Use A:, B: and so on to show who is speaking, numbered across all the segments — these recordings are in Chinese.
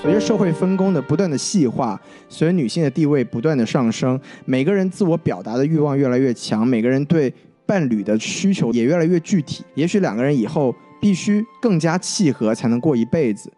A: 随着社会分工的不断的细化，随着女性的地位不断的上升，每个人自我表达的欲望越来越强，每个人对伴侣的需求也越来越具体。也许两个人以后必须更加契合，才能过一辈子。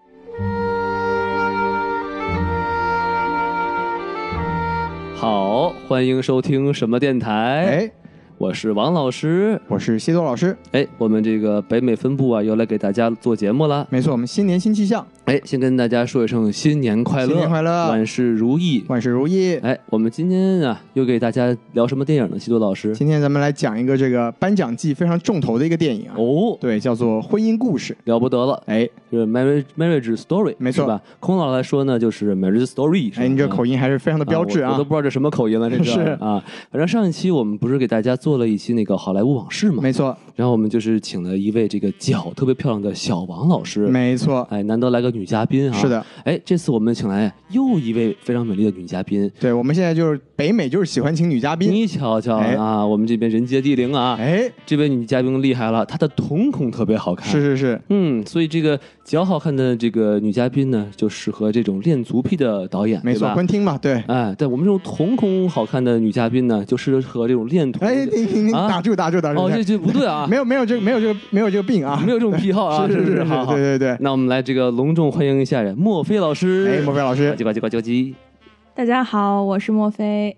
B: 好，欢迎收听什么电台？
A: 哎，
B: 我是王老师。
A: 我是西多老师，
B: 哎，我们这个北美分部啊，又来给大家做节目了。
A: 没错，我们新年新气象，
B: 哎，先跟大家说一声新年快乐，
A: 新年快乐
B: 万事如意。
A: 万事如意。
B: 哎，我们今天啊，又给大家聊什么电影呢？西多老师
A: 今天咱们来讲一个这个颁奖季非常重头的一个电影啊，
B: 哦，
A: 对，叫做《婚姻故事》。
B: 了不得了，
A: 哎
B: 就是 Marriage Marriage Story，
A: 没错
B: 是吧？空老来说呢，就是 Marriage Story 是吧。
A: 哎，你这口
B: 音
A: 音还是非常的标志
B: 我，
A: 啊
B: 我都。不知道这什么口音了，这
A: 是
B: 啊。反正上一期我们不是给大家做了一期那个好莱坞往事嘛，
A: 没错，
B: 然后我们就是请了一位这个脚特别漂亮的小王老师，
A: 没错，
B: 哎，难得来个女嘉宾啊。
A: 是，的。
B: 哎，这次我们请来又一位非常美丽的女嘉宾，
A: 对，我们现在就是北美就是喜欢请女嘉宾。
B: 你瞧瞧
A: 哎
B: 啊，我们这边人杰地灵啊，
A: 哎，
B: 这位女嘉宾厉害了，她的瞳孔特别好看。
A: 是。是是，
B: 嗯，所以这个较好看的这个女嘉宾呢，就适合这种恋足癖的导演，
A: 没
B: 对
A: 错，
B: 吧
A: 昆汀嘛， 对。
B: 哎，但我们这种瞳孔好看的女嘉宾呢，就适合这种恋童。
A: 哎，您您您
B: 啊
A: 打住打住打住！
B: 哦，
A: 打
B: 这
A: 住
B: 这不对啊，
A: 没有没有这个没有这个没有这个病啊，
B: 没有这种癖好啊，
A: 是
B: 是
A: 是是，
B: 好好。
A: 对对对。
B: 那我们来这个隆重欢迎一下莫非老师。
A: 哎，莫非老
B: 呱
A: 师，
B: 唧呱唧呱唧呱唧。
C: 大家好，我是莫非。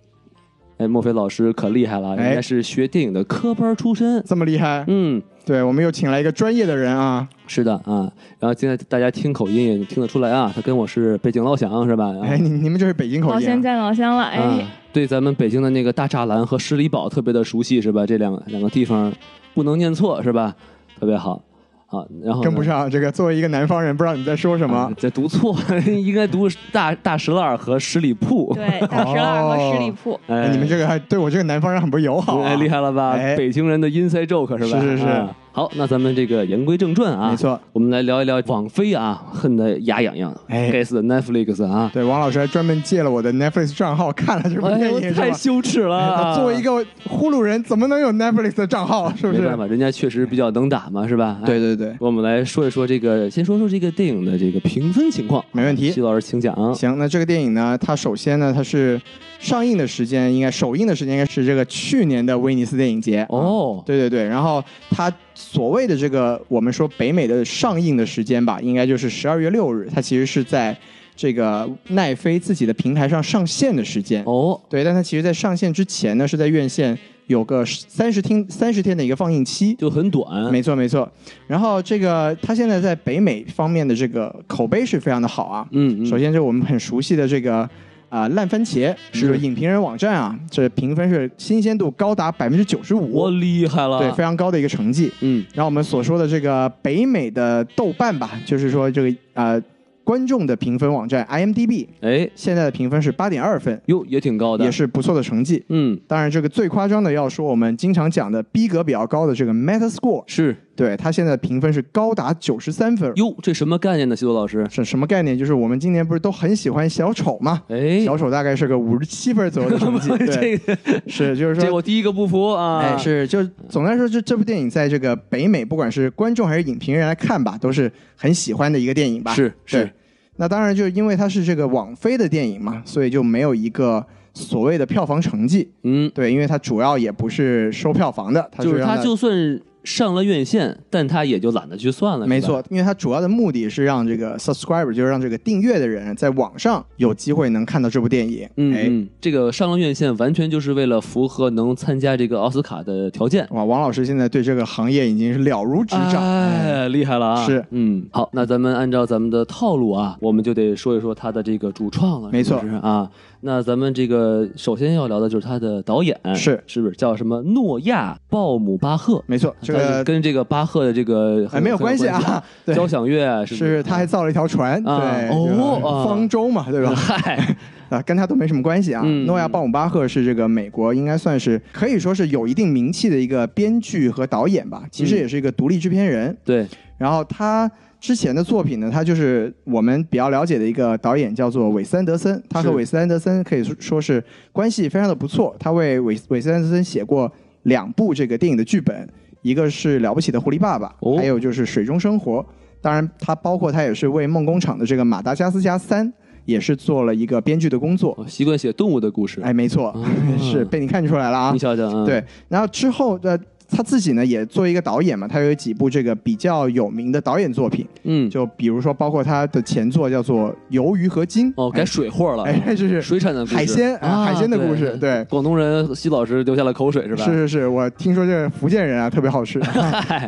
B: 哎，莫非老师可厉害了，
A: 哎
B: 人家是学电影的科班出身。
A: 这么厉害，
B: 嗯，
A: 对我们又请来一个专业的人啊，
B: 是的啊。然后现在大家听口音也听得出来啊，他跟我是北京老乡是吧？啊
A: 哎，你你们这是北京口
C: 老
A: 音
C: 乡
A: 啊，
C: 见老乡了，哎，
B: 啊，对咱们北京的那个大栅栏和十里堡特别的熟悉，是吧？这两两个地方不能念错，是吧？特别好啊。然后
A: 跟不
B: 呢
A: 上这个。作为一个南方人，不知道你在说什么
B: 啊。这读错， 应该读大大石栏和十里铺。
C: 对， 大石栏和十里铺，
B: 哎
A: 哎，你们这个还对我这个南方人很不友好啊
B: 哎，厉害了吧？
A: 哎
B: 北京人的 inside joke 是吧？
A: 是是是
B: 啊好，那咱们这个言归正传啊，
A: 没，错。
B: 我们来聊一聊网飞啊，恨得牙痒痒，
A: 哎
B: 该死的 Netflix 啊，
A: 对，王老师还专门借了我的 Netflix 账号看了这部
B: 哎
A: 电
B: 呦，
A: 影，
B: 太
A: 是吧？
B: 羞耻了
A: 哎
B: 啊。
A: 那作为一个呼噜人，怎么能有 Netflix 的账号？啊是不
B: 没
A: 是
B: 办？法，人家确实比较能打嘛，是吧？哎
A: 对对对，
B: 我们来说一说这个，先说说这个电影的这个评分情况。
A: 没问题
B: 徐老师请讲。啊
A: 行，那这个电影呢，它首先呢，它是上映的时间应该首映的时间应该是这个去年的威尼斯电影节。
B: 哦，
A: 对对对，然后它所谓的这个我们说北美的上映的时间吧，应该就是十二月六日，它其实是在这个奈飞自己的平台上上线的时间。
B: 哦，
A: 对，但它其实在上线之前呢，是在院线有个三十天三十天的一个放映期。
B: 就嗯很短。
A: 没错没错，然后这个它现在在北美方面的这个口碑是非常的好啊，
B: 嗯，嗯嗯
A: 首先就是我们很熟悉的这个啊、烂番茄，
B: 是
A: 是影评人网站啊，这评分是新鲜度高达百分之九十
B: 我
A: 五，
B: 厉害了。
A: 对，非常高的一个成绩。
B: 嗯，
A: 然后我们所说的这个北美的豆瓣吧，就是说这个呃观众的评分网站 IMDB
B: 哎，
A: 现在的评分是八点二分，
B: 哟，也挺高的。
A: 也。是不错的成绩。
B: 嗯，
A: 当然，这个最夸张的要说我们经常讲的逼格比较高的这个 Metascore，
B: 是。
A: 对它现在的评分是高达九十三分，
B: 哟，这什么概念呢，西多老师？
A: 是什么概念？就是我们今年不是都很喜欢小丑吗？
B: 哎，
A: 小丑大概是个五十七分左右的成绩，对，
B: 这 个
A: 是就是
B: 这
A: 说，
B: 我第一个不服啊。
A: 哎，是就是总的来说，这这部电影在这个北美，不管是观众还是影评人来看吧，都是很喜欢的一个电影吧。
B: 是
A: 对
B: 是，
A: 那当然就是因为它是这个网飞的电影嘛，所以就没有一个所谓的票房成绩。
B: 嗯，
A: 对，因为它主要也不是收票房的，它
B: 就是
A: 让
B: 他就算上了院线，但他也就懒得去算了。
A: 没
B: 是吧。
A: 错，因为它主要的目的是让这个 subscriber，就是让这个订阅的人在网上有机会能看到这部电影。
B: 嗯
A: 哎，
B: 嗯，这个上了院线完全就是为了符合能参加这个奥斯卡的条件。
A: 哇，王老师现在对这个行业已经是了如指掌。哎
B: 哎，厉害了啊！
A: 是，
B: 嗯，好，那咱们按照咱们的套路啊，我们就得说一说他的这个主创了，
A: 没错
B: 是不是啊。那咱们这个首先要聊的就是他的导演，
A: 是
B: 是不是叫什么诺亚鲍姆巴赫？
A: 没错，这
B: 但是
A: 个
B: 跟这个巴赫的这个
A: 哎
B: 很
A: 没有
B: 很关
A: 关系啊， 对，
B: 交响乐啊是不
A: 是他还造了一条船，
B: 啊
A: 对，
B: 哦
A: 这个
B: 啊
A: 方舟嘛，对吧？
B: 嗨，
A: 啊，跟他都没什么关系啊。
B: 嗯
A: 诺亚鲍姆巴赫是这个美国应该算是可以说是有一定名气的一个编剧和导演吧，其实
B: 嗯
A: 也是一个独立制片人。
B: 对，
A: 然后他之前的作品呢，他就是我们比较了解的一个导演，叫做韦斯安德森。他和
B: 是
A: 韦斯安德森可以说说是关系非常的不错。他为韦韦斯安德森写过两部这个电影的剧本，一个是《了不起的狐狸爸爸》
B: 哦
A: 还有就是《水中生活》。当然，他包括他也是为梦工厂的这个《马达加斯加三》也是做了一个编剧的工作。
B: 哦习惯写动物的故事，
A: 哎，没错， 是被你看出来了啊
B: 你。想想啊，
A: 对，然后之后的他自己呢也作为一个导演嘛，他有几部这个比较有名的导演作品，
B: 嗯，
A: 就比如说包括他的前作叫做《鱿鱼和金》，
B: 哦，该水货了，
A: 哎，是是
B: 水产的故事，
A: 海鲜啊
B: 啊
A: 海鲜的故事，对。
B: 广东人西老师流下了口水是吧？
A: 是是是，我听说这个福建人啊特别 好吃，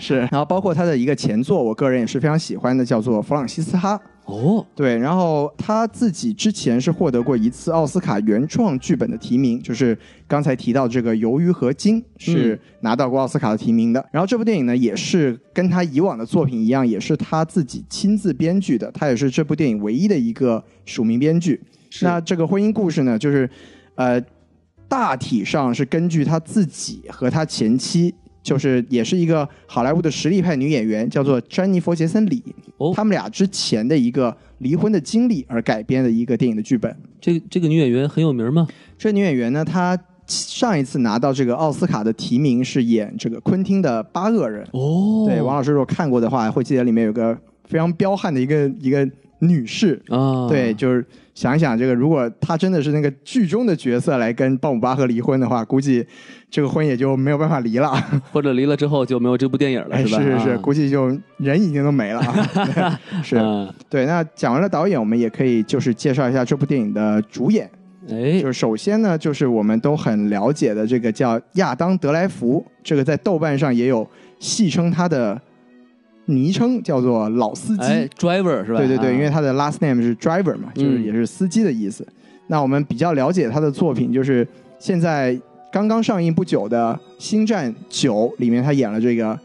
A: 是。然后包括他的一个前作，我个人也是非常喜欢的，叫做《弗朗西斯哈》。
B: 哦，
A: 对，然后他自己之前是获得过一次奥斯卡原创剧本的提名，就是刚才提到这个《鱿鱼和金》是拿到过奥斯卡的提名的。然后这部电影呢，也是跟他以往的作品一样，也是他自己亲自编剧的，他也是这部电影唯一的一个署名编剧。
B: 是
A: 那这个婚姻故事呢，就是呃，大体上是根据他自己和他前妻。就是也是一个好莱坞的实力派女演员，叫做詹妮弗·杰森里。
B: 嗯哦
A: 他们俩之前的一个离婚的经历而改编的一个电影的剧本。
B: 这这个女演员很有名吗？
A: 这女演员呢，她上一次拿到这个奥斯卡的提名是演这个昆汀的《八恶人》。
B: 哦，
A: 对，王老师如果看过的话，会记得里面有个非常彪悍的一个一个女士。
B: 啊，
A: 对，就是想一想这个，如果她真的是那个剧中的角色来跟鲍姆巴赫离婚的话，估计这个婚也就没有办法离 了。
B: 或者离了之后就没有这部电影了，
A: 哎，
B: 吧？
A: 是是，
B: 啊
A: 估计就人已经都 没了啊。对是，
B: 啊
A: 对，那讲完了导演，我们也可以就是介绍一下这部电影的主演。
B: 哎
A: 就是首先呢，就是我们都很了解的这个叫亚当·德莱福，这个在豆瓣上也有戏称他的昵称叫做“老司机”
B: 哎，driver 是吧？
A: 对对
B: 啊嗯
A: 对，因为他的 last name 是 driver 嘛，就是也是司机的意思。那我们比较了解他的作品，就是现在刚刚上映不久的《星战九》里面，他演了这个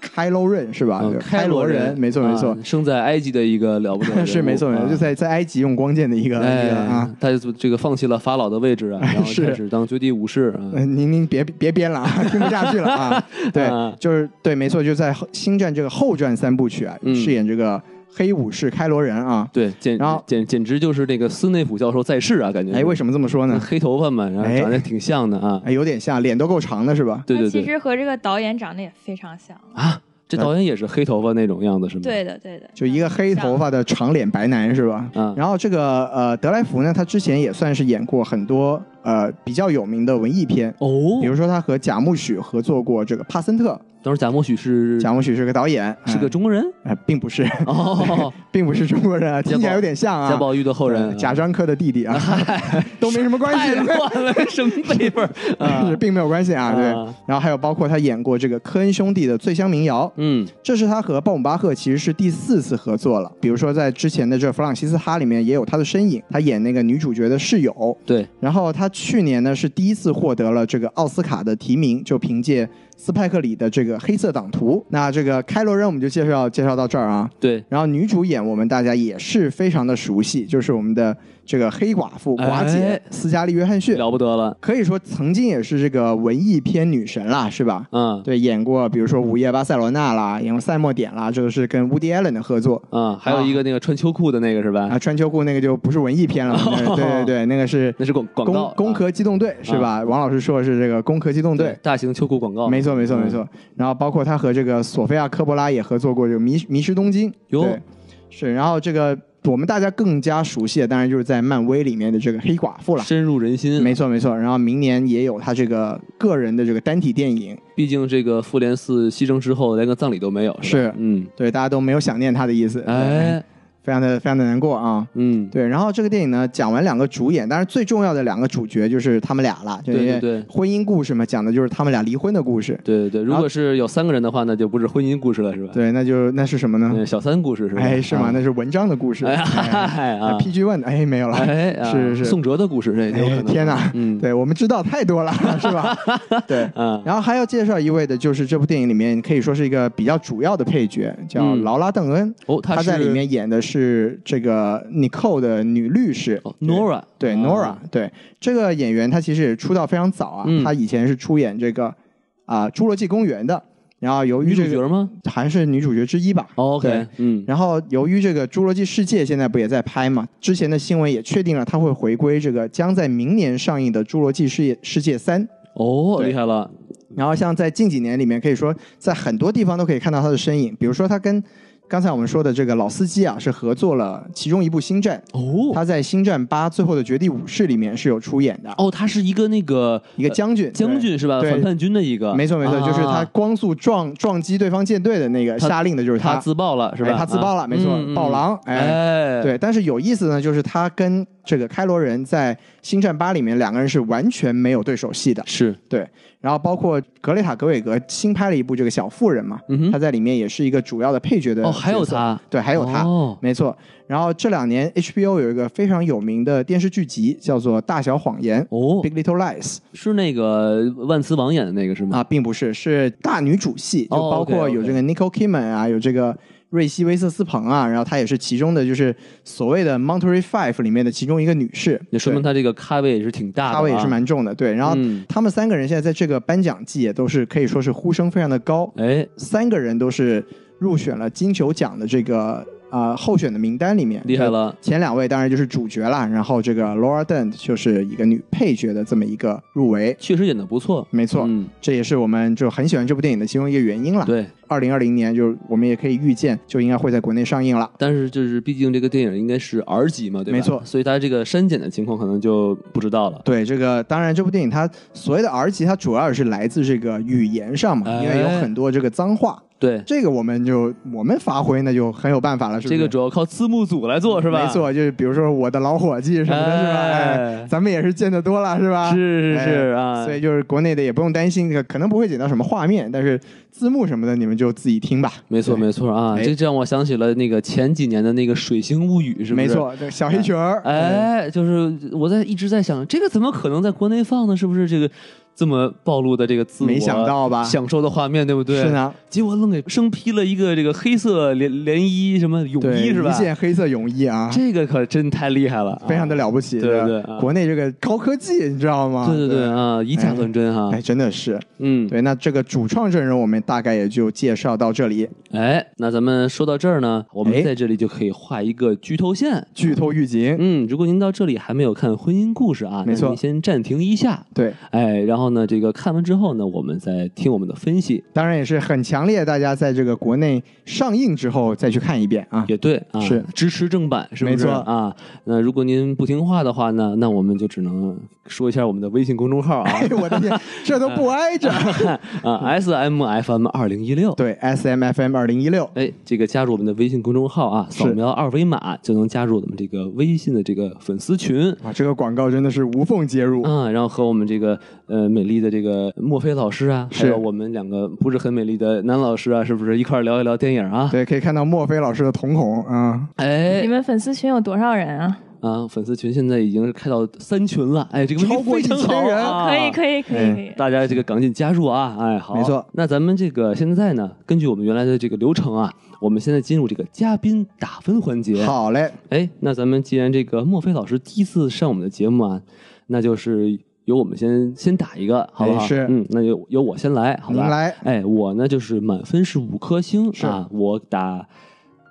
A: 开罗人是吧？
B: 嗯
A: 就
B: 开
A: 罗
B: 罗
A: 人，没错没错
B: 啊，生在埃及的一个了不得的人 物，
A: 是没错没错，
B: 啊
A: 就在在埃及用光剑的一个一个啊
B: 哎。，他就这个放弃了法老的位置啊，
A: 哎
B: 然后
A: 是
B: 开始当绝地武士啊。
A: 呃您您别别编了啊， 听不下去了 啊。对，
B: 啊
A: 就是对，没错，就在后《星战》这个后传三部曲啊，
B: 嗯
A: 饰演这个黑武士开罗人啊。
B: 对，简
A: 然后
B: 简简直就是那个斯内普教授在世啊，感觉。
A: 哎，为什么这么说 呢？
B: 黑头发嘛，然
A: 哎
B: 后长得挺像的啊。
A: 哎，有点像，脸都够长的是吧？
B: 对
C: 他
B: 对
C: 其
B: 对，
C: 实和这个导演长得也非常像。
B: 啊，这导演也是黑头发那种样子是吗？
C: 对的，对的，
A: 就一个黑头发的长脸白男是吧？
B: 啊，
A: 然后这个呃，德莱福呢，他之前也算是演过很多呃比较有名的文艺片，
B: 哦
A: 比，如说他和贾木许合作过这个《帕森特
B: 当时贾默许是》，
A: 贾木许是个导演，
B: 是个
A: 嗯
B: 中国人
A: 呃，并不是，
B: 哦，
A: 并不是中国人啊，听起来有点像啊，
B: 贾宝玉的后人
A: 呃，贾樟柯的弟弟 啊， 都没什么关
B: 太
A: 系，
B: 乱了，什 么辈分儿
A: 是
B: 啊？
A: 并没有关系啊，对
B: 啊。
A: 然后还有包括他演过这个科恩兄弟的《醉乡民谣》，
B: 嗯，
A: 这是他和鲍姆巴赫其实是第四次合作了。比如说在之前的这《弗朗西斯哈》里面也有他的身影，他演那个女主角的室友。
B: 对，
A: 然后他去年呢是第一次获得了这个奥斯卡的提名，就凭借斯派克里的这个《黑色党徒》。那这个开罗人我们就介绍介绍到这儿啊。
B: 对，
A: 然后女主演我们大家也是非常的熟悉，就是我们的这个黑寡妇寡姐
B: 哎
A: 斯嘉丽·约翰逊，
B: 了不得了，
A: 可以说曾经也是这个文艺片女神啦，是吧？
B: 嗯
A: 对，演过比如说《午夜巴塞罗那》啦，演过《赛末点》啦，这个是跟 Woody Allen 的合作。
B: 嗯，还有一个那个穿秋裤的那个是吧
A: 啊，？穿秋裤那个就不是文艺 片了，那对对对，那个是
B: 那是广广告
A: 攻，攻
B: 啊哦
A: 壳机动队是吧？王老师说的是这个攻壳机动队，
B: 大型秋裤广告，
A: 没错没错
B: 嗯
A: 没错。然后包括他和这个索菲亚科波拉也合作过这个《迷迷失东京》，
B: 哟
A: 对，是。然后这个我们大家更加熟悉的，当然就是在漫威里面的这个黑寡妇了。
B: 深入人心。
A: 没错没错，然后明年也有他这个个人的这个单体电影，
B: 毕竟这个复联四牺牲之后，连个葬礼都没有，吧
A: 是
B: 嗯，
A: 对大家都没有想念他的意思，
B: 哎，
A: 非常的非常的难过啊。
B: 嗯，
A: 对，然后这个电影呢，讲完两个主演，当然最重要的两个主角就是他们俩了，就
B: 对
A: 因为
B: 对对
A: 婚姻故事嘛，讲的就是他们俩离婚的故事。
B: 对对对，如
A: 然后
B: 果是有三个人的话，那就不是婚姻故事了，是吧？
A: 对，那就那是什么呢？
B: 嗯，小三故事是吧？
A: 哎，是吗？
B: 啊
A: 那是文章的故事。
B: 哎
A: 哎
B: 嗨啊
A: PG One 的哎没有了。
B: 哎，啊
A: 是是
B: 宋哲的故事，这也有可
A: 哎
B: 能。
A: 天哪，
B: 嗯，
A: 对我们知道太多 了，是吧？对。
B: 啊，
A: 然后还要介绍一位的，就是这部电影里面可以说是一个比较主要的配角，叫
B: 嗯
A: 劳拉·邓恩。
B: 哦，
A: 她在
B: 是
A: 里面演的是这个 Nicole 的女律师
B: 哦
A: 对
B: Nora，
A: 对
B: 啊
A: Nora，、对这个演员，她其实也出道非常早啊，
B: 嗯
A: 她以前是出演这个啊、侏罗纪公园》的，然后由于
B: 女主
A: 这个
B: 角吗
A: 还是女主角之一吧。
B: 哦
A: 对
B: ？OK，嗯，
A: 然后由于这个《侏罗纪世界》现在不也在拍嘛，之前的新闻也确定了她会回归这个将在明年上映的《侏罗纪世界世界三》。
B: 哦，
A: 对
B: 厉害了，
A: 然后像在近几年里面，可以说在很多地方都可以看到她的身影，比如说她跟刚才我们说的这个老司机啊，是合作了其中一部《星战》，
B: 哦
A: 他在《星战八：最后的绝地武士》里面是有出演的，
B: 哦，他是一个那个
A: 一个将军，
B: 呃将军是吧？
A: 对
B: 反叛军的一个，
A: 对。没错没错，
B: 啊
A: 就是他光速撞撞击对方舰队的那个
B: 他
A: 下令的就是
B: 他自爆了是吧？
A: 哎他自爆了
B: 啊
A: 没错
B: 嗯嗯
A: 暴狼
B: 哎，
A: 对，但是有意思呢，就是他跟这个开罗人在《星战八》里面两个人是完全没有对手戏的。
B: 是，
A: 然后包括格雷塔·格韦格新拍了一部这个《小妇人》嘛，
B: 嗯
A: 他
B: 哼，
A: 在里面也是一个主要的配角的
B: 哦，还有
A: 角色，
B: 他，
A: 对，还有他，
B: 哦
A: 没错。然后这两年 HBO 有一个非常有名的电视剧集叫做《大小谎言》
B: 哦
A: （Big Little Lies）
B: 是那个万磁王演的那个是吗？
A: 啊，并不是是大女主戏，就
B: 哦
A: 包括
B: ，OK，OK
A: 有这个 Nicole Kidman 啊，有这个瑞希·威瑟斯彭啊，然后她也是其中的就是所谓的 Monterey Five 里面的其中一个女士，
B: 也说明
A: 对
B: 他这个咖位也是挺大的啊，
A: 咖位也是蛮重的，对。然后
B: 嗯
A: 他们三个人现在在这个颁奖季也都是可以说是呼声非常的高，
B: 哎，
A: 三个人都是入选了金球奖的这个呃候选的名单里面，
B: 厉害。了，
A: 前两位当然就是主角啦，然后这个 Laura Dent 就是一个女配角的这么一个入围，
B: 确实演的不错，
A: 没错，
B: 嗯，
A: 这也是我们就很喜欢这部电影的其中一个原因了。
B: 对。
A: 二零二零年就是我们也可以预见，就应该会在国内上映了。
B: 但是就是毕竟这个电影应该是 R 级嘛，对吧？
A: 没错
B: 所以它这个删减的情况可能就不知道了。
A: 对这个，当然这部电影它所谓的 R 级，它主要也是来自这个语言上嘛，
B: 哎
A: 因为有很多这个脏话，
B: 对，
A: 这个我们就我们发挥那就很有办法了，是不
B: 这
A: 是？嗯
B: 个主要靠字幕组来做是吧？
A: 没，错，就是比如说我的老伙计什么的，是吧？
B: 哎
A: 哎，咱们也是见得多了，是吧？
B: 是是
A: 哎
B: 是啊
A: 所以就是国内的也不用担心，这个可能不会剪到什么画面，但是字幕什么的你们就自己听吧。
B: 没错
A: 对
B: 没错啊，
A: 哎
B: 这这让我想起了那个前几年的那个《水星物语》，是不是？
A: 没。错，这个小黑裙儿，嗯，
B: 哎，就是我在一直在想，这个怎么可能在国内放呢？是不是这个这么暴露的这个自我
A: 没想到吧？
B: 享受的画面，对不对？
A: 是。啊呢，
B: 结果愣给生披了一个这个黑色连连衣什么泳
A: 对，
B: 衣是吧
A: 一？件黑色泳衣啊，
B: 这个可真太厉害了，啊
A: 非常的了不起。
B: 对对
A: 吧
B: 啊
A: 国内这个高科技，你知道吗？
B: 对对对。啊，以假乱真哈
A: 哎，。真的是，
B: 嗯，
A: 对，那这个主创阵容我们大概也就介绍到这里。
B: 哎，那咱们说到这儿呢，我
A: 哎
B: 们在这里就可以画一个剧透线。
A: 剧透预警，
B: 嗯，如果您到这里还没有看《婚姻故事》啊，
A: 没错
B: 那您先暂停一下，
A: 对，
B: 哎，然后呢，这个看完之后呢，我们再听我们的分析。
A: 当然也是很强烈，大家在这个国内上映之后再去看一遍啊。
B: 也对啊，
A: 是
B: 支持正版，是不
A: 没
B: 是
A: 错
B: 啊？那如果您不听话的话呢，那我们就只能说一下我们的微信公众号 啊
A: 哎呦我的 天，这都不挨着。
B: 啊，S M F M 二零一六。
A: 对，S M F M 二零一六，
B: 哎，这个加入我们的微信公众号啊，
A: 是
B: 扫描二维码就能加入我们这个微信的这个粉丝群。
A: 哇，这个广告真的是无缝接入。
B: 啊，然后和我们这个呃美丽的这个莫非老师啊，还
A: 是
B: 有我们两个不是很美丽的男老师啊，是不是一块儿聊一聊电影啊？
A: 对，可以看到墨菲老师的瞳孔啊，
C: 你
B: 哎
C: 们粉丝群有多少人啊？
B: 啊，粉丝群现在已经是开到三群了，哎，这个
A: 超过
B: 非常
A: 1000
B: 好
A: 人
B: 啊哎
C: 可以，可以，可以，可以。
B: 大家这个赶紧加入啊！哎，好，
A: 没错。
B: 那咱们这个现在呢，根据我们原来的这个流程啊，我们现在进入这个嘉宾打分环节。，
A: 好嘞，
B: 哎，那咱们既然这个莫非老师第一次上我们的节目啊，那就是由我们先先打一个，好不好？
A: 哎是
B: 嗯，那就由我先来，好
A: 您
B: 吧？
A: 来，
B: 哎，我呢就是满分是五颗星
A: 是
B: 啊，我打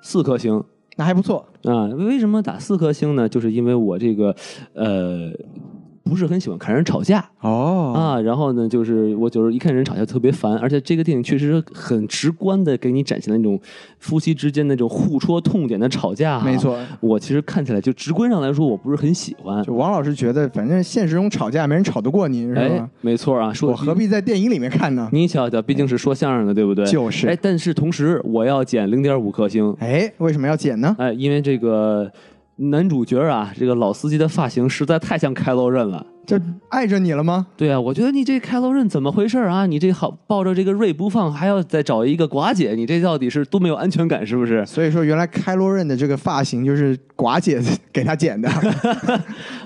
B: 四颗星
A: 那还不错，
B: 啊。为什么打四颗星呢？就是因为我这个呃不是很喜欢看人吵架
A: 哦，
B: 啊，然后呢就是我就是一看人吵架特别烦，而且这个电影确实很直观的给你展现了那种夫妻之间那种互戳痛点的吵架、啊
A: 没。错。啊
B: 我其实看起来就直观上来说，我不是很喜欢。
A: 就王老师觉得，反正现实中吵架没人吵得过您，是
B: 哎
A: 吧？，
B: 没错啊，说
A: 我何必在电影里面看呢？
B: 你瞧瞧，毕竟是说相声的，对不对？
A: 就是
B: 哎，但是同时我要减零点五颗星，
A: 哎，为什么要剪呢？
B: 哎，因为这个男主角啊，这个老司机的发型实在太像开罗刃了。
A: 这碍着你了吗？
B: 对啊，我觉得你这开罗刃怎么回事啊？你这好抱着这个锐不放，还要再找一个寡姐，你这到底是多没有安全感，是不是？
A: 所以说，原来开罗润的这个发型就是寡姐给他剪 的，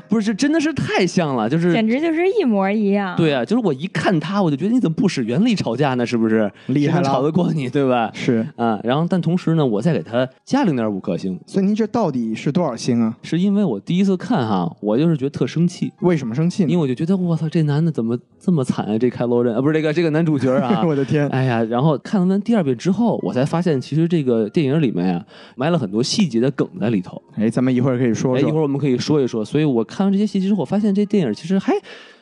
B: 不是，这真的是太像了，就是
C: 简。直就是一模一样。
B: 对啊，就是我一看他，我就觉得你怎么不使原理吵架呢？是不是？
A: 厉害
B: 谁能吵
A: 了。
B: 得过 你，对吧？
A: 是，
B: 啊，然后但同时呢，我再给他加零点五颗星，
A: 所以您这到底是多少星啊？
B: 是因为我第一次看哈、我就是觉得特生气，
A: 为什么生气
B: 因为
A: 呢？
B: 我就觉得我操，这男的怎么这么惨啊？这开罗人啊，不是这个这个男主角 啊。
A: 我的天，
B: 哎呀，然后看完第二遍之后，我才发现其实这个电影里面呀、埋了很多细节的梗在里头。
A: 哎，咱们一会儿可以说
B: 哎，一会
A: 说。
B: 儿我们可以说一说。所以我看完这些细节之后，我发现这电影其实还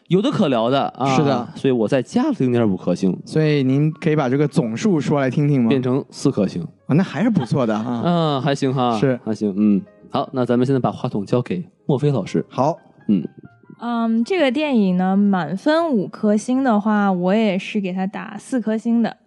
B: 有的可聊的啊。
A: 是的，
B: 所以我再加了零点五颗星，
A: 所以您可以把这个总数说来听听吗？
B: 变成四颗星。
A: 啊，那还是不错的啊。
B: 嗯，还行哈，
A: 是
B: 还行，嗯。好，那咱们现在把话筒交给莫非老师。
A: 好，
C: 嗯，这个电影呢，满分五颗星的话，我也是给它打四颗星的。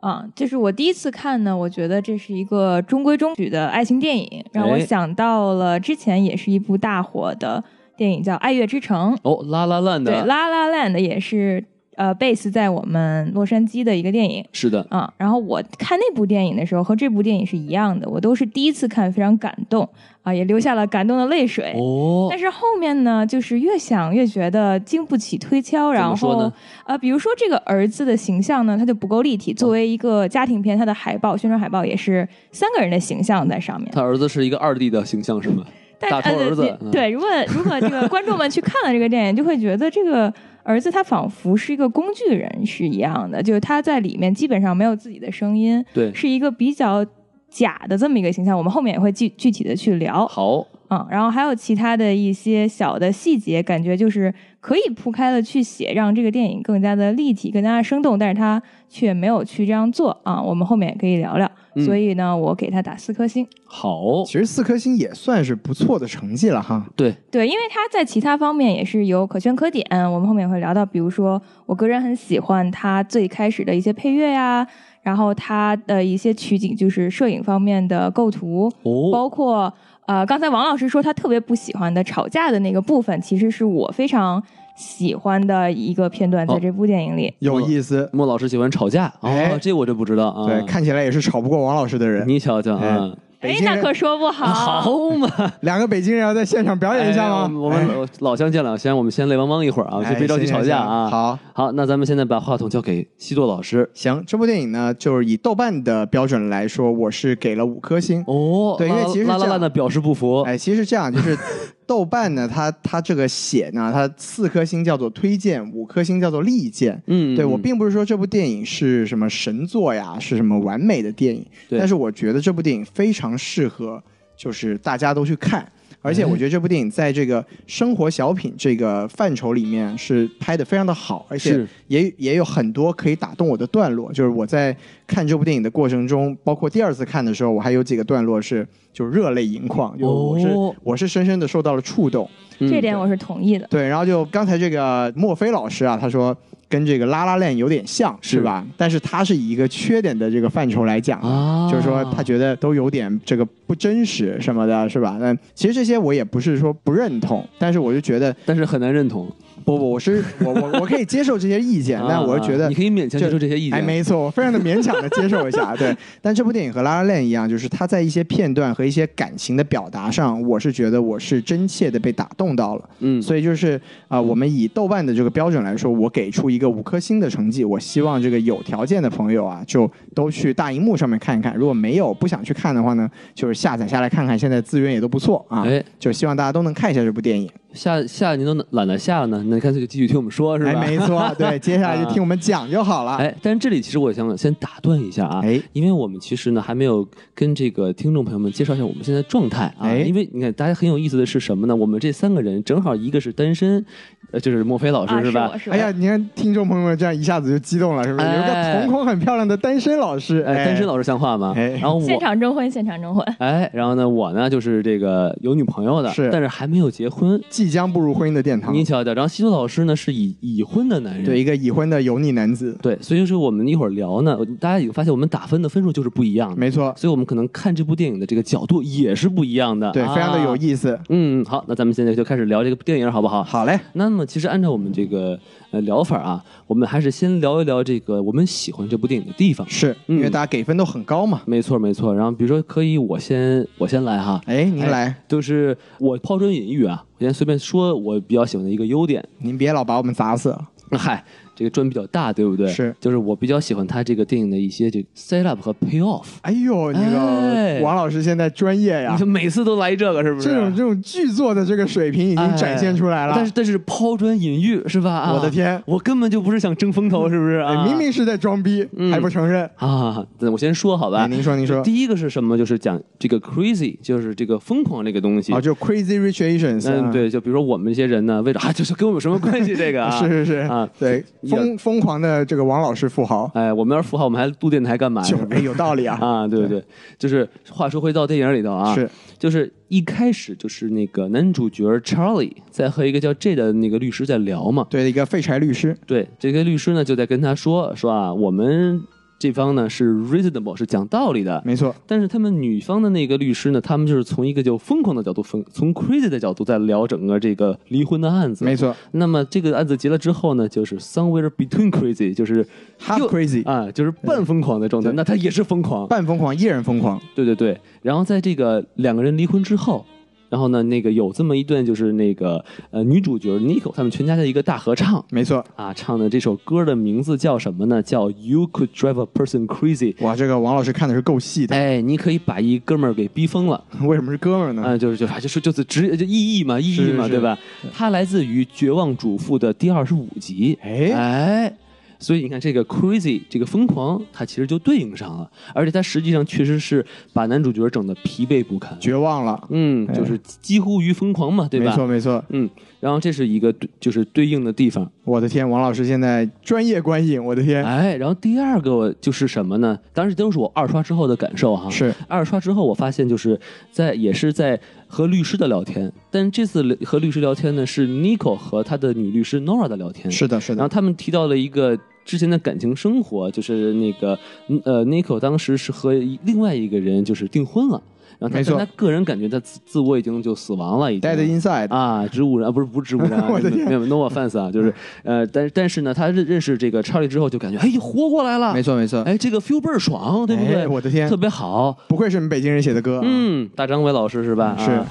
C: 啊，这是我第一次看呢，我觉得这是一个中规中矩的爱情电影，让我
B: 哎
C: 想到了之前也是一部大火的电影叫《爱乐之城》。
B: 哦，拉拉烂
C: 对，《
B: 的，
C: La La Land》也是呃 base 在我们洛杉矶的一个电影
B: 是的，
C: 啊。然后我看那部电影的时候和这部电影是一样的，我都是第一次看，非常感动啊，也流下了感动的泪水。
B: 哦
C: 但，是后面呢，就是越想越觉得经不起推敲，然
B: 说
C: 后
B: 呢
C: 呃，比如说这个儿子的形象呢，他就不够立体。作为一个家庭片，它的海报、宣传海报也是三个人的形象在上面。
B: 他儿子是一个二弟的形象是吗？
C: 但
B: 大头
C: 呃
B: 儿子
C: 对
B: 嗯
C: 对，如果如果这个观众们去看了这个电影，就会觉得这个儿子他仿佛是一个工具人是一样的，就是他在里面基本上没有自己的声音，
B: 对，
C: 是一个比较假的这么一个形象。我们后面也会具具体的去聊
B: 好，
C: 嗯，然后还有其他的一些小的细节，感觉就是可以铺开了去写，让这个电影更加的立体、更加的生动，但是他却没有去这样做啊。我们后面也可以聊聊，
B: 嗯
C: 所以呢，我给他打四颗星。
B: 好，
A: 其实四颗星也算是不错的成绩了哈。
B: 对，
C: 对，因为它在其他方面也是有可圈可点。我们后面会聊到，比如说，我个人很喜欢它最开始的一些配乐呀、然后它的一些取景，就是摄影方面的构图，
B: 哦，
C: 包括呃，刚才王老师说他特别不喜欢的吵架的那个部分，其实是我非常喜欢的一个片段，在
B: 哦
C: 这部电影里。
A: 有意思，
B: 莫老师喜欢吵架，
A: 哎
B: 哦，这我真不知道啊。
A: 对，看起来也是吵不过王老师的人。
B: 你瞧瞧啊，
A: 北
C: 哎，
A: 京
C: 那
A: 人
C: 可说不好。
B: 好 嘛，
A: 两个北京人要在现场表演一下
B: 哎
A: 吗？
B: 我们我们
A: 哎
B: 老老乡见老乡，我们先泪汪汪一会儿啊，
A: 哎
B: 就别着急
A: 行行
B: 吵架
A: 行
B: 啊。，
A: 好。
B: 好，那咱们现在把话筒交给西多老师。
A: 行，这部电影呢，就是以豆瓣的标准来说，我是给了五颗星。
B: 哦，
A: 对因为
B: 拉
A: 其实是
B: 拉
A: 这
B: 拉
A: 样
B: 烂的表示不服，
A: 哎，其实这样就是豆瓣呢，它它这个写呢，它四颗星叫做推荐，五颗星叫做利剑。
B: 嗯，
A: 对我
B: 嗯
A: 并不是说这部电影是什么神作呀，是什么完美的电影，
B: 对
A: 但是我觉得这部电影非常适合，就是大家都去看。
B: 嗯
A: 而且我觉得这部电影在这个生活小品这个范畴里面是拍的非常的好，而且
B: 是
A: 也也有很多可以打动我的段落。就是我在看这部电影的过程中，包括第二次看的时候，我还有几个段落是就热泪盈眶，就我是、
B: 哦
A: 我是深深的受到了触动。
B: 嗯
C: 这点我是同意的。
A: 对，然后就刚才这个莫非老师啊，他说跟这个拉拉链有点像，
B: 是
A: 是吧？但是他是以一个缺点的这个范畴来讲的
B: 啊，
A: 就是说他觉得都有点这个不真实什么的，是吧？但其实这些我也不是说不认同，但是我就觉得
B: 但是很难认同。
A: 不不，我是我我我可以接受这些意见，但我是觉
B: 啊
A: 得
B: 你。可以勉强接受这些意
A: 哎，
B: 见，
A: 没错，我非常的勉强的接受一下， 对。但这部电影和《拉拉链》一样，就是它在一些片段和一些感情的表达上，我是觉得我是真切的被打动到了。
B: 嗯，
A: 所以就是啊、呃我们以豆瓣的这个标准来说，我给出一个五颗星的成绩。我希望这个有条件的朋友啊，就都去大荧幕上面看一看。如果没有不想去看的话呢，就是下载下来看看，现在资源也都不错啊。
B: 哎，
A: 就希望大家都能看一下这部电影。
B: 下下您都懒得下呢，那你干脆就继续听我们说是吧？
A: 哎，没错，对，接下来就听我们讲就好了。
B: 哎，但是这里其实我想先打断一下啊，
A: 哎
B: 因为我们其实呢还没有跟这个听众朋友们介绍一下我们现在的状态啊，
A: 哎
B: 因为你看大家很有意思的是什么呢？我们这三个人正好一个是单身，呃，就是莫非老师、
C: 啊，
B: 是
C: 是
B: 吧
C: 我？是我。
A: 哎呀，你看听众朋友们这样一下子就激动了，是不是？
B: 哎
A: 有个瞳孔很漂亮的单身老师，
B: 哎，单身老师像话吗？
A: 哎
B: 然后
C: 现
B: 我。
C: 场征婚，现场征婚。
B: 哎，然后呢，我呢就是这个有女朋友的，
A: 是
B: 但是还没有结婚。
A: 即将步入婚姻的殿堂
B: 你，瞧瞧，然后西多老师呢是已已婚的男人，
A: 对一个已婚的油腻男子，
B: 对，所以说我们一会儿聊呢，大家已经发现我们打分的分数就是不一样的，
A: 没错，
B: 所以我们可能看这部电影的这个角度也是不一样的，
A: 对，非常的有
B: 啊。
A: 意思。
B: 嗯，好，那咱们现在就开始聊这个电影好不好？
A: 好嘞，
B: 那么其实按照我们这个呃聊法啊，我们还是先聊一聊这个我们喜欢这部电影的地方。
A: 是
B: 嗯
A: 因为大家给分都很高嘛。
B: 没错没错，然后比如说可以我先我先来哈，
A: 哎，您来，
B: 就是我抛砖引玉啊，我先随便说我比较喜欢的一个优点。
A: 您别老把我们砸死了。
B: 嗨，这个砖比较大，对不对？
A: 是，
B: 就是我比较喜欢他这个电影的一些这个 set up 和 payoff。
A: 哎呦，你个
B: 哎
A: 王老师现在专业呀
B: 你说，每次都来这个是不是？
A: 这种这种剧作的这个水平已经展现出来了。
B: 哎但是但是抛砖引玉是吧？啊
A: 我的天，
B: 我根本就不是想争风头，是不是
A: 哎
B: 啊？
A: 明明是在装逼，
B: 嗯
A: 还不承认。
B: 啊，那我先说好吧
A: 哎，。您说，您说，
B: 第一个是什么？就是讲这个 crazy，就是这个疯狂这个东西
A: 哦，。就 Crazy Rich Asians，
B: 嗯，
A: 啊，
B: 对，就比如说我们这些人呢，为啥啊，就是跟我有什 么关系？这个啊，
A: 是是是
B: 啊，
A: 对，
B: 一点
A: 疯疯狂的这个王老师富豪，
B: 哎，我们要是富豪，我们还录电台干嘛呀？
A: 就是
B: 不
A: 哎
B: 是
A: 有道理啊，
B: 啊，对对对，就是话说回到电影里头啊，
A: 是
B: 就是一开始就是那个男主角 Charlie 在和一个叫 J 的那个律师在聊嘛，
A: 对一个废柴律师，
B: 对，这个律师呢就在跟他说说啊，我们这方呢是 reasonable 是讲道理的，
A: 没错，
B: 但是他们女方的那个律师呢，他们就是从一个就疯狂的角度，疯从 crazy 的角度在聊整个这个离婚的案子。
A: 没错
B: 那么这个案子结了之后呢，就是 somewhere between crazy，就是
A: ，Half
B: 又
A: Crazy，
B: 啊，就是半疯狂的状态。
A: 对
B: 那他也是疯狂，
A: 半疯狂，依然疯狂，
B: 对对对。然后在这个两个人离婚之后。然后呢，那个有这么一段，就是那个呃女主角 Nico 他们全家的一个大合唱，
A: 没错，
B: 啊，唱的这首歌的名字叫什么呢？叫《You Could Drive a Person Crazy》。
A: 哇，这个王老师看的是够细的，
B: 哎，你可以把一哥们儿给逼疯了，
A: 为什么是哥们儿呢？
B: 啊，就是就反正就是就是直就意义嘛，意义
A: 嗯是
B: 嘛，
A: 是
B: 对吧？它来自于《绝望主妇》的第二十五集。
A: 哎
B: 哎，所以你看这个 crazy 这个疯狂，它其实就对应上了，而且它实际上确实是把男主角整的疲惫不堪。
A: 绝望了，
B: 嗯，
A: 哎
B: 就是几乎于疯狂嘛，对
A: 没
B: 吧？
A: 错没错，
B: 嗯，然后这是一个对就是对应的地方。
A: 我的天，王老师现在专业观影，我的 天，
B: 哎，然后第二个就是什么呢？当时都是我二刷之后的感受哈、
A: 是
B: 二刷之后，我发现就是在也是在和律师的聊天，但这次和律师聊天呢是 Nico 和他的女律师 Nora 的聊天。
A: 是的是
B: 嗯然后
A: 的，
B: 他们提到了一个之前的感情生活，就是那个嗯呃，Nico 当时是和另外一个人就是订婚了，然后他
A: 没错
B: 但他个人感觉他自自我已经就死亡了，已经。
A: 带着 Inside，
B: 啊，植物人啊，不是不是植物人 啊，
A: 我的天
B: 没有 no offense 啊，就是呃，但但是呢，他认认识这个查理之后，就感觉哎活过来了，
A: 没错没错，
B: 哎，这个 feel 倍儿爽，对不对？
A: 哎我的天
B: 特，别好。
A: 不愧是我们北京人写的歌，。啊
B: 嗯，大张伟老师是吧？
A: 嗯是
B: 啊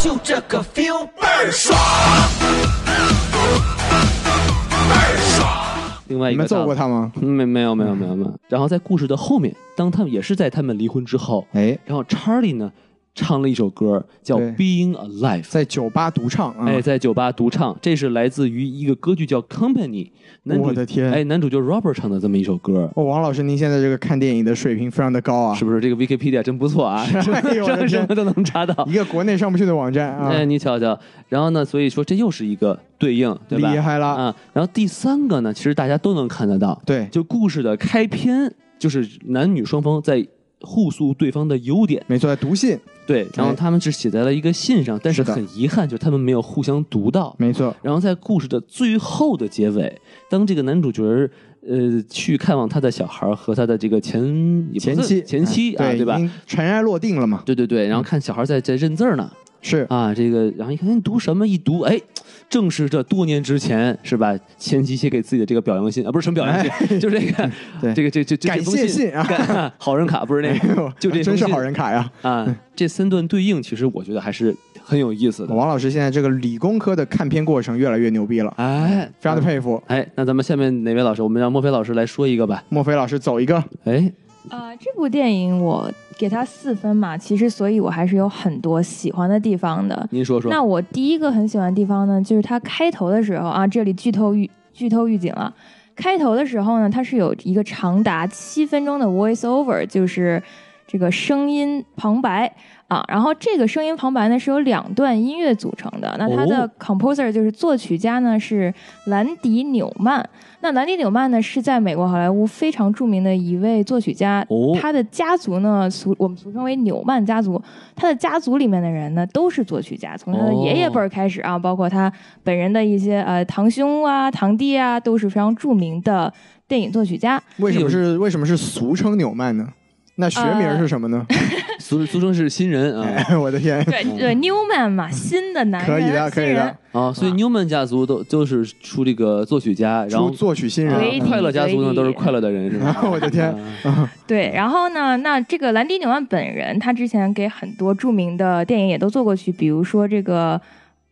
D: 就这个 feel 倍儿爽。
B: 另外一
A: 你
B: 个
A: 们
B: 大
A: 揍过他吗？
B: 嗯没没有没有没有没有。然后在故事的后面，当他们也是在他们离婚之后，
A: 哎，
B: 然后查理呢唱了一首歌叫
A: 对
B: 《Being Alive》。
A: 在酒吧独唱啊！
B: 哎，在酒吧独唱，这是来自于一个歌剧叫《Company》，男主
A: 我的天
B: 哎，男主角 Robert 唱的这么一首歌，
A: 哦，王老师，您现在这个看电影的水平非常的高啊！
B: 是不是这个 Wikipedia 真不错啊？
A: 哎呦我的
B: 什
A: 天
B: 么都能查到
A: 一。个国内上不去的网站啊，
B: 哎，你瞧瞧，然后呢，所以说这又是一个对应，对吧？
A: 厉害了！
B: 啊！然后第三个呢，其实大家都能看得到，
A: 对，
B: 就故事的开篇就是男女双方在互诉对方的优点，
A: 没错，读信，
B: 对，然后他们是写在了一个信上，但是
A: 是的
B: 很遗憾，就是他们没有互相读到。
A: 没错，
B: 然后在故事的最后的结尾，当这个男主角儿呃去看望他的小孩儿和他的这个前也不
A: 前
B: 算
A: 妻，
B: 前妻啊，
A: 哎对，
B: 对吧
A: 已？经尘埃落定了嘛，
B: 对对对，然后看小孩在在认字儿呢，
A: 是
B: 啊，这个，然后一看你读什么，一读，哎，正是这多年之前是吧？前妻写给自己的这个表扬信啊，不是什么表扬信， 就是这个，
A: 哎 对
B: 这个这这这
A: 感
B: 这封
A: 谢信啊
B: 感 好人卡不是那
A: 哎呦
B: 个，就这封
A: 真是
B: 信
A: 好人卡呀！
B: 啊，这三段对应，其实我觉得还是很有意思的。
A: 王老师现在这个理工科的看片过程越来越牛逼了，
B: 哎，
A: 非常的佩服。
B: 哎，那咱们下面哪位老师？我们让莫非老师来说一个吧。
A: 莫非老师走一个，
B: 哎，
C: 呃，这部电影我给它四分嘛，其实所以我还是有很多喜欢的地方的。
B: 您说说。
C: 那我第一个很喜欢的地方呢，就是它开头的时候啊，这里剧透预剧透预警了。开头的时候呢，它是有一个长达七分钟的 voice over，就是这个声音旁白啊。然后这个声音旁白呢是由两段音乐组成的。那它的
B: 哦
C: composer 就是作曲家呢是兰迪纽曼。那兰迪纽曼呢是在美国好莱坞非常著名的一位作曲家，
B: 哦
C: 他的家族呢俗我们俗称为纽曼家族。他的家族里面的人呢都是作曲家，从他的爷爷辈儿开始啊，包括他本人的一些呃堂兄啊、堂弟啊，都是非常著名的电影作曲家。
B: 哎
A: 为什么是为什么是俗称纽曼呢？那学名
C: 呃
A: 是什么呢？
B: 俗俗称是新人啊
A: 哎，我的天，
C: 对对，Newman 嘛，新的男人，
A: 可以的，
C: 新
A: 可以
C: 人
A: 的，，
B: 啊，所以 Newman 家族都都是出这个作曲家，然
A: 出
B: 后嗯
A: 作曲新人
C: 唯一
A: 啊。
B: 快乐家族
C: 唯
B: 呢
C: 一
B: 都是快乐的人是吧？ 啊
A: 我的天，
C: 对。然后呢，那这个兰迪纽曼本人，他之前给很多著名的电影也都做过曲，比如说这个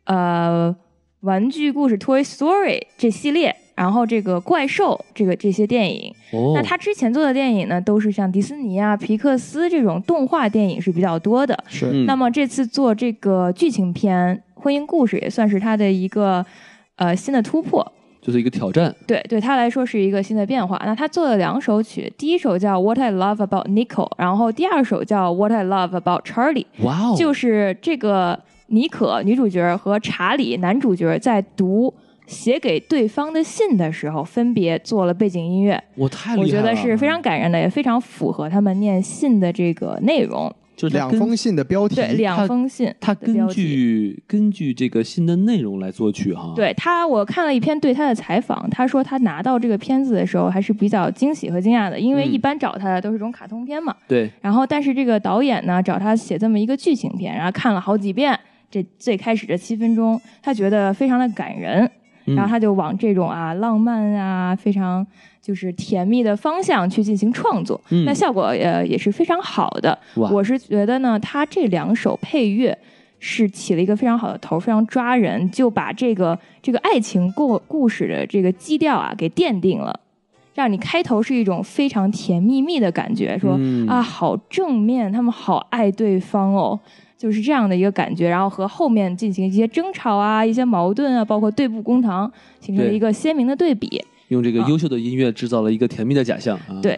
C: 呃《玩具故事 Toy Story》这系列。然后这个怪兽这个这些电影。
B: 哦，
C: 那他之前做的电影呢，都是像迪士尼啊、皮克斯这种动画电影是比较多的。
A: 是
B: 嗯
C: 那么这次做这个剧情片《婚姻故事》，也算是他的一个呃新的突破。
B: 就是一个挑战，
C: 对，对他来说是一个新的变化。那他做了两首曲，第一首叫《What I Love About Nico》，然后第二首叫《What I Love About Charlie》，
B: 哇哦，
C: 就是这个妮可女主角和查理男主角在读写给对方的信的时候，分别做了背景音乐。
B: 我太厉害了，嗯
C: 我觉得是非常感人的，也非常符合他们念信的这个内容。
B: 就是它
A: 两
B: 根
A: 封，信的标题，
C: 对，两封信
B: 它
C: 的标
B: 根
C: 题。
B: 据根据这个信的内容来作曲哈，，
C: 对他，我看了一篇对他的采访，他说他拿到这个片子的时候还是比较惊喜和惊讶的，因为
B: 嗯
C: 一般找他的都是这种卡通片嘛。
B: 对，
C: 然后，但是这个导演呢，找他写这么一个剧情片，然后看了好几遍，这最开始这七分钟，他觉得非常的感人，
B: 嗯
C: 然后他就往这种啊浪漫啊非常就是甜蜜的方向去进行创作，
B: 嗯
C: 那效果呃也是非常好的。
B: 哇
C: 我是觉得呢，他这两首配乐。是起了一个非常好的头，非常抓人，就把这个这个爱情故故事的这个基调啊给奠定了，让你开头是一种非常甜蜜蜜的感觉，说、
B: 嗯
C: 啊好正面，他们好爱对方哦，就是这样的一个感觉，然后和后面进行一些争吵啊、一些矛盾啊，包括对簿公堂，形成了
B: 对
C: 一个鲜明的对比。
B: 用这个
C: 啊
B: 优秀的音乐制造了一个甜蜜的假象啊，
C: 对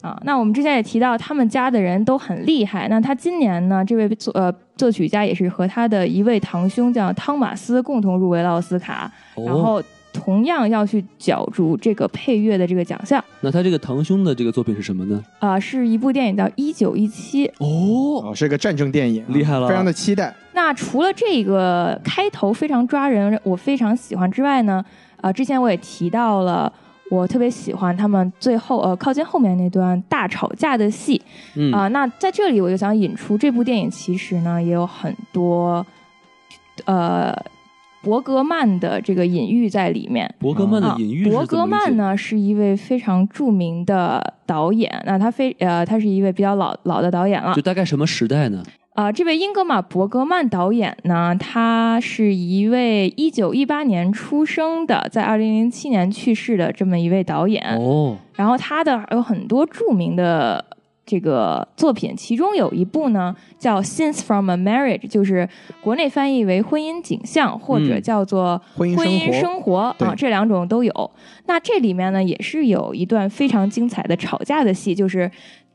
C: 啊，那我们之前也提到，他们家的人都很厉害。那他今年呢，这位作呃作曲家也是和他的一位堂兄叫汤马斯共同入围了奥斯卡，
B: 哦，
C: 然后同样要去角逐这个配乐的这个奖项。
B: 那他这个堂兄的这个作品是什么呢？
C: 啊、是一部电影叫《一九一七》。
B: 哦，
C: 啊
A: 哦，是个战争电影，
B: 厉害了
A: 非常的期待。
C: 那除了这个开头非常抓人，我非常喜欢之外呢，呃，之前我也提到了，我特别喜欢他们最后呃靠近后面那段大吵架的戏
B: 嗯
C: 啊、那在这里我就想引出这部电影，其实呢也有很多呃伯格曼的这个隐喻在里面。
B: 伯格曼的
C: 啊
B: 隐喻是怎么
C: 伯
B: 理解，
C: 格曼呢是一位非常著名的导演，那他非呃他是一位比较老老的导演了
B: 就，大概什么时代呢？
C: 啊、这位英格玛·伯格曼导演呢，他是一位一九一八年出生的，在二零零七年去世的这么一位导演。
B: 哦，
C: 然后他的有很多著名的这个作品，其中有一部呢叫《Scenes from a Marriage》，就是国内翻译为《婚姻景象》或者
B: 嗯
C: 叫做《
A: 婚姻
C: 婚姻
A: 生活
C: 生活》
A: 对
C: 啊，这两种都有。那这里面呢，也是有一段非常精彩的吵架的戏，就是。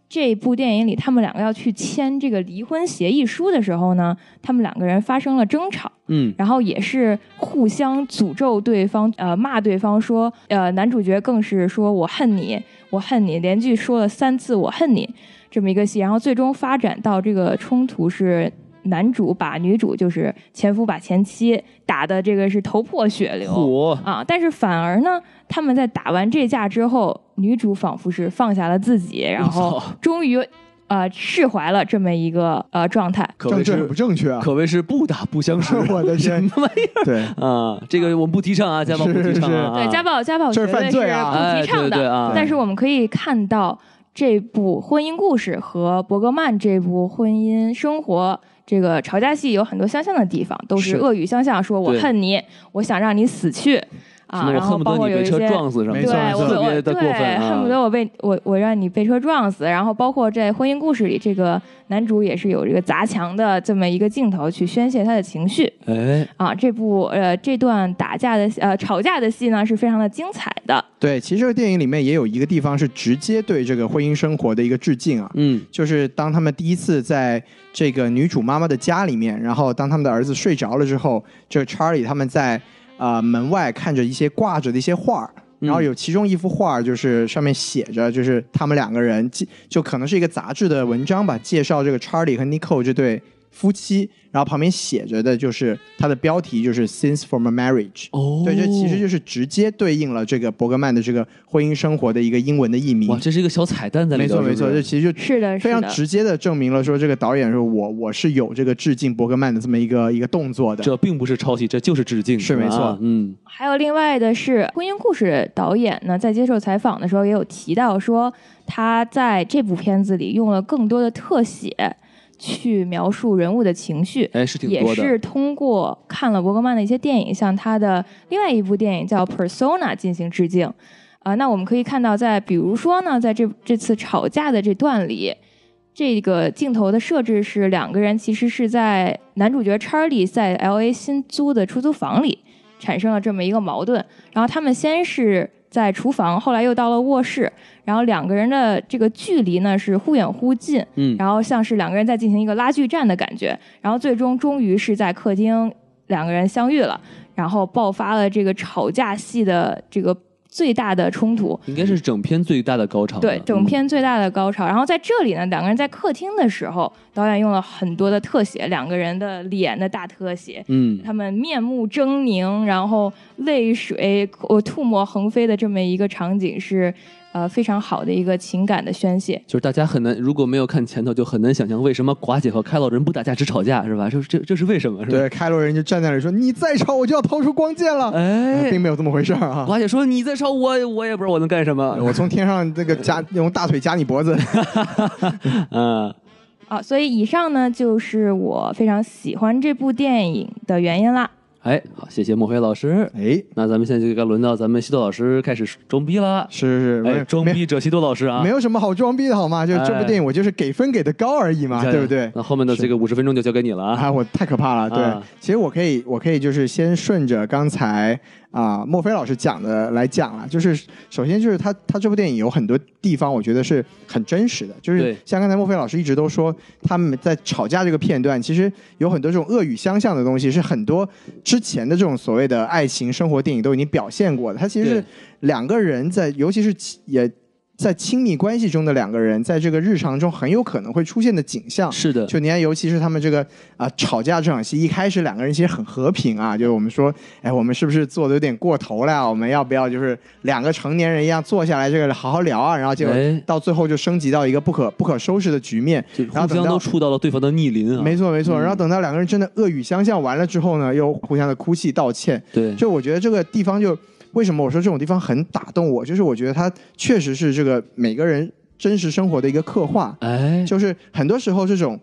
C: 这部电影里，他们两个要去签这个离婚协议书的时候呢，他们两个人发生了争吵。
B: 嗯，
C: 然后也是互相诅咒对方，呃，骂对方说，呃，男主角更是说我恨你，我恨你，连续说了三次我恨你这么一个戏，然后最终发展到这个冲突是男主把女主就是前夫把前妻打的这个是头破血流
B: 火
C: 啊，但是反而呢，他们在打完这架之后，女主仿佛是放下了自己， 然
B: 我
C: 后
B: 操
C: 终于呃释怀了这么一个呃状态。
B: 可
A: 政
B: 谓
A: 治很
B: 是
A: 不正确啊！，
B: 可谓是不打不相识
A: 我的天
B: 什么玩意
A: 对，
B: 儿啊！这个我们不提倡啊，家暴不提倡啊，
C: 对家暴，家暴
A: 这
C: 绝
A: 是犯
C: 对是
A: 罪啊
C: 不提倡
B: 哎对对
C: 的。
B: 啊
C: 但是我们可以看到，这部《婚姻故事》和伯格曼这部《婚姻生活》这个吵架戏有很多相像的地方，都
B: 是
C: 是恶语相向，说我
B: 对
C: 恨你，我想让你死去
B: 什
C: 啊，
B: 么我
C: 然后
B: 恨不
C: 包
B: 得
C: 括
B: 你
C: 有
B: 被
C: 一
B: 车
C: 些。
B: 撞死什么
A: 没
C: 对，
A: 错没
B: 的，
A: 错
C: 我
B: 特别
C: 我
B: 的
C: 对
B: 过分啊！
C: 恨不得我被我我让你被车撞死，然后包括在婚姻故事里，这个男主也是有这个砸墙的这么一个镜头去宣泄他的情绪。
B: 哎，
C: 啊，这部呃这段打架的呃吵架的戏呢是非常的精彩的。
A: 对，其实这个电影里面也有一个地方是直接对这个婚姻生活的一个致敬啊，
B: 嗯，
A: 就是当他们第一次在这个女主妈妈的家里面，然后当他们的儿子睡着了之后，这个 Charlie 他们在啊、呃门外看着一些挂着的一些画儿。
B: 嗯
A: 然后有其中一幅画儿，就是上面写着，就是他们两个人，介就可能是一个杂志的文章吧，介绍这个 Charlie 和 Nicole 这对夫妻。然后旁边写着的就是它的标题就是 “Since from a Marriage”。
B: 哦，
A: 对，这其实就是直接对应了这个伯格曼的这个婚姻生活的一个英文的译名
B: 哇，。这是一个小彩蛋在里
A: 没
B: 头，
A: 错，没
B: 是不
A: 错，这
B: 是
A: 其实就是
C: 的，
A: 非
C: 是
A: 常
C: 的。
A: 直接的证明了说这个导演说我我是有这个致敬伯格曼的这么一个一个动作的。
B: 这并不是抄袭，这就是致敬，
A: 是
B: 吧
A: 没错
B: 嗯，
C: 还有另外的是，《婚姻故事》导演呢在接受采访的时候也有提到说，他在这部片子里用了更多的特写。去描述人物的情绪，
B: 哎，是挺
C: 也
B: 多的。
C: 是通过看了伯格曼的一些电影，像他的另外一部电影叫《Persona》进行致敬。啊、那我们可以看到在，比如说呢，在这这次吵架的这段里，这个镜头的设置是两个人其实是在男主角查理在 L A 新租的出租房里产生了这么一个矛盾，然后他们先是在厨房，后来又到了卧室，然后两个人的这个距离呢是忽远忽近，
B: 嗯，
C: 然后像是两个人在进行一个拉锯战的感觉，然后最终终于是在客厅两个人相遇了，然后爆发了这个吵架戏的这个最大的冲突，
B: 应该是整篇最大的高潮了。
C: 对，整
B: 嗯
C: 片最大的高潮。然后在这里呢，两个人在客厅的时候，导演用了很多的特写，两个人的脸的大特写。
B: 嗯，
C: 他们面目狰狞，然后泪水、我吐沫横飞的这么一个场景是，呃，非常好的一个情感的宣泄。
B: 就是大家很难，如果没有看前头，就很难想象为什么寡姐和开老人不打架只吵架是吧？这这这是为什么？是吧？
A: 对，开罗人就站在那里说：“你再吵，我就要掏出光剑了。
B: 哎，
A: 并没有这么回事儿啊。
B: 寡姐说你再吵我，我也不知道我能干什么。
A: 我从天上这个夹用大腿夹你脖 子，
B: 嗯，
C: 啊，所以以上呢就是我非常喜欢这部电影的原因啦。
B: 哎，好，谢谢莫非老师。
A: 哎，
B: 那咱们现在就该轮到咱们西多老师开始装逼了。
A: 是是是，没
B: 哎，
A: 有
B: 装
A: 没有
B: 逼者西多老师啊，
A: 没有什么好装逼的好吗？就这
B: 哎
A: 部电影，我就是给分给的高而已嘛，
B: 你看
A: 啊对不对？
B: 那后面的这个五十分钟就交给你了啊。
A: 啊，我太可怕了。对，
B: 啊
A: 其实我可以，我可以就是先顺着刚才啊莫非老师讲的来讲了。就是首先就是他他这部电影有很多地方，我觉得是很真实的。就是
B: 对
A: 像刚才莫非老师一直都说，他们在吵架这个片段，其实有很多这种恶语相向的东西，是很多之前的这种所谓的爱情生活电影都已经表现过的。它其实是
B: 对
A: 两个人在，尤其是亲也。在亲密关系中的两个人，在这个日常中很有可能会出现的景象，
B: 是的，
A: 就你看，尤其是他们这个啊、吵架这场戏，一开始两个人其实很和平啊，就是我们说，哎，我们是不是做的有点过头了呀？啊我们要不要就是两个成年人一样坐下来，这个好好聊啊？然后结果
B: 哎
A: 到最后就升级到一个不可不可收拾的局面。
B: 就
A: 然后
B: 互
A: 等
B: 相
A: 到
B: 都触到了对方的逆鳞啊。
A: 没错没错，然后等到两个人真的恶语相向完了之后呢，又互相的哭泣道歉，
B: 对，
A: 就我觉得这个地方就为什么我说这种地方很打动我，就是我觉得它确实是这个每个人真实生活的一个刻画。
B: 哎，
A: 就是很多时候这种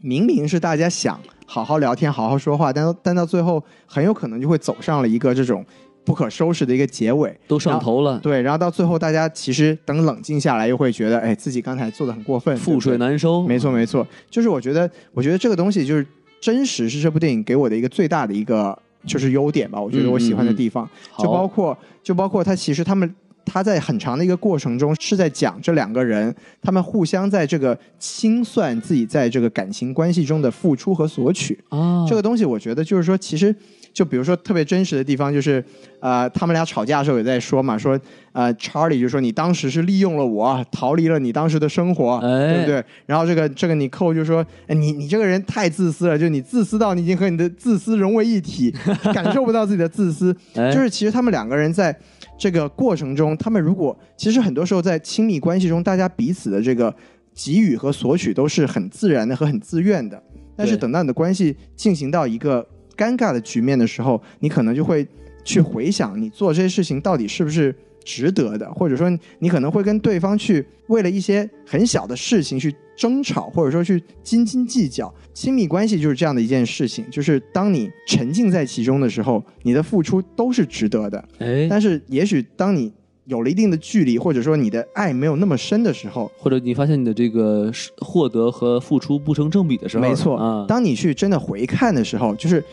A: 明明是大家想好好聊天、好好说话，但到但到最后很有可能就会走上了一个这种不可收拾的一个结尾。
B: 都上头了，
A: 对，然后到最后大家其实等冷静下来，又会觉得哎自己刚才做的很过分，
B: 覆水
A: 对不对
B: 难收。
A: 没错没错，就是我觉得我觉得这个东西就是真实是这部电影给我的一个最大的一个就是优点吧，我觉得我喜欢的地方。
B: 好，
A: 就包括就包括他其实他们他在很长的一个过程中是在讲这两个人他们互相在这个清算自己在这个感情关系中的付出和索取。
B: 啊，
A: 这个东西我觉得就是说，其实就比如说特别真实的地方就是，呃，他们俩吵架的时候也在说嘛，说呃，Charlie 就说你当时是利用了我，逃离了你当时的生活，
B: 哎
A: 对不对？然后这个这个你扣就说，哎你你这个人太自私了，就你自私到你已经和你的自私融为一体，感受不到自己的自私。
B: 哎
A: 就是其实他们两个人在这个过程中，他们如果其实很多时候在亲密关系中，大家彼此的这个给予和索取都是很自然的和很自愿的。但是
B: 对
A: 等到你的关系进行到一个尴尬的局面的时候，你可能就会去回想你做这些事情到底是不是值得的，或者说你可能会跟对方去为了一些很小的事情去争吵，或者说去斤斤计较。亲密关系就是这样的一件事情，就是当你沉浸在其中的时候，你的付出都是值得的。
B: 哎，
A: 但是也许当你有了一定的距离，或者说你的爱没有那么深的时候，
B: 或者你发现你的这个是获得和付出不成正比的时候，
A: 没错
B: 啊，
A: 当你去真的回看的时候，就是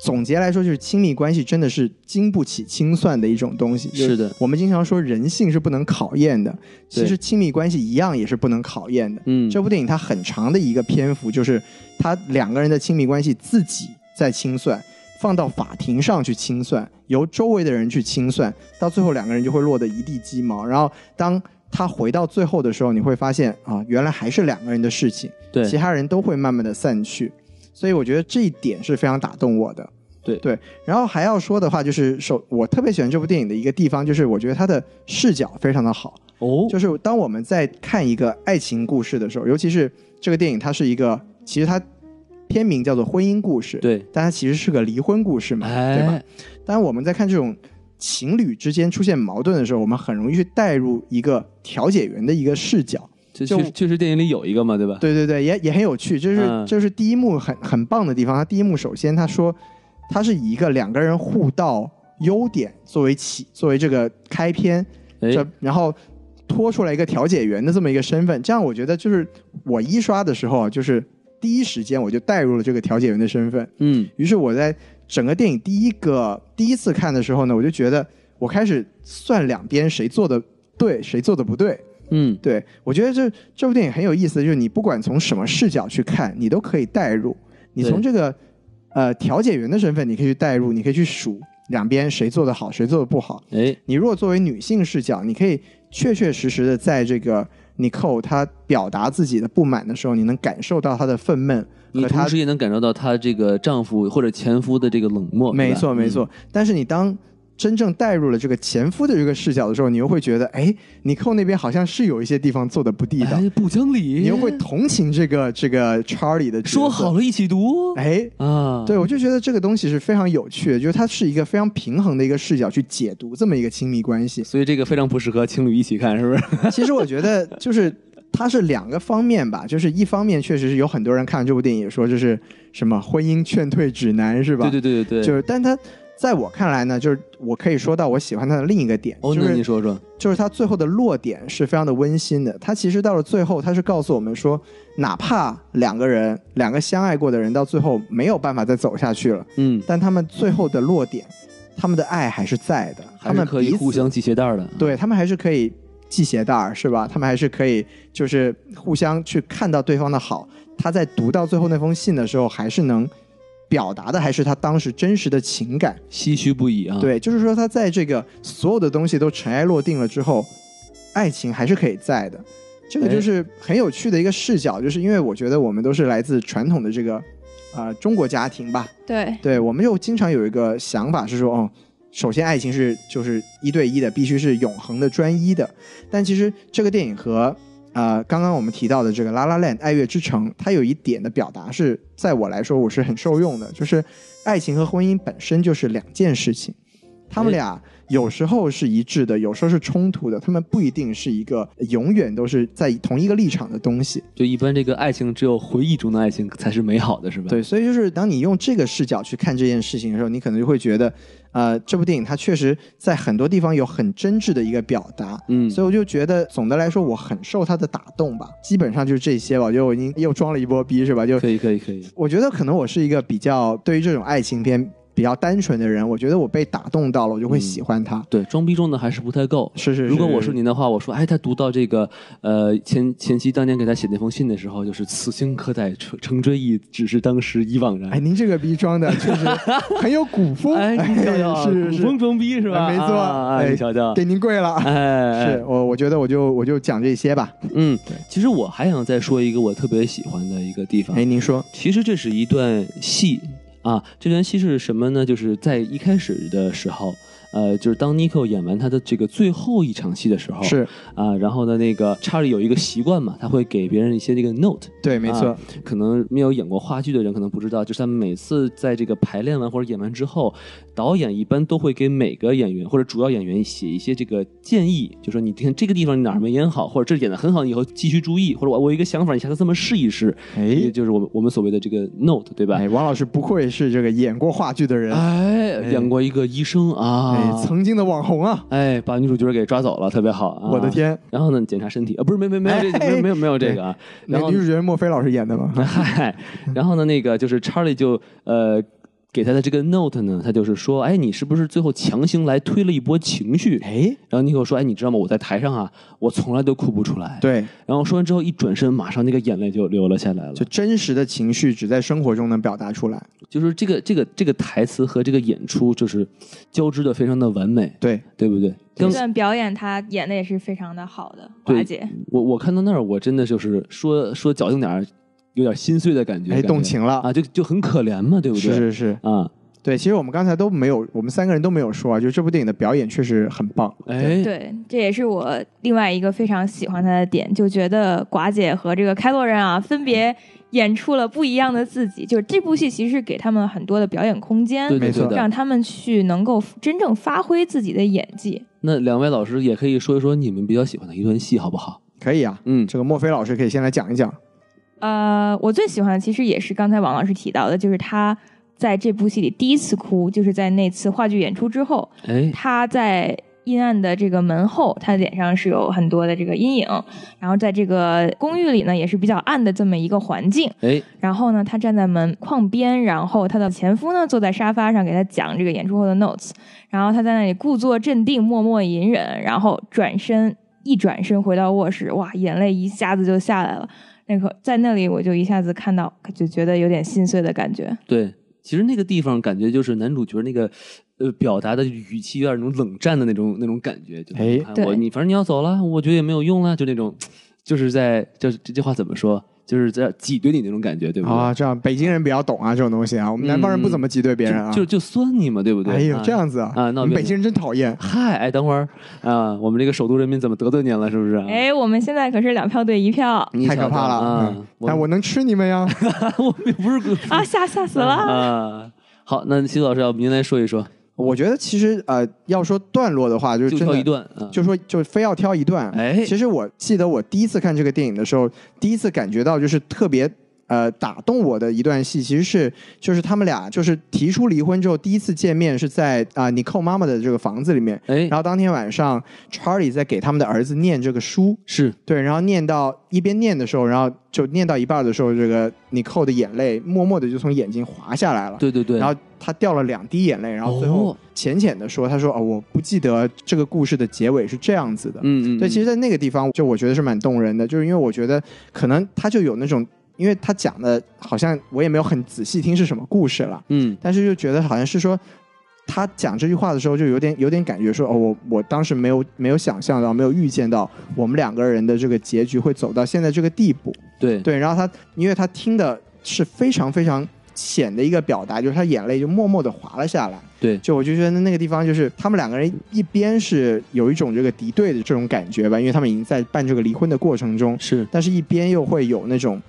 A: 总结来说，就是亲密关系真的是经不起清算的一种东西。就是
B: 的，
A: 我们经常说人性是不能考验的，
B: 对
A: 其实亲密关系一样也是不能考验的。
B: 嗯，
A: 这部电影它很长的一个篇幅，就是他两个人的亲密关系自己在清算，放到法庭上去清算，由周围的人去清算，到最后两个人就会落得一地鸡毛。然后当他回到最后的时候，你会发现啊，原来还是两个人的事情，
B: 对
A: 其他人都会慢慢的散去。所以我觉得这一点是非常打动我的。
B: 对
A: 对，然后还要说的话就是，首我特别喜欢这部电影的一个地方，就是我觉得它的视角非常的好。
B: 哦，
A: 就是当我们在看一个爱情故事的时候，尤其是这个电影，它是一个其实它片名叫做婚姻故事，，
B: 对，
A: 但它其实是个离婚故事嘛，对吧
B: 哎？，
A: 当我们在看这种情侣之间出现矛盾的时候，我们很容易去带入一个调解员的一个视角，
B: 这
A: 就
B: 确实确实电影里有一个嘛，对吧？
A: 对对对，也也很有趣，就是、
B: 嗯
A: 就是第一幕很很棒的地方。他第一幕首先他说，他是以一个两个人互道优点作为起作为这个开篇，
B: 哎
A: 这然后拖出来一个调解员的这么一个身份。这样我觉得就是我一刷的时候啊，就是第一时间我就带入了这个调解员的身份。
B: 嗯，
A: 于是我在整个电影第一个第一次看的时候呢，我就觉得我开始算两边谁做的对，谁做的不对。
B: 嗯
A: 对，我觉得这这部电影很有意思，就是你不管从什么视角去看，你都可以代入。你
B: 对
A: 从这个呃调解员的身份，你可以去代入，你可以去数两边谁做的好，谁做的不好。
B: 哎，
A: 你如果作为女性视角，你可以确确实实的在这个 Nicole 她表达自己的不满的时候，你能感受到她的愤懑
B: 你
A: 和她
B: 同时也能感受到她这个丈夫或者前夫的这个冷漠，
A: 没
B: 对吧嗯
A: 错，没，错。但是你当真正带入了这个前夫的这个视角的时候，你又会觉得，哎，尼寇那边好像是有一些地方做的不地
B: 嗯
A: 道，
B: 哎，不讲理，
A: 你又会同情这个这个 Charlie 的角色
B: 说好，了一起读
A: 哎。
B: 啊，
A: 对，我就觉得这个东西是非常有趣的，就是它是一个非常平衡的一个视角去解读这么一个亲密关系。
B: 所以这个非常不适合情侣一起看，是不是？
A: 其实我觉得就是它是两个方面吧，就是一方面确实是有很多人看这部电影说这是什么婚姻劝退指南是吧？
B: 对对对对
A: 就
B: 对。
A: 是，但他在我看来呢，就是我可以说到我喜欢他的另一个点，
B: 哦，
A: 就
B: 那你
A: 是
B: 说说，
A: 就是他最后的落点是非常的温馨的。他其实到了最后，他是告诉我们说，哪怕两个人两个相爱过的人到最后没有办法再走下去了，
B: 嗯，
A: 但他们最后的落点，他们的爱还是在的，他
B: 还是
A: 们
B: 可以
A: 彼
B: 互
A: 此
B: 相系鞋带的，啊
A: 对他们还是可以系鞋带儿，是吧？他们还是可以就是互相去看到对方的好。他在读到最后那封信的时候，还是能表达的，还是他当时真实的情感。
B: 唏嘘不已啊。，
A: 对，就是说他在这个所有的东西都尘埃落定了之后，爱情还是可以在的。这个
B: 哎
A: 就是很有趣的一个视角，就是因为我觉得我们都是来自传统的这个啊、呃中国家庭吧，
C: 对，
A: 对，我们就经常有一个想法是说，哦，首先爱情是就是一对一的，必须是永恒的、专一的。但其实这个电影和呃刚刚我们提到的这个《La La Land》《爱乐之城》，它有一点的表达是在我来说我是很受用的，就是爱情和婚姻本身就是两件事情，他们
B: 哎
A: 俩有时候是一致的，有时候是冲突的，他们不一定是一个永远都是在同一个立场的东西。
B: 就一般这个爱情只有回忆中的爱情才是美好的，是吧？
A: 对，所以就是当你用这个视角去看这件事情的时候，你可能就会觉得，呃，这部电影它确实在很多地方有很真挚的一个表达。
B: 嗯
A: 所以我就觉得，总的来说，我很受它的打动吧。基本上就是这些吧。我觉得我已经又装了一波逼，是吧？就
B: 可以可以可以，
A: 我觉得可能我是一个比较对于这种爱情片比较单纯的人，我觉得我被打动到了，我就会喜欢它。
B: 对，装逼装的还是不太够。
A: 是是是，
B: 嗯如果我是您的话，我说，哎，他读到这个，呃，前前妻当年给他写那封信的时候，就是“此心可待成成追忆，只是当时已惘然
A: 哎，”。您这个逼装的确实很有古风，
B: 哎，你瞧瞧啊，
A: 是
B: 古
A: 是
B: 风装逼是吧？
A: 哎没错
B: 啊
A: 哎
B: 哎，你瞧瞧，
A: 给您跪了。
B: 哎，哎
A: 是，我，我觉得我就我就讲这些吧。
B: 嗯，其实我还想再说一个我特别喜欢的一个地方
A: 哎，，您说，
B: 其实这是一段戏啊，这段戏是什么呢？就是在一开始的时候，呃，就是当 Nico 演完他的这个最后一场戏的时候，
A: 是
B: 啊，然后呢，那个查理有一个习惯嘛，他会给别人一些这个 note，
A: 对，没错
B: 啊，可能没有演过话剧的人可能不知道，就是他每次在这个排练完或者演完之后，导演一般都会给每个演员或者主要演员写一些这个建议，就说你看这个地方你哪儿没演好，或者这演的很好，你以后继续注意，或者我我有一个想法，你下次这么试一试，也
A: 哎
B: 就是我们我们所谓的这个 note，对吧？
A: 哎，王老师不愧是这个演过话剧的人，
B: 哎，
A: 哎
B: 演过一个医生
A: 哎，
B: 啊，
A: 曾经的网红啊，
B: 哎，把女主角给抓走了，特别好啊！
A: 我的！天，哎
B: 然后呢，检查身体啊，不是，没没没有这没有没有没有这个啊。
A: 那
B: 然后
A: 女主角莫非老师演的吗？
B: 嗨，然后呢，那个就是查理就呃给他的这个 note 呢，他就是说，哎，你是不是最后强行来推了一波情绪？
A: 哎，
B: 然后尼克说，哎，你知道吗？我在台上啊，我从来都哭不出来。。
A: 对，
B: 然后说完之后，一转身，马上那个眼泪就流了下来了。
A: 就
B: 就
A: 真实的情绪只在生活中能表达出来，
B: 就是这个这个这个台词和这个演出就是交织的非常的完美，
A: 对，
B: 对不对？
C: 这
B: 刚
C: 段表演他演的也是非常的好的，
B: 对嗯
C: 华姐。
B: 我我看到那儿，我真的就是说说矫情点儿，有点心碎的感觉，
A: 哎，
B: 感觉
A: 动情了，
B: 啊，就就很可怜嘛，对不对？
A: 是是是，
B: 啊，
A: 对，其实我们刚才都没有，我们三个人都没有说啊，就这部电影的表演确实很棒，
B: 哎，
C: 对，这也是我另外一个非常喜欢他的点，就觉得寡姐和这个开洛人啊，分别演出了不一样的自己。就是这部戏其实给他们很多的表演空间，
B: 对
A: 没
B: 对
A: 错
B: 对
C: 让
B: 的。
C: 他们去能够真正发挥自己的演技。
B: 那两位老师也可以说一说你们比较喜欢的一段戏，好不好？
A: 可以啊，
B: 嗯，
A: 这个莫非老师可以先来讲一讲。
C: 呃，我最喜欢的其实也是刚才王老师提到的，就是他在这部戏里第一次哭，就是在那次话剧演出之后，
B: 哎，
C: 他在阴暗的这个门后，他的脸上是有很多的这个阴影，然后在这个公寓里呢，也是比较暗的这么一个环境。
B: 哎，
C: 然后呢，他站在门框边，然后他的前夫呢坐在沙发上给他讲这个演出后的 notes，然后他在那里故作镇定，默默隐忍，然后转身一转身回到卧室，哇，眼泪一下子就下来了。那个在那里，我就一下子看到，就觉得有点心碎的感觉。
B: 对，其实那个地方感觉就是男主角那个呃表达的语气有点那种冷战的那种那种感觉，就是
A: 哎
B: 啊
C: 对
B: 我你反正你要走了，我觉得也没有用了，就那种就是在就是这句话怎么说，就是在挤兑你那种感觉，对不对？嗯
A: 啊，这样北京人比较懂啊，这种东西啊，我们南方人不怎么挤兑别人啊。
B: 就就就酸你嘛，对不对？
A: 哎呦
B: 啊，
A: 这样子啊，
B: 啊那我
A: 你们
B: 变
A: 北京人真讨厌。
B: 嗨，哎，等会儿啊，我们这个首都人民怎么得罪您了？是不是？，啊
C: 哎，我们现在可是两票对一票
B: 你
A: 太
B: 瞧
A: 可怕
B: 瞧
A: 了
B: 啊！
A: 嗯但我能吃你们呀！
B: 我们不是故意
C: 啊，吓吓死了！
B: 啊。好，那西子老师，要不您来说一说，
A: 我觉得其实呃，要说段落的话，就是
B: 就
A: 真
B: 挑一
A: 的，
B: 段啊，
A: 就说就非要挑一段。
B: 哎
A: 其实我记得我第一次看这个电影的时候，第一次感觉到就是特别呃打动我的一段戏，其实是就是他们俩就是提出离婚之后第一次见面是在啊尼寇妈妈的这个房子里面，
B: 哎
A: 然，后当天晚上，Charlie 在给他们的儿子念这个书，
B: 是
A: 对，然后念到一边念的时候，然后就念到一半的时候，这个 Nicole 的眼泪默默的就从眼睛滑下来了。
B: 对对对，
A: 然后他掉了两滴眼泪，然后最后
B: 哦
A: 浅浅的说：“他说哦，我不记得这个故事的结尾是这样子的。
B: 嗯嗯，
A: 对，其实，
B: 实
A: 在那个地方，就我觉得是蛮动人的，就是因为我觉得可能他就有那种，因为他讲的好像我也没有很仔细听是什么故事了，
B: 嗯
A: 但是就觉得好像是说，他讲这句话的时候就有点有点感觉说，哦，我我当时没有没有想象到，没有预见到我们两个人的这个结局会走到现在这个地步。
B: 对
A: 对，然后他因为他听的是非常非常浅的一个表达，就是他眼泪就默默的滑了下来。
B: 对
A: 就我就觉得那个地方就是他们两个人一边是有一种这个敌对的这种感觉吧，因为他们已经在办这个离婚的过程中，
B: 是，
A: 但是一边又会有那种，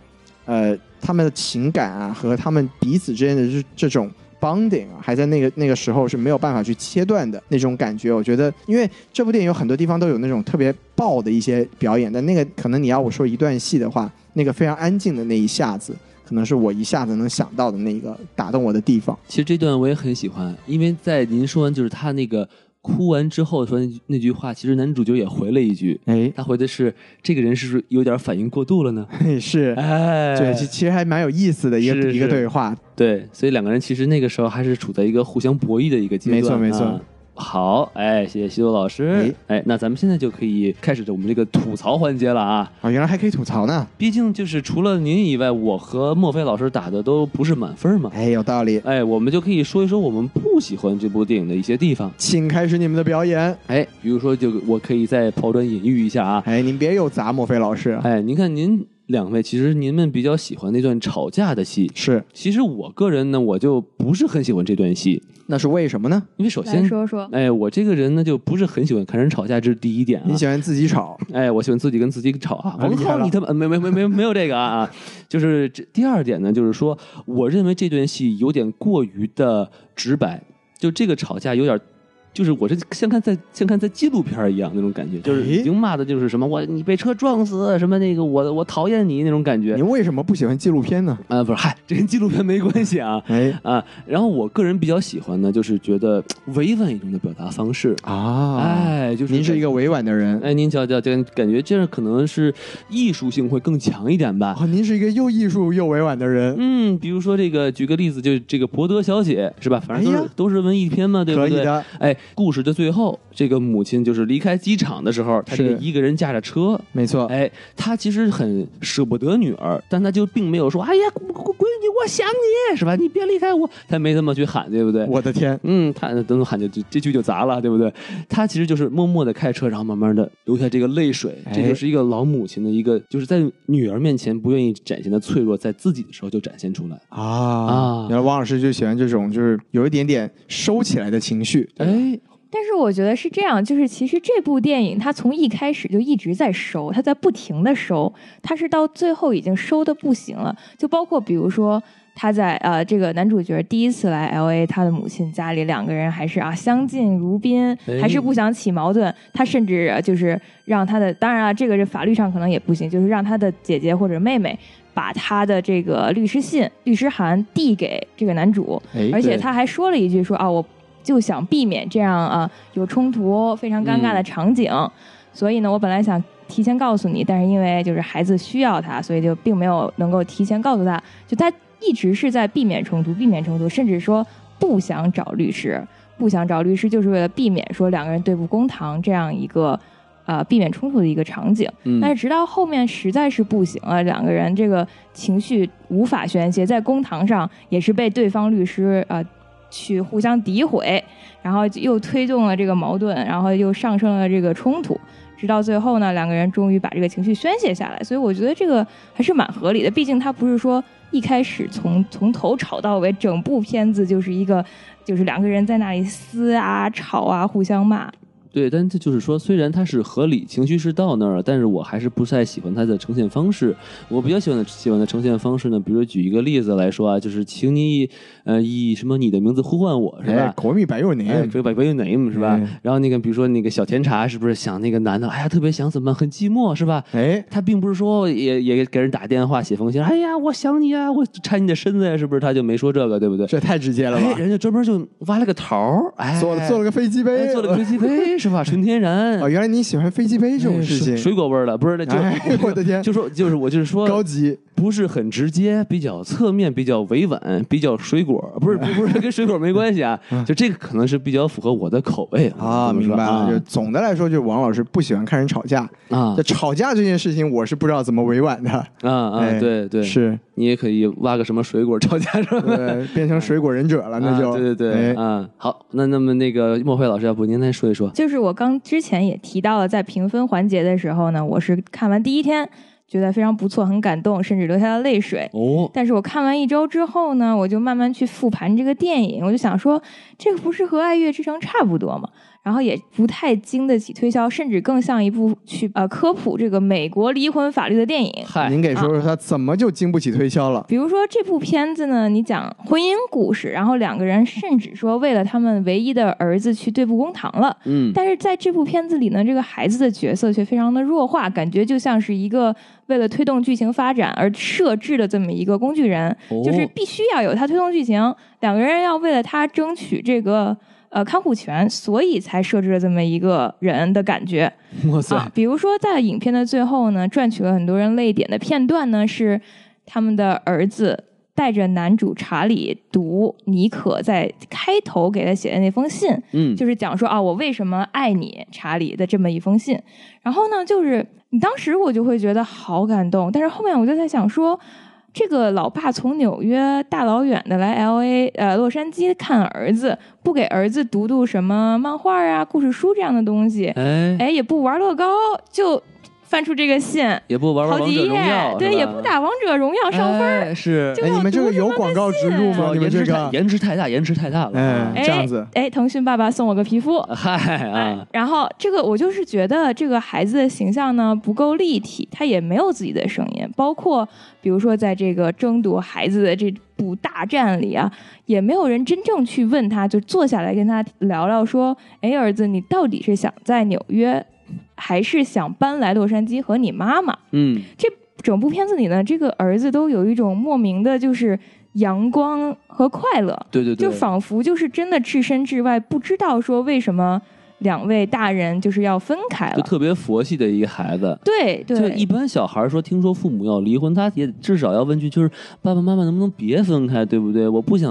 A: 呃，他们的情感啊和他们彼此之间的这这种 bonding 啊，还在那个那个时候是没有办法去切断的那种感觉。我觉得，因为这部电影有很多地方都有那种特别爆的一些表演，但那个可能你要我说一段戏的话，那个非常安静的那一下子，可能是我一下子能想到的那个打动我的地方。
B: 其实这段我也很喜欢，因为在您说完就是他那个哭完之后说那句那句话，其实男主角也回了一句，
A: 哎，
B: 他回的是这个人是不是有点反应过度了呢？
A: 是。
B: 哎，
A: 对，其其实还蛮有意思的一个
B: 是是
A: 一个对话，
B: 对，所以两个人其实那个时候还是处在一个互相博弈的一个阶段、啊。
A: 没错没错。
B: 好，哎，谢谢西多老师。哎，那咱们现在就可以开始我们这个吐槽环节了啊！
A: 啊，原来还可以吐槽呢，
B: 毕竟就是除了您以外，我和莫非老师打的都不是满分嘛。
A: 哎，有道理，
B: 哎，我们就可以说一说我们不喜欢这部电影的一些地方。
A: 请开始你们的表演，
B: 哎，比如说，就我可以再抛砖引玉一下啊。
A: 哎，您别又砸莫非老师，啊
B: 哎，您看您两位，其实您们比较喜欢那段吵架的戏。
A: 是，
B: 其实我个人呢，我就不是很喜欢这段戏，
A: 那是为什么呢？
B: 因为首
C: 来
B: 先
C: 说说，
B: 哎，我这个人呢，就不是很喜欢看人吵架，这是第一点啊
A: 你。喜欢自己吵，
B: 哎，我喜欢自己跟自己吵啊！
A: 啊
B: 我
A: 厉害
B: 靠
A: 了
B: 你他妈！没没没没没有这个啊！啊就是这第二点呢，就是说，我认为这段戏有点过于的直白，就这个吵架有点。就是我是像看在像看在纪录片儿一样那种感觉，就是
A: 哎
B: 已经骂的就是什么我你被车撞死，什么那个我我讨厌你那种感觉
A: 您为什么不喜欢纪录片呢？
B: 啊、不是嗨，这跟纪录片没关系啊
A: 哎
B: 啊！然后我个人比较喜欢呢，就是觉得委婉一种的表达方式，
A: 啊，
B: 哎，就是
A: 您是一
B: 个。
A: 个委婉的人，
B: 哎，您瞧瞧，这感觉这样可能是艺术性会更强一点吧。
A: 哦，您是一个又艺术又委婉的人，
B: 嗯，比如说这个，举个例子，就是这个博德小姐是吧？反正都
A: 哎
B: 是、
A: 呀
B: 都是文艺片嘛，对不
A: 可
B: 对？
A: 以的，
B: 哎，故事的最后，这个母亲就是离开机场的时候，她这个
A: 是
B: 一个人驾着车，
A: 没错，
B: 哎，她其实很舍不得女儿，但她就并没有说，哎呀，闺闺女，我想你是吧？你别离开我，她没这么去喊，对不对？
A: 我的天，
B: 嗯，他等等喊就这这句就砸了，对不对？他其实就是默默的开车，然后慢慢的流下这个泪水，这
A: 哎
B: 就是一个老母亲的一个，就是在女儿面前不愿意展现的脆弱，在自己的时候就展现出来。
A: 啊
B: 啊
A: 原来王老师就喜欢这种就是有一点点收起来的情绪，
B: 哎，
C: 但是我觉得是这样，就是其实这部电影它从一开始就一直在收，它在不停的收，它是到最后已经收的不行了。就包括比如说他在呃这个男主角第一次来 L A，他的母亲家里两个人还是啊相敬如宾，
B: 哎
C: 还是不想起矛盾。他甚至呃就是让他的，当然了，这个是法律上可能也不行，就是让他的姐姐或者妹妹把他的这个律师信、律师函递给这个男主，
A: 哎
C: 而且
B: 对
C: 他还说了一句说啊，我就想避免这样啊有冲突、非常尴尬的场景，所以呢，我本来想提前告诉你，但是因为就是孩子需要他，所以就并没有能够提前告诉他。就他一直是在避免冲突，避免冲突，甚至说不想找律师，不想找律师就是为了避免说两个人对簿公堂这样一个。呃，避免冲突的一个场景，
B: 嗯
C: 但是直到后面实在是不行了，两个人这个情绪无法宣泄，在公堂上也是被对方律师啊、呃去互相诋毁，然后又推动了这个矛盾，然后又上升了这个冲突，直到最后呢，两个人终于把这个情绪宣泄下来。所以我觉得这个还是蛮合理的，毕竟他不是说一开始从从头吵到尾，整部片子就是一个就是两个人在那里撕啊、吵啊、互相骂。
B: 对，但这就是说，虽然它是合理，情绪是到那儿了，但是我还是不太喜欢它的呈现方式。我比较喜欢的喜欢的呈现方式呢，比如举一个例子来说啊，就是请你以呃以什么你的名字呼唤我是
A: 哎
B: 吧？
A: ，Call me by your
B: 哎，
A: name，
B: 这个 by your name 是吧？
A: 哎
B: 然后那个比如说那个小甜茶是不是想那个男的，哎呀特别想怎么办，很寂寞是吧？
A: 哎，
B: 他并不是说也也给人打电话写封信，哎呀我想你啊，我缠你的身子呀，是不是？他就没说这个，对不对？
A: 这太直接了
B: 哎，
A: 吧？
B: 人家专门就挖了个桃儿，哎，
A: 做了做了个飞机
B: 哎
A: 杯，
B: 做了个飞机杯 是吧？纯天然
A: 哦，原来你喜欢飞机杯这种事
B: 水
A: 情，
B: 水果味儿的，不是那就、
A: 哎，我的天，
B: 就说就是我就是
A: 高
B: 说，
A: 级，
B: 不是很直接，比较侧面，比较委婉，比较水果，不是不是不是跟水果没关系啊，就这个可能是比较符合我的口味
A: 啊，明白了。就是
B: 了
A: 总的来说，就是王老师不喜欢看人吵架。
B: 啊
A: 就吵架这件事情，我是不知道怎么委婉的。
B: 啊啊，
A: 哎
B: 对对，
A: 是，
B: 你也可以挖个什么水果吵架是吧？
A: 呃，变成水果忍者了， 那就
B: 啊对对对，
A: 哎
B: 啊，好，那那么那个莫慧老师，要不您来说一说？
C: 就是我刚之前也提到了，在评分环节的时候呢，我是看完第一天觉得非常不错，很感动，甚至流下了泪水。
B: 哦，
C: 但是我看完一周之后呢，我就慢慢去复盘这个电影，我就想说，这个不是和《爱乐之城》差不多吗？然后也不太经得起推销，甚至更像一部去呃科普这个美国离婚法律的电影。
B: 嗨，
A: 您给说说他怎么就经不起推销了？
C: 比如说这部片子呢，你讲婚姻故事，然后两个人甚至说为了他们唯一的儿子去对簿公堂了。
B: 嗯，
C: 但是在这部片子里呢，这个孩子的角色却非常的弱化，感觉就像是一个为了推动剧情发展而设置的这么一个工具人，
B: 哦
C: 就是必须要有他推动剧情，两个人要为了他争取这个呃看护权，所以才设置了这么一个人的感觉。
B: 哦哇塞，
C: 啊，比如说在影片的最后呢，赚取了很多人泪点的片段呢，是他们的儿子带着男主查理读尼可在开头给他写的那封信，
B: 嗯，
C: 就是讲说啊，我为什么爱你，查理的这么一封信。然后呢，就是你当时我就会觉得好感动，但是后面我就在想说，这个老爸从纽约大老远的来 L A 呃洛杉矶看儿子，不给儿子读读什么漫画啊、故事书这样的东西，
B: 哎，
C: 哎，也不玩乐高，就翻出这个信，
B: 也不玩玩
C: 好
B: 王
C: 几
B: 者
C: 页
B: 荣耀，，
C: 对，
B: 是吧
C: 也不打王者荣耀上分儿。
B: 哎是
C: 就
A: 哎，
C: 要
A: 你们这
C: 读
A: 个有
C: 他们
A: 广
C: 的
A: 告植入
C: 信
A: 吗？哦你们
B: 颜
A: 这
B: 值
A: 个
B: 太颜值太大，颜值太大了啊。
A: 哎这样子
C: 哎，哎腾讯爸爸送我个皮肤，
B: 嗨
C: 哎
B: 啊，，
C: 然后这个我就是觉得这个孩子的形象呢不够立体，他也没有自己的声音，包括比如说在这个争夺孩子的这部大战里啊，也没有人真正去问他，就坐下来跟他聊聊说，哎，儿子，你到底是想在纽约，还是想搬来洛杉矶和你妈妈？
B: 嗯，
C: 整部片子里呢，这个儿子都有一种莫名的就是阳光和快乐，
B: 对对对，
C: 就仿佛就是真的置身事外，不知道说为什么两位大人就是要分开
B: 就
C: 了。
B: 特别佛系的一个孩子。
C: 对
B: 就
C: 对
B: 一般小孩说，听说父母要离婚，他也至少要问句，就是爸爸妈妈能不能别分开，对不对？我不想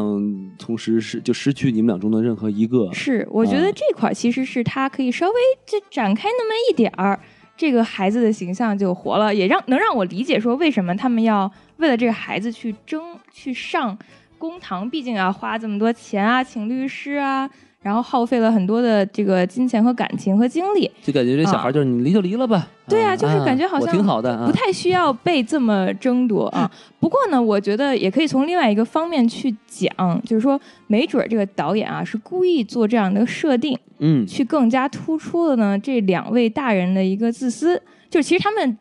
B: 同时失就失去你们俩中的任何一个。
C: 是，我觉
B: 啊
C: 得这块儿其实是他可以稍微就展开那么一点儿，这个孩子的形象就活了，也让能让我理解说为什么他们要为了这个孩子去争去上公堂，毕竟要花这么多钱啊，请律师啊，然后耗费了很多的这个金钱和感情和精力，
B: 就感觉这小孩就是你离就离了吧。
C: 啊对啊就是感觉好像
B: 我挺好的啊，
C: 不太需要被这么争夺啊。不过呢，我觉得也可以从另外一个方面去讲，就是说，没准儿这个导演啊是故意做这样的设定，
B: 嗯，
C: 去更加突出了呢这两位大人的一个自私。就其实他们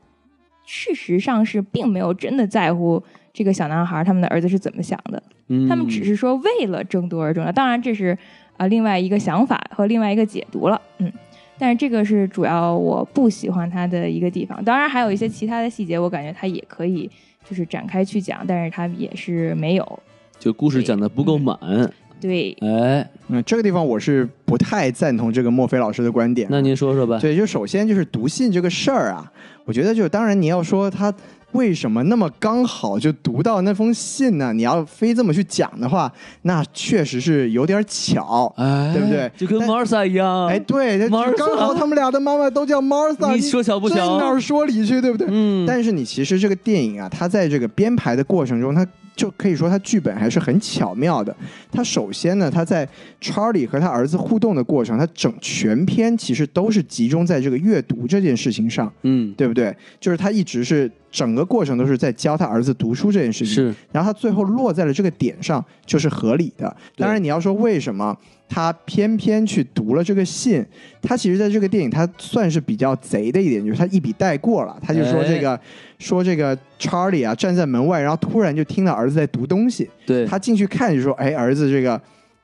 C: 事实上是并没有真的在乎这个小男孩他们的儿子是怎么想的。
B: 嗯
C: 他们只是说为了争夺而争夺，当然这是啊、另外一个想法和另外一个解读了，嗯。但是这个是主要我不喜欢他的一个地方，当然还有一些其他的细节，我感觉他也可以就是展开去讲，但是他也是没有。
B: 就故事讲的不够满，
C: 嗯对，
B: 哎，
A: 嗯，这个地方我是不太赞同这个墨菲老师的观点。
B: 那您说说吧，
A: 对，就首先就是读信这个事儿啊，我觉得就当然你要说他为什么那么刚好就读到那封信呢？你要非这么去讲的话，那确实是有点巧。
B: 哎，
A: 对不对
B: 就跟
A: 但
B: 马尔萨一样，
A: 哎，，对，他
B: 嗯 Martha
A: 刚好他们俩的妈妈都叫 Martha，
B: 你说巧不
A: 这
B: 巧
A: 哪儿说理去，对不对？
B: 嗯，
A: 但是你其实这个电影啊，它在这个编排的过程中，它就可以说它剧本还是很巧妙的。它首先呢，它在 Charlie 和他儿子互动的过程，它整全篇其实都是集中在这个阅读这件事情上，
B: 嗯，
A: 对不对？就是他一直是整个过程都是在教他儿子读书这件事情。
B: 是，
A: 然后他最后落在了这个点上，就是合理的。
B: 对
A: 当然，你要说为什么他偏偏去读了这个信，他其实在这个电影他算是比较贼的一点，就是他一笔带过了，他就说这
C: 哎
A: 个、说这个查理啊站在门外，然后突然就听到儿子在读东西，
B: 对，
A: 他进去看就说，哎，儿子这个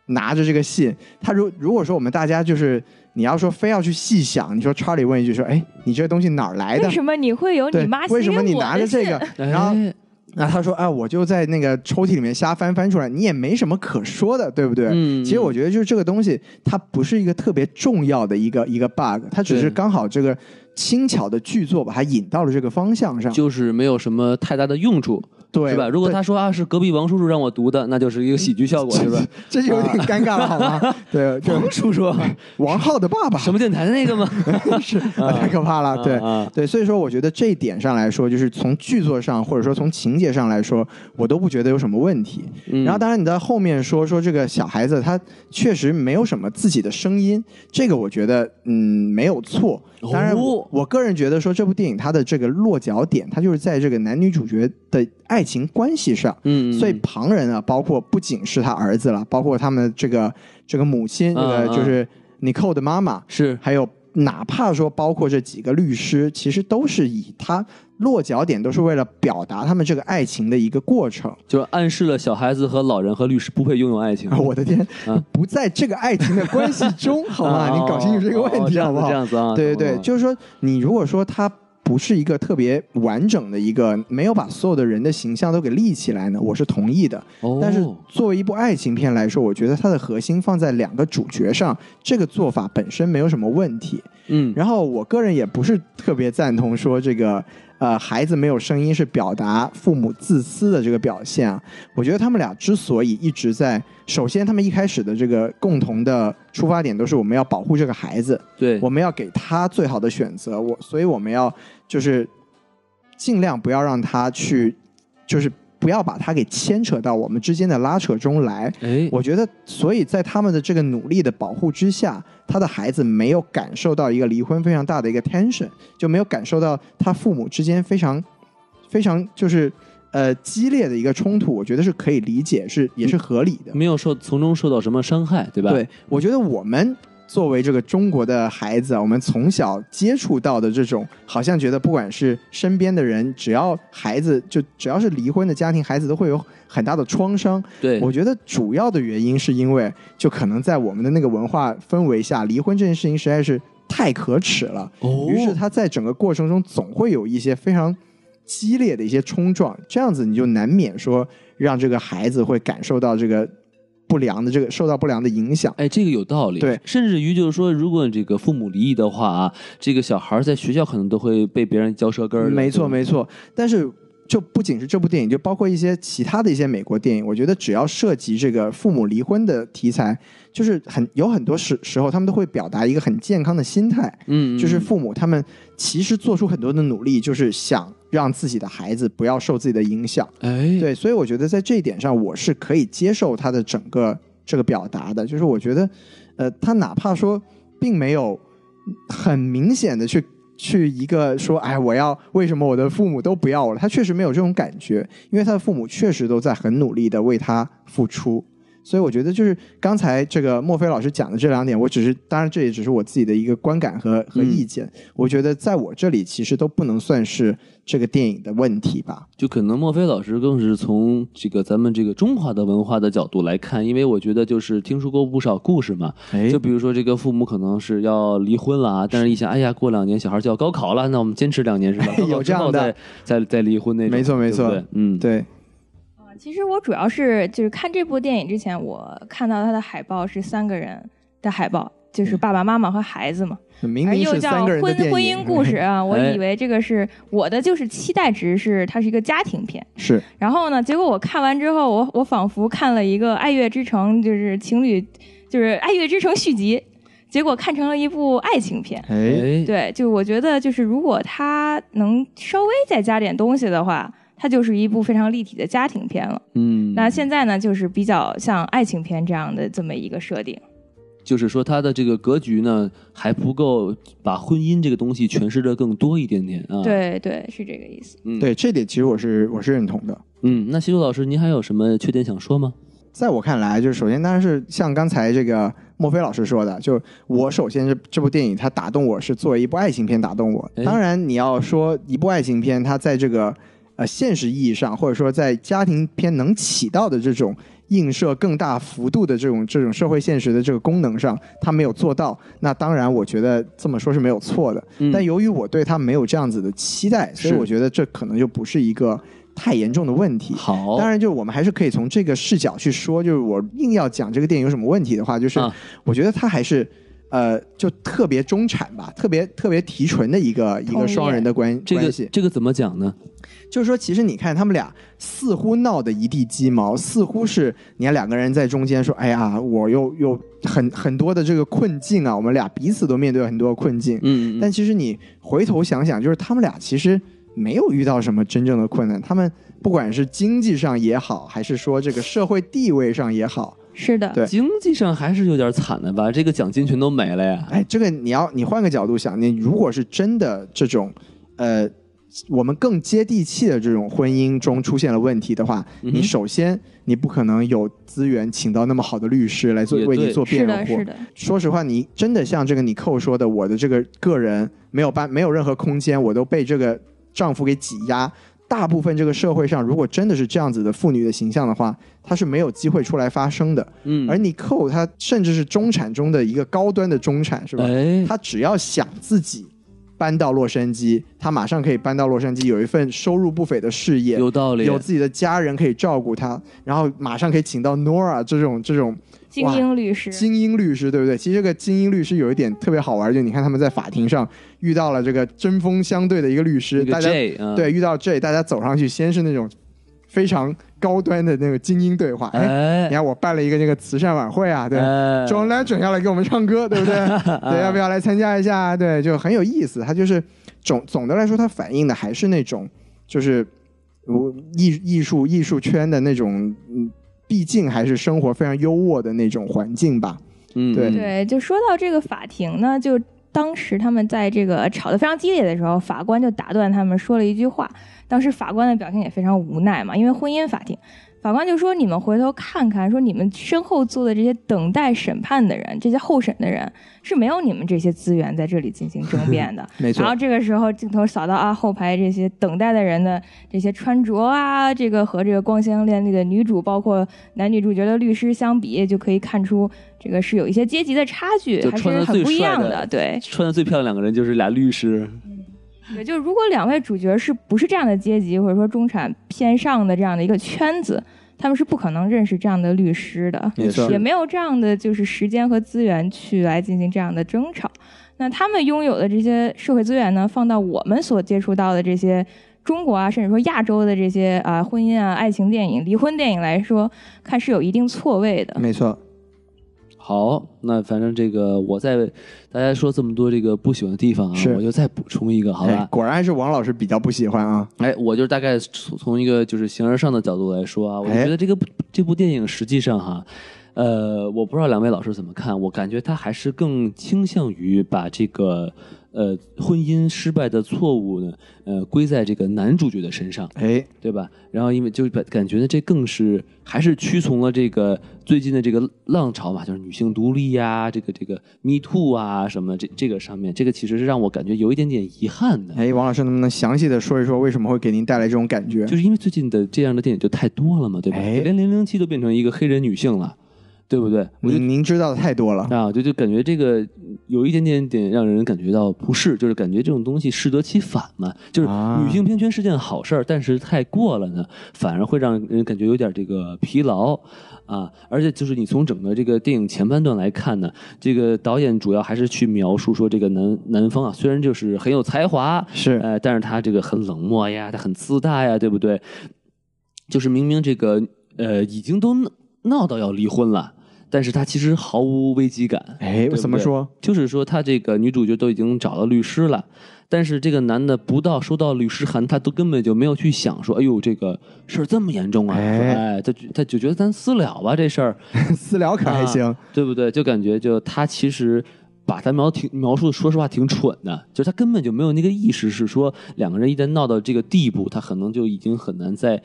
A: 拿着这个信，他如如果说我们大家就是你要说非要去细想，你说查理问一句说，哎，你这东西哪儿来的
C: 为？什么你会有你
A: 对
C: 妈，写
A: 为什
C: 给
A: 么你
C: 我
A: 拿
C: 的啊
A: 着这
C: 信
A: 个？然后
B: 哎
A: 那他说啊，我就在那个抽屉里面瞎翻翻出来，你也没什么可说的，对不对？
B: 嗯
A: 其实我觉得就是这个东西，它不是一个特别重要的一个一个 bug，它只
B: 对
A: 是刚好这个轻巧的剧作把它引到了这个方向上，
B: 就是没有什么太大的用处，
A: 啊对
B: 是吧？如果他说啊是隔壁王叔叔让我读的，那就是一个喜剧 效果，是吧？
A: 对这就有
B: 啊
A: 点尴尬了，好吗？ 对，就
B: 王叔叔，
A: 王浩的爸爸
B: 什么电台的那个吗？
A: 是、啊太可怕了， 对。
B: 啊，
A: 对，所以说我觉得这一点上来说，就是从剧作上或者说从情节上来说，我都不觉得有什么问题。
B: 嗯
A: 然后，当然你在后面说说这个小孩子，他确实没有什么自己的声音，这个我觉得嗯没有错。当然我，
B: 哦
A: 我个人觉得说这部电影它的这个落脚点，它就是在这个男女主角的爱情关系上。
B: 嗯，
A: 所以旁人啊，包括不仅是他儿子了，包括他们这个这个母亲，这个
B: 嗯嗯
A: 就是尼寇的妈妈，
B: 是
A: 还有哪怕说包括这几个律师，其实都是以他落脚点都是为了表达他们这个爱情的一个过程。
B: 就是暗示了小孩子和老人和律师不配拥 有爱情
A: 啊，我的天，
B: 嗯
A: 不在这个爱情的关系中，好吗？
B: 啊
A: 你搞清楚这个问
B: 哦
A: 题好不
B: 哦
A: 好
B: 这？样子啊，
A: 对对
B: 懂
A: 对，
B: 了
A: 就是说，你如果说他不是一个特别完整的一个，没有把所有的人的形象都给立起来呢，我是同意的。
B: 哦
A: 但是作为一部爱情片来说，我觉得它的核心放在两个主角上，这个做法本身没有什么问题。
B: 嗯，
A: 然后我个人也不是特别赞同说这个呃孩子没有声音是表达父母自私的这个表现啊。我觉得他们俩之所以一直在，首先他们一开始的这个共同的出发点都是我们要保护这个孩子，
B: 对，
A: 我们要给他最好的选择，我所以我们要就是尽量不要让他去，就是不要把他给牵扯到我们之间的拉扯中来。
B: 哎，
A: 我觉得，所以在他们的这个努力的保护之下，他的孩子没有感受到一个离婚非常大的一个 tension，就没有感受到他父母之间非常、非常就是呃激烈的一个冲突。我觉得是可以理解，是也是合理的。
B: 没有受从中受到什么伤害，嗯对吧？
A: 对，我觉得我们作为这个中国的孩子啊，我们从小接触到的这种，好像觉得不管是身边的人，只要孩子就只要是离婚的家庭，孩子都会有很大的创伤。
B: 对，
A: 我觉得主要的原因是因为，就可能在我们的那个文化氛围下，离婚这件事情实在是太可耻了。
B: 哦
A: 于是他在整个过程中总会有一些非常激烈的一些冲撞，这样子你就难免说让这个孩子会感受到这个不良的这个受到不良的影响。
B: 哎，这个有道理。
A: 对
B: 甚至于就是说，如果这个父母离异的话啊，这个小孩儿在学校可能都会被别人嚼舌根儿的。
A: 没错，
B: 对吧
A: 没错。但是就不仅是这部电影，就包括一些其他的一些美国电影，我觉得只要涉及这个父母离婚的题材，就是很有很多时时候他们都会表达一个很健康的心态，
B: 嗯，嗯
A: 就是父母他们其实做出很多的努力，就是想让自己的孩子不要受自己的影响。
B: 哎，
A: 对，所以我觉得在这一点上，我是可以接受他的整个这个表达的。就是我觉得，呃，他哪怕说并没有很明显的去去一个说，哎，我要为什么我的父母都不要我了？他确实没有这种感觉，因为他的父母确实都在很努力的为他付出。所以我觉得就是刚才这个墨菲老师讲的这两点，我只是当然这也只是我自己的一个观感和和
B: 嗯
A: 意见。我觉得在我这里其实都不能算是这个电影的问题吧。
B: 就可能墨菲老师更是从这个咱们这个中华的文化的角度来看，因为我觉得就是听说过不少故事嘛，
A: 哎？
B: 就比如说这个父母可能是要离婚了啊，但是一想，哎呀，过两年小孩就要高考了，那我们坚持两年是吧
A: 有这样的
B: 高考之后再再再离婚那种，
A: 没错没错
B: 对不对嗯，
A: 对，
C: 其实我主要是就是看这部电影之前，我看到它的海报是三个人的海报，就是爸爸妈妈和孩子嘛，
A: 明明
C: 而哎又
A: 是
C: 叫
A: 三个人
C: 婚
A: 的电影，嗯
C: 婚姻故事啊，我
B: 哎
C: 以为这个是我的就是期待值是它是一个家庭片，
A: 是
C: 然后呢，结果我看完之后，我我仿佛看了一个《爱乐之城》，就是情侣，就是《爱乐之城》续集，结果看成了一部爱情片。
A: 哎，
B: 哎，
C: 对，就我觉得，就是如果它能稍微再加点东西的话，它就是一部非常立体的家庭片了。
B: 嗯，
C: 那现在呢，就是比较像爱情片这样的这么一个设定。
B: 就是说他的这个格局呢还不够，把婚姻这个东西诠释的更多一点点
A: 嗯
B: 啊。，
C: 对对，是这个意思。
B: 嗯，
A: 对这点其实我是我是认同的。
B: 嗯，那西渡老师，您还有什么缺点想说吗？
A: 在我看来，就是首先当然是像刚才这个墨菲老师说的，就我首先是这部电影它打动我是作为一部爱情片打动我
B: 哎。
A: 当然你要说一部爱情片，它在这个呃现实意义上，或者说在家庭片能起到的这种映射更大幅度的这种这种社会现实的这个功能上，它没有做到。那当然，我觉得这么说是没有错的。
B: 嗯
A: 但由于我对它没有这样子的期待，所以
B: 是
A: 我觉得这可能就不是一个太严重的问题。
B: 好，
A: 当然，就是我们还是可以从这个视角去说。就是我硬要讲这个电影有什么问题的话，就是
B: 啊
A: 我觉得它还是呃，就特别中产吧，特别特别提纯的一个一
C: 同
A: 个
C: 意
A: 双人的关
B: 这个
A: 关系。
B: 这个怎么讲呢？
A: 就是说，其实你看他们俩似乎闹得一地鸡毛，似乎是你看两个人在中间说：“哎呀，我又又很很多的这个困境啊，我们俩彼此都面对很多困境。”
B: 嗯，嗯
A: 但其实你回头想想，就是他们俩其实没有遇到什么真正的困难，他们不管是经济上也好，还是说这个社会地位上也好，
C: 是的，
A: 对
B: 经济上还是有点惨的吧？这个奖金全都没了呀。
A: 哎，这个你要你换个角度想，你如果是真的这种，呃，我们更接地气的这种婚姻中出现了问题的话，
B: 嗯哼
A: 你首先你不可能有资源请到那么好的律师来做
B: 也
A: 为你
B: 对
A: 做
C: 是
A: 辩
C: 的，
A: 护
C: 是，的，
A: 说实话，你真的像这个你寇说的，我的这个个人没有办没有任何空间，我都被这个丈夫给挤压。大部分这个社会上，如果真的是这样子的妇女的形象的话，她是没有机会出来发声的。
B: 嗯，
A: 而你寇，她甚至是中产中的一个高端的中产，是吧？
B: 哎，
A: 她只要想自己搬到洛杉矶，她马上可以搬到洛杉矶，有一份收入不菲的事业，
B: 有道理，
A: 有自己的家人可以照顾她，然后马上可以请到 Nora 这种这种
C: 精英律师，
A: 精英律师，对不对？其实这个精英律师有一点特别好玩，就你看他们在法庭上遇到了这个针锋相对的一个律
B: 这
A: 师，
B: 个
A: 大家
B: J 啊，
A: 对遇到 J，大家走上去先是那种非常高端的那个精英对话，哎，
B: 哎，
A: 你看我办了一个那个慈善晚会啊，对。
B: 哎啊
A: John Legend 要来给我们唱歌，对 不对？对，要不要来参加一下？对，就很有意思。他就是总总的来说，他反映的还是那种就是我艺艺术艺术圈的那种，嗯，毕竟还是生活非常优渥的那种环境吧。
B: 嗯，
A: 对
C: 对，就说到这个法庭呢，就当时他们在这个吵得非常激烈的时候，法官就打断他们说了一句话。当时法官的表情也非常无奈嘛，因为婚姻法庭，法官就说：“你们回头看看，说你们身后坐的这些等待审判的人，这些候审的人是没有你们这些资源在这里进行争辩的。”
A: 没
C: 然后这个时候镜头扫到啊后排这些等待的人的这些穿着啊，这个和这个光鲜亮丽的女主，包括男女主角的律师相比，就可以看出这个是有一些阶级的差距，
B: 就
C: 还
B: 穿
C: 是
B: 得
C: 很
B: 最
C: 不一
B: 帅
C: 样
B: 的
C: 的。对，
B: 穿的最漂亮两个人就是俩律师，
C: 对，就是如果两位主角是不是这样的阶级，或者说中产偏上的这样的一个圈子，他们是不可能认识这样的律师的。
A: 没错
C: 也没有这样的就是时间和资源去来进行这样的争吵。那他们拥有的这些社会资源呢，放到我们所接触到的这些中国啊，甚至说亚洲的这些啊、婚姻啊、爱情电影、离婚电影来说，看是有一定错位的。
A: 没错，
B: 好，那反正这个我在大家说这么多这个不喜欢的地方啊
A: 是，
B: 我就再补充一个，好
A: 哎
B: 吧？
A: 果然还是王老师比较不喜欢啊。
B: 哎，我就大概从从一个就是形而上的角度来说啊，我就
A: 哎
B: 觉得这个部这部电影实际上哈，呃，我不知道两位老师怎么看，我感觉它还是更倾向于把这个呃婚姻失败的错误呢，呃归在这个男主角的身上，
A: 哎，
B: 对吧？然后因为就感感觉呢，这更是还是屈从了这个最近的这个浪潮嘛，就是女性独立呀、这个这个 Me Too 啊什么的，这这个上面，这个其实是让我感觉有一点点遗憾的，
A: 哎，王老师能不能详细的说一说为什么会给您带来这种感觉？
B: 就是因为最近的这样的电影就太多了嘛，对吧？
A: 哎嗯
B: 连零零七都变成一个黑人女性了，对不对？我就
A: 您您知道的太多了，
B: 啊，就就感觉这个有一点点点让人感觉到不适，就是感觉这种东西适得其反嘛，就是
A: 啊
B: 女性平权是件好事儿，但是太过了呢，反而会让人感觉有点这个疲劳啊。而且就是你从整个这个电影前半段来看呢，这个导演主要还是去描述说这个男男方啊，虽然就是很有才华，
A: 是
B: 呃，但是他这个很冷漠呀，他很自大呀，对不对？就是明明这个呃已经都闹闹到要离婚了，但是他其实毫无危机感。
A: 哎，
B: 对
A: 怎么
B: 对
A: 说？
B: 就是说，他这个女主角都已经找了律师了，但是这个男的不到收到律师函，他都根本就没有去想说，哎呦，这个事儿这么严重啊！
A: 哎
B: 说哎，他就他就觉得咱私了吧这事儿，
A: 私聊可还行？
B: 对不对？就感觉就他其实把他描挺描述，说实话挺蠢的，就是他根本就没有那个意识，是说两个人一旦闹到这个地步，他可能就已经很难再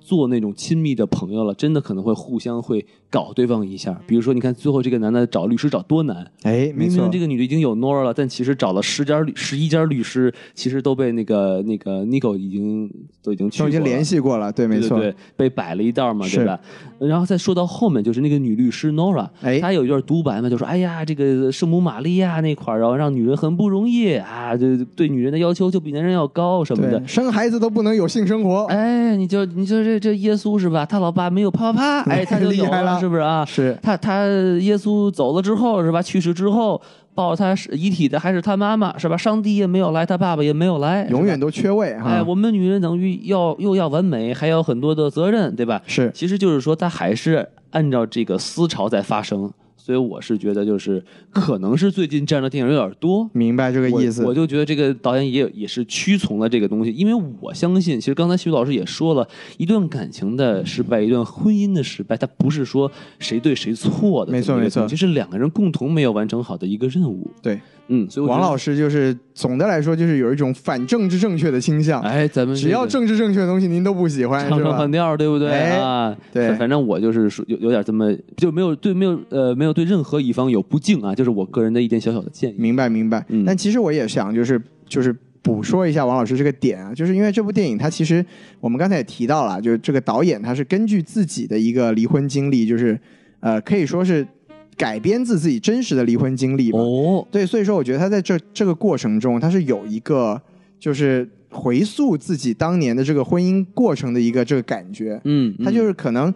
B: 做那种亲密的朋友了，真的可能会互相会搞对方一下。比如说，你看最后这个男的找律师找多难，
A: 哎，没
B: 明明
A: 错
B: 这，个女的已经有 Nora 了，但其实找了十家律十一家律师，其实都被那个那个 Nico 已经都已经去
A: 都已经
B: 过了
A: 联系过了，对，没错，
B: 对对对，被摆了一道嘛，
A: 是
B: 对吧？然后再说到后面，就是那个女律师 Nora，
A: 哎
B: 她有一段独白嘛，就说：“哎呀，这个圣母玛利亚那块儿，然后让女人很不容易啊，这对女人的要求就比男人要高什么的
A: 对，。生孩子都不能有性生”活，
B: 哎，你就你就这这耶稣是吧？他老爸没有啪啪 啪，哎，他就
A: 厉
B: 有
A: 害了
B: 是不是啊？
A: 是
B: 他他耶稣走了之后是吧？去世之后抱他是遗体的还是他妈妈是吧？上帝也没有来，他爸爸也没有来，
A: 永
B: 是
A: 远
B: 吧。
A: 都缺位哈。
B: 哎哎，我们女人等于要又要完美，还要很多的责任，对吧？
A: 是
B: 其实就是说，它还是按照这个思潮在发生，所以我是觉得，就是可能是最近这样的电影有点多。
A: 明白这个意思
B: 我，我就觉得这个导演也有也是屈从了这个东西，因为我相信，其实刚才徐老师也说了，一段感情的失败，一段婚姻的失败，它不是说谁对谁错的这么
A: 没
B: 一个
A: 错
B: 东西，
A: 没错
B: 就是两个人共同没有完成好的一个任务。
A: 对。
B: 嗯，所以
A: 王老
B: 师，
A: 师就是总的来说就是有一种反政治正确的倾向，
B: 哎，咱们
A: 啊只要
B: 这
A: 政
B: 个
A: 治正确的东西您都不喜欢
B: 唱
A: 是
B: 唱
A: 吧
B: 反？调，对不对、
A: 哎
B: 啊？
A: 对
B: 反反正我就是说有有点这么就没有对没有呃没有对任何一方有不敬啊，就是我个人的一点小小的建议。
A: 明白明白
B: 嗯。
A: 但其实我也想就是就是补说一下王老师这个点啊，就是因为这部电影它其实我们刚才也提到了，啊就是这个导演他是根据自己的一个离婚经历，就是呃可以说是改编自自己真实的离婚经历吧。
B: 哦，
A: 对，所以说我觉得他在这这个过程中，他是有一个就是回溯自己当年的这个婚姻过程的一个这个感觉，
B: 嗯，
A: 他就是可能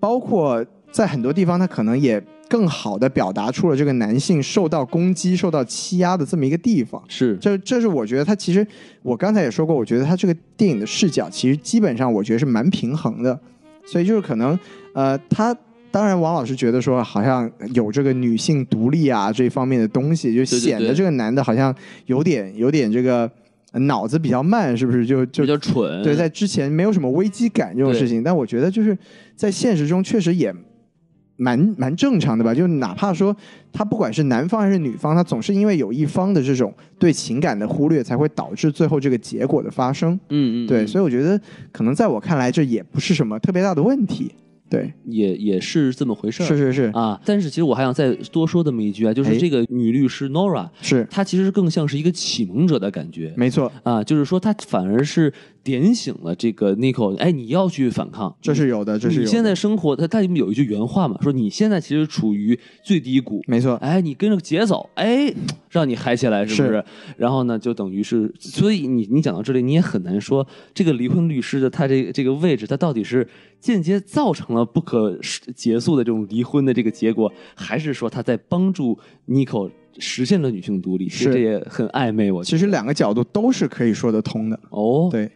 A: 包括在很多地方，他可能也更好的表达出了这个男性受到攻击、受到欺压的这么一个地方。
B: 是
A: 这这是我觉得他其实我刚才也说过，我觉得他这个电影的视角其实基本上我觉得是蛮平衡的，所以就是可能呃他。当然，王老师觉得说好像有这个女性独立啊这方面的东西，就
B: 对对
A: 显得
B: 对
A: 这个男的好像有点有点这个呃脑子比较慢，是不是？就就
B: 比较蠢，
A: 对，在之前没有什么危机感这种事情，但我觉得就是在现实中确实也蛮蛮正常的吧。就哪怕说他不管是男方还是女方，他总是因为有一方的这种对情感的忽略，才会导致最后这个结果的发生。
B: 嗯嗯，
A: 对，
B: 以
A: 所以我觉得可能在我看来，这也不是什么特别大的问题。对，
B: 也也是这么回事儿。
A: 是是是
B: 啊，但是其实我还想再多说这么一句啊，就
A: 哎
B: 是这个女律师 Nora，
A: 是，
B: 她其实更像是一个启蒙者的感觉
A: 没错，
B: 啊，就是说她反而是点醒了这个 Nico，哎，你要去反抗，
A: 这是有的，这是有
B: 你
A: 的
B: 现在生活，他他里面有一句原话嘛，说你现在其实处于最低谷，
A: 没错，
B: 哎，你跟着节走，哎，让你嗨起来是不是？然后呢，就等于是，所以你你讲到这里，你也很难说这个离婚律师的他这这个位置，他到底是间接造成了不可结束的这种离婚的这个结果，还是说他在帮助 Nico 实现了女性独立？其实
A: 是
B: 这也很暧昧，我觉
A: 其实两个角度都是可以说得通的。
B: 得哦，
A: 对，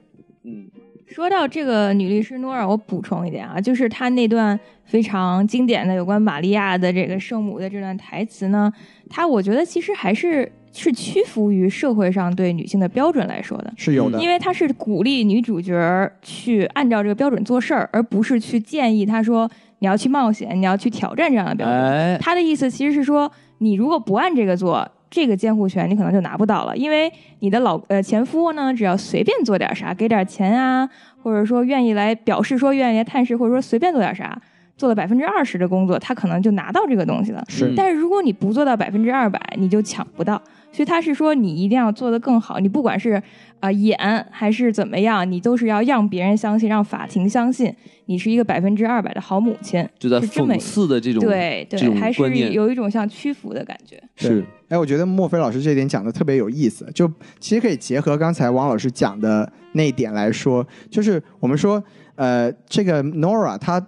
B: 嗯，
C: 说到这个女律师诺尔，我补充一点啊，就是她那段非常经典的有关玛利亚的这个圣母的这段台词呢，她我觉得其实还是是屈服于社会上对女性的标准来说的，
A: 是有的
C: 因。为她是鼓励女主角儿去按照这个标准做事儿，而不是去建议她说你要去冒险，你要去挑战这样的标准。
B: 哎，
C: 她的意思其实是说，你如果不按这个做，这个监护权你可能就拿不到了，因为你的老呃前夫呢，只要随便做点啥，给点钱啊，或者说愿意来表示说愿意来探视，或者说随便做点啥，做了百分之二十的工作，他可能就拿到这个东西了。
A: 是
B: 嗯
C: 但是如果你不做到百分之二百，你就抢不到。所以他是说，你一定要做得更好，你不管是啊、呃演还是怎么样，你都是要让别人相信，让法庭相信你是一个百分之二百的好母亲。
B: 就在
C: 是这么
B: 讽刺的这种
C: 对
B: 这
C: 对，
B: 种
C: 还
B: 观
C: 是
B: 念
C: 有一种像屈服的感觉。
B: 是
A: 对哎，我觉得莫非老师这点讲的特别有意思，就其实可以结合刚才王老师讲的那一点来说，就是我们说，呃，这个 Nora 她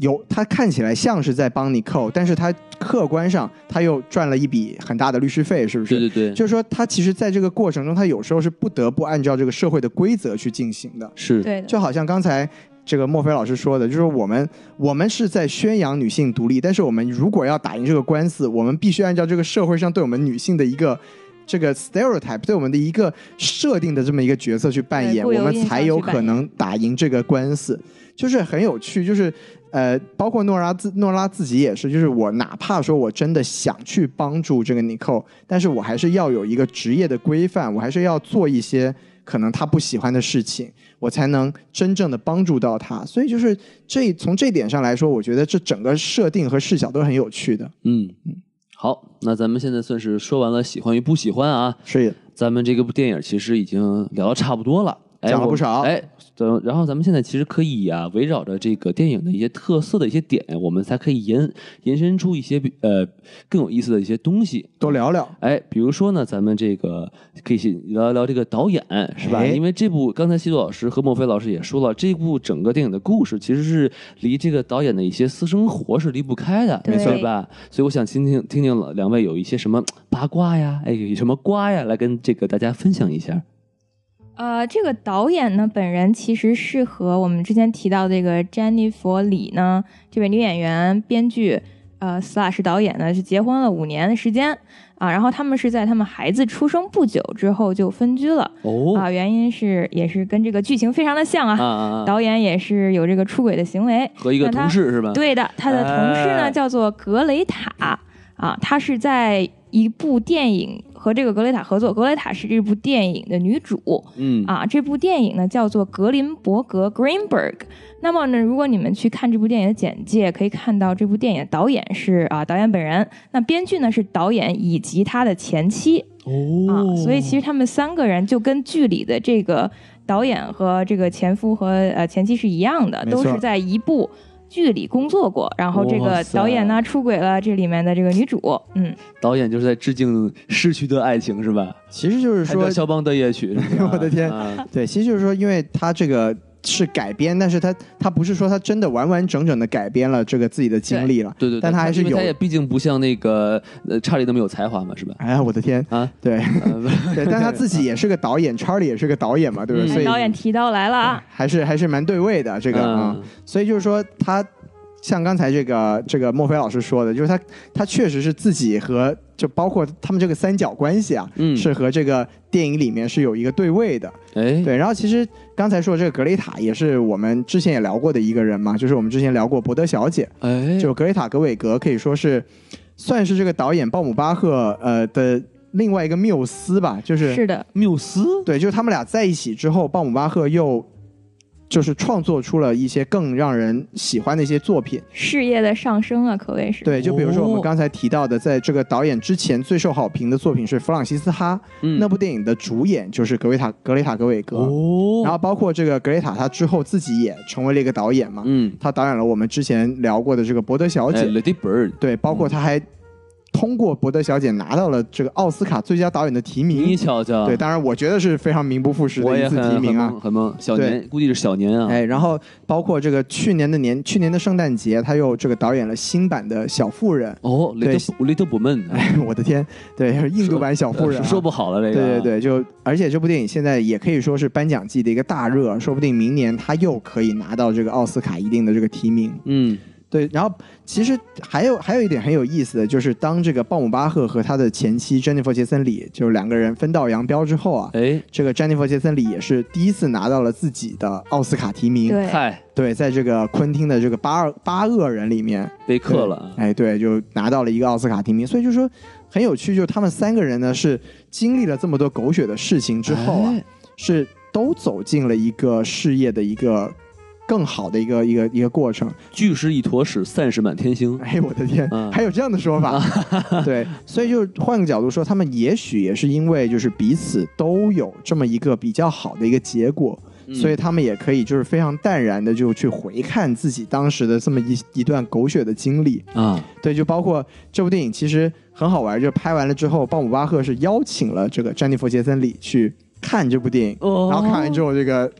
A: 有她看起来像是在帮你扣，但是她客观上她又赚了一笔很大的律师费，是不是？
B: 对对对，
A: 就是说，她其实在这个过程中，她有时候是不得不按照这个社会的规则去进行的。
B: 是
C: 对的，
A: 就好像刚才这个莫非老师说的，就是我们我们是在宣扬女性独立，但是我们如果要打赢这个官司，我们必须按照这个社会上对我们女性的一个。这个 stereotype 对我们的一个设定的这么一个角色去扮
C: 对
A: 演，
C: 固
A: 我
C: 有
A: 们
C: 印象
A: 才
C: 去
A: 有
C: 扮
A: 可
C: 演
A: 能打赢这个官司，就是很有趣，就是呃，包括诺拉自诺拉自己也是，就是我哪怕说我真的想去帮助这个 Nicole，但是我还是要有一个职业的规范，我还是要做一些可能他不喜欢的事情，我才能真正的帮助到他。所以就是这从这点上来说，我觉得这整个设定和视角都是很有趣的。
B: 嗯。好，那咱们现在算是说完了喜欢与不喜欢啊，
A: 是，
B: 咱们这个部电影其实已经聊得差不多了，哎、
A: 讲了
B: 我
A: 不少
B: 哎，咱然后咱们现在其实可以啊，围绕着这个电影的一些特色的一些点，我们才可以延延伸出一些比呃更有意思的一些东西。
A: 多聊聊。
B: 哎，比如说呢，咱们这个可以先聊一聊这个导演是吧？
A: 哎
B: 因为这部刚才西多老师和莫非老师也说了，这部整个电影的故事其实是离这个导演的一些私生活是离不开的，
C: 对没错
B: 对吧？所以我想听听听听老两位有一些什么嘖八卦呀，哎，有什么瓜呀，来跟这个大家分享一下。
C: 呃，这个导演呢，本人其实是和我们之前提到这个詹妮弗·里呢，这位女演员、编剧，呃，slash 导演呢，是结婚了五年的时间啊。然后他们是在他们孩子出生不久之后就分居了
B: 哦
C: 啊，原因是也是跟这个剧情非常的像
B: 啊
C: 啊。
B: 啊啊！
C: 导演也是有这个出轨的行为，
B: 和一个
C: 那他
B: 同事是吧？，
C: 对的，他的同事
B: 哎
C: 呢叫做格雷塔啊，她是在一部电影和这个格雷塔合作，格雷塔是这部电影的女主
B: 嗯，
C: 啊。这部电影呢叫做格林伯格 （Greenberg）。那么呢，如果你们去看这部电影的简介，可以看到这部电影的导演是啊导演本人，那编剧呢是导演以及他的前妻啊
B: 哦，，
C: 所以其实他们三个人就跟剧里的这个导演和这个前夫和呃前妻是一样的，
A: 没错
C: 都是在一部剧里工作过。然后这
B: 哇
C: 个
B: 塞
C: 导演呢出轨了这里面的这个女主，嗯，
B: 导演就是在致敬逝去的爱情是吧？
A: 其实就是
B: 还叫
A: 说，
B: 肖邦的夜曲，是 吧
A: 我的天
B: 啊
A: 对，其实就是说，因为他这个是改编，但是他他不是说他真的完完整整的改编了这个自己的经历了。
B: 对对，对
A: 但他还是
B: 因为
A: 有
B: 他也毕竟不像那个呃查理那么有才华嘛， 是吧？
A: 哎呀，我的天！
B: 啊，
A: 对
B: 呃不
A: 对，但他自己也是个导演，Charlie 也是个导演嘛，对不
B: 嗯
A: 对？所以哎
C: 导演提到来了啊，
A: 还是还是蛮对位的这个啊、
B: 嗯
A: 所以就是说他。像刚才这个这个莫非老师说的，就是他他确实是自己和就包括他们这个三角关系啊，
B: 嗯
A: 是和这个电影里面是有一个对位的。
B: 哎，
A: 对，然后其实刚才说这个格雷塔也是我们之前也聊过的一个人嘛，就是我们之前聊过伯德小姐，
B: 哎，
A: 就格雷塔·格韦格可以说是算是这个导演鲍姆巴赫呃的另外一个缪斯吧，就是
C: 是的，
B: 缪斯，
A: 对，就是他们俩在一起之后，鲍姆巴赫又就是创作出了一些更让人喜欢的一些作品。
C: 事业的上升啊，可谓是。
A: 对，就比如说我
B: 哦
A: 们刚才提到的，在这个导演之前最受好评的作品是《弗朗西斯哈》，
B: 嗯
A: 那部电影的主演就是格雷塔·格雷塔·格韦格。
B: 哦，
A: 然后包括这个格雷塔，她之后自己也成为了一个导演嘛，
B: 嗯，
A: 她导演了我们之前聊过的这个《伯德小姐》
B: 哎，Lady Bird，
A: 对，包括她还通过《伯德小姐》拿到了这个奥斯卡最佳导演的提
B: 你
A: 名。
B: 瞧瞧，
A: 对，当然我觉得是非常名不副实
B: 我
A: 的
B: 也
A: 一次
B: 很
A: 提名
B: 很
A: 啊
B: 猛，。很猛，小年估计是小年啊，
A: 哎，然后包括这个去年的年，去年的圣诞节，她又这个导演了新版的《小妇人
B: 哦
A: 对。
B: ，Little Little Woman，啊》
A: 我的天，对，印度版《小妇人、啊
B: 说说不好了，这个，
A: 对对对，就而且这部电影现在也可以说是颁奖季的一个大热，说不定明年他又可以拿到这个奥斯卡一定的这个提名。
B: 嗯，
A: 对，然后其实还有还有一点很有意思的就是，当这个鲍姆巴赫和他的前妻詹妮弗·杰森里就是两个人分道扬镳之后啊，
B: 哎，
A: 这个詹妮弗·杰森里也是第一次拿到了自己的奥斯卡提名。
C: 对
B: 嗨，
A: 对，在这个昆汀的这个八二八恶人里面，
B: 被克了啊，
A: 哎，对，就拿到了一个奥斯卡提名，所以就说很有趣，就是他们三个人呢是经历了这么多狗血的事情之后啊，
B: 哎
A: 是都走进了一个事业的一个更好的一个一个一个过程。
B: 聚是一坨屎，散是满天星。
A: 哎，我的天，
B: 嗯
A: 还有这样的说 法？对，所以就换个角度说，他们也许也是因为就是彼此都有这么一个比较好的一个结果，
B: 嗯
A: 所以他们也可以就是非常淡然的就去回看自己当时的这么一一段狗血的经历。
B: 啊，
A: 对，就包括这部电影其实很好玩，就拍完了之后，鲍姆巴赫是邀请了这个詹妮弗·杰森里去看这部电影，
B: 哦
A: 然后看完之后，这个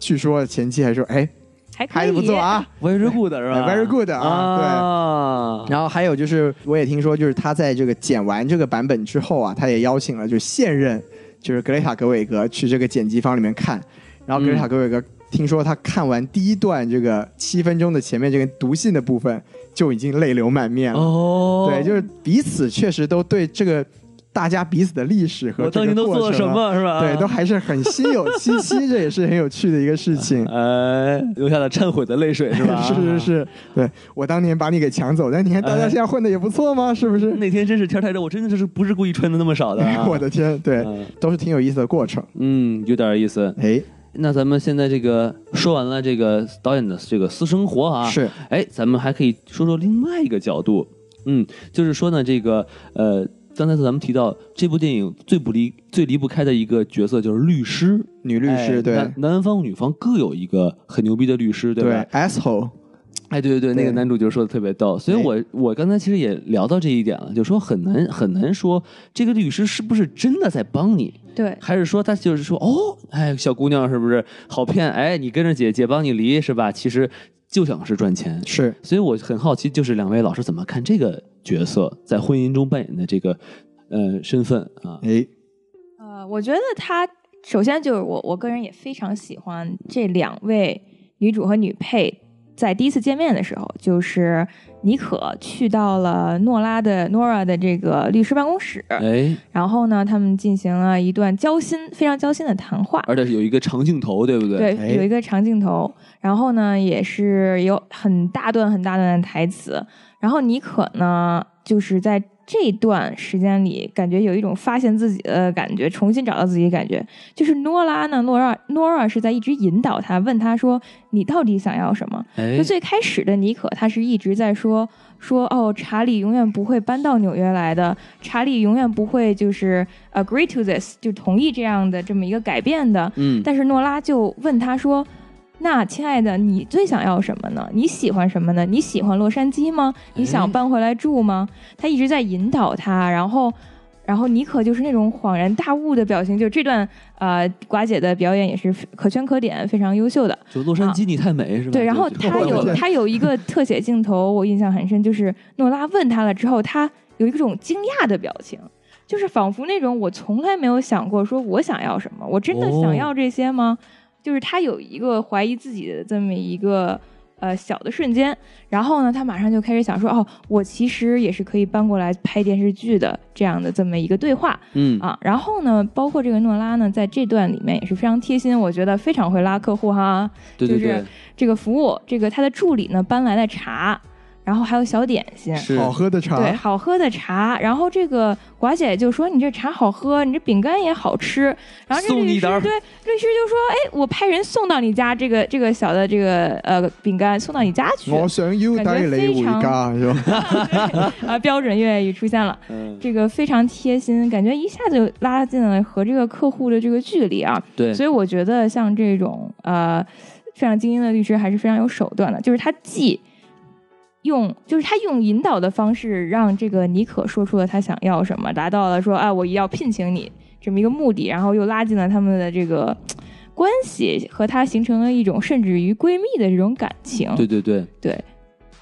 A: 据说前妻还说，哎，
C: 还可
A: 拍
C: 以，
A: 的不错啊。
B: ，very good 是吧
A: Very good 啊
B: 啊，
A: 然后还有就是，我也听说，就是他在这个剪完这个版本之后啊，他也邀请了就现任就是格雷塔·格韦格去这个剪辑房里面看，然后格雷塔·格韦格听说他看完第一段这个七分钟的前面这个读信的部分就已经泪流满面了。
B: 哦，
A: 对，就是彼此确实都对这个大家彼此的历史和
B: 我
A: 这
B: 当
A: 个
B: 年都
A: 过
B: 做了
A: 程
B: 什
A: 啊，
B: 么是吧？
A: 对，都还是很心有 戚戚，这也是很有趣的一个事情。
B: 哎，留下了忏悔的泪 水是吧？ 啊
A: 是是。是，对我当年把你给抢走，但你看大家
B: 哎
A: 现在混的也不错 嘛，是不是？
B: 那天真是天太热，我真的是不是故意穿的那么少的、
A: 。
B: 啊
A: 我的天，对，
B: 嗯，
A: 都是挺有意思的过程。
B: 嗯，有点意思。
A: 哎，
B: 那咱们现在这个说完了这个导演的这个私生活啊，
A: 是
B: 哎，咱们还可以说说另外一个角度，嗯，就是说呢，这个呃，刚才咱们提到这部电影最不离最离不开的一个角色就是律师，
A: 女律
B: 哎
A: 师，对
B: 男男方女方各有一个很牛逼的律师，对吧？
A: ，asshole，
B: 哎，对对对，那
A: 对
B: 个男主角说的特别逗，所以
A: 哎
B: 我我刚才其实也聊到这一点了，就说很难很难说这个律师是不是真的在帮你，
C: 对，
B: 还是说他就是说哦，哎，小姑娘是不是好骗？哎，你跟着姐姐帮你离是吧？其实就想是赚钱。
A: 是
B: 所以我很好奇，就是两位老师怎么看这个角色在婚姻中扮演的这个呃身份啊？
A: 哎，
C: 呃，我觉得他首先就是我，我个人也非常喜欢这两位女主和女配在第一次见面的时候，就是妮可去到了诺拉的 Nora 的这个律师办公室，
B: 哎，
C: 然后呢，他们进行了一段交心、非常交心的谈话。
B: 而且有一个长镜头，对不对？
C: 对，
A: 哎
C: 有一个长镜头，然后呢，也是有很大段很大段的台词。然后妮可呢，就是在这段时间里，感觉有一种发现自己的感觉，重新找到自己的感觉。就是诺拉呢，诺拉诺拉是在一直引导他，问他说：“你到底想要什么？”
B: 哎
C: 就，最开始的妮可，她是一直在说说哦，查理永远不会搬到纽约来的，查理永远不会就是呃 agree to this，就同意这样的这么一个改变的。
B: 嗯，
C: 但是诺拉就问他说：“那亲爱的，你最想要什么呢？你喜欢什么呢？你喜欢洛杉矶吗？你想搬回来住吗？”他一直在引导他，然后。然后妮可就是那种恍然大悟的表情，就这段呃寡姐的表演也是可圈可点，非常优秀的。
B: 就洛杉矶你太美是吧？
C: 啊对，然后
B: 就
C: 他有他有一个特写镜头，我印象很深，就是诺拉问他了之后，他有一种惊讶的表情，就是仿佛那种我从来没有想过，说我想要什么，我真的
B: 哦
C: 想要这些吗？就是他有一个怀疑自己的这么一个呃小的瞬间，然后呢，他马上就开始想说，哦，我其实也是可以搬过来拍电视剧的这样的这么一个对话，
B: 嗯
C: 啊，然后呢，包括这个诺拉呢，在这段里面也是非常贴心，我觉得非常会拉客户哈，
B: 对对对
C: 就是，这个服务，这个他的助理呢搬来的茶，然后还有小点心，
B: 是
A: 好喝的茶，
C: 对，好喝的茶。然后这个寡姐就说：“你这茶好喝，你这饼干也好吃。”然后这
B: 送你
C: 律
B: 一
C: 师
B: 点儿
C: 对律师就说：“哎，我派人送到你家这个这个小的这个呃饼干送到你家去。
B: 哦
A: 我想要
C: 感觉
A: 带你
C: 非
A: 回
C: 常
A: 家，是 吧？
C: 对”啊，标准粤语出现了，
B: 嗯，
C: 这个非常贴心，感觉一下就拉近了和这个客户的这个距离啊。
B: 对，
C: 所以我觉得像这种呃非常精英的律师还是非常有手段的，就是他既用就是他用引导的方式让这个妮可说出了他想要什么，达到了说啊我要聘请你这么一个目的，然后又拉近了他们的这个嘖关系，和他形成了一种甚至于闺蜜的这种感
A: 啊
C: 情。
B: 对对对
C: 对。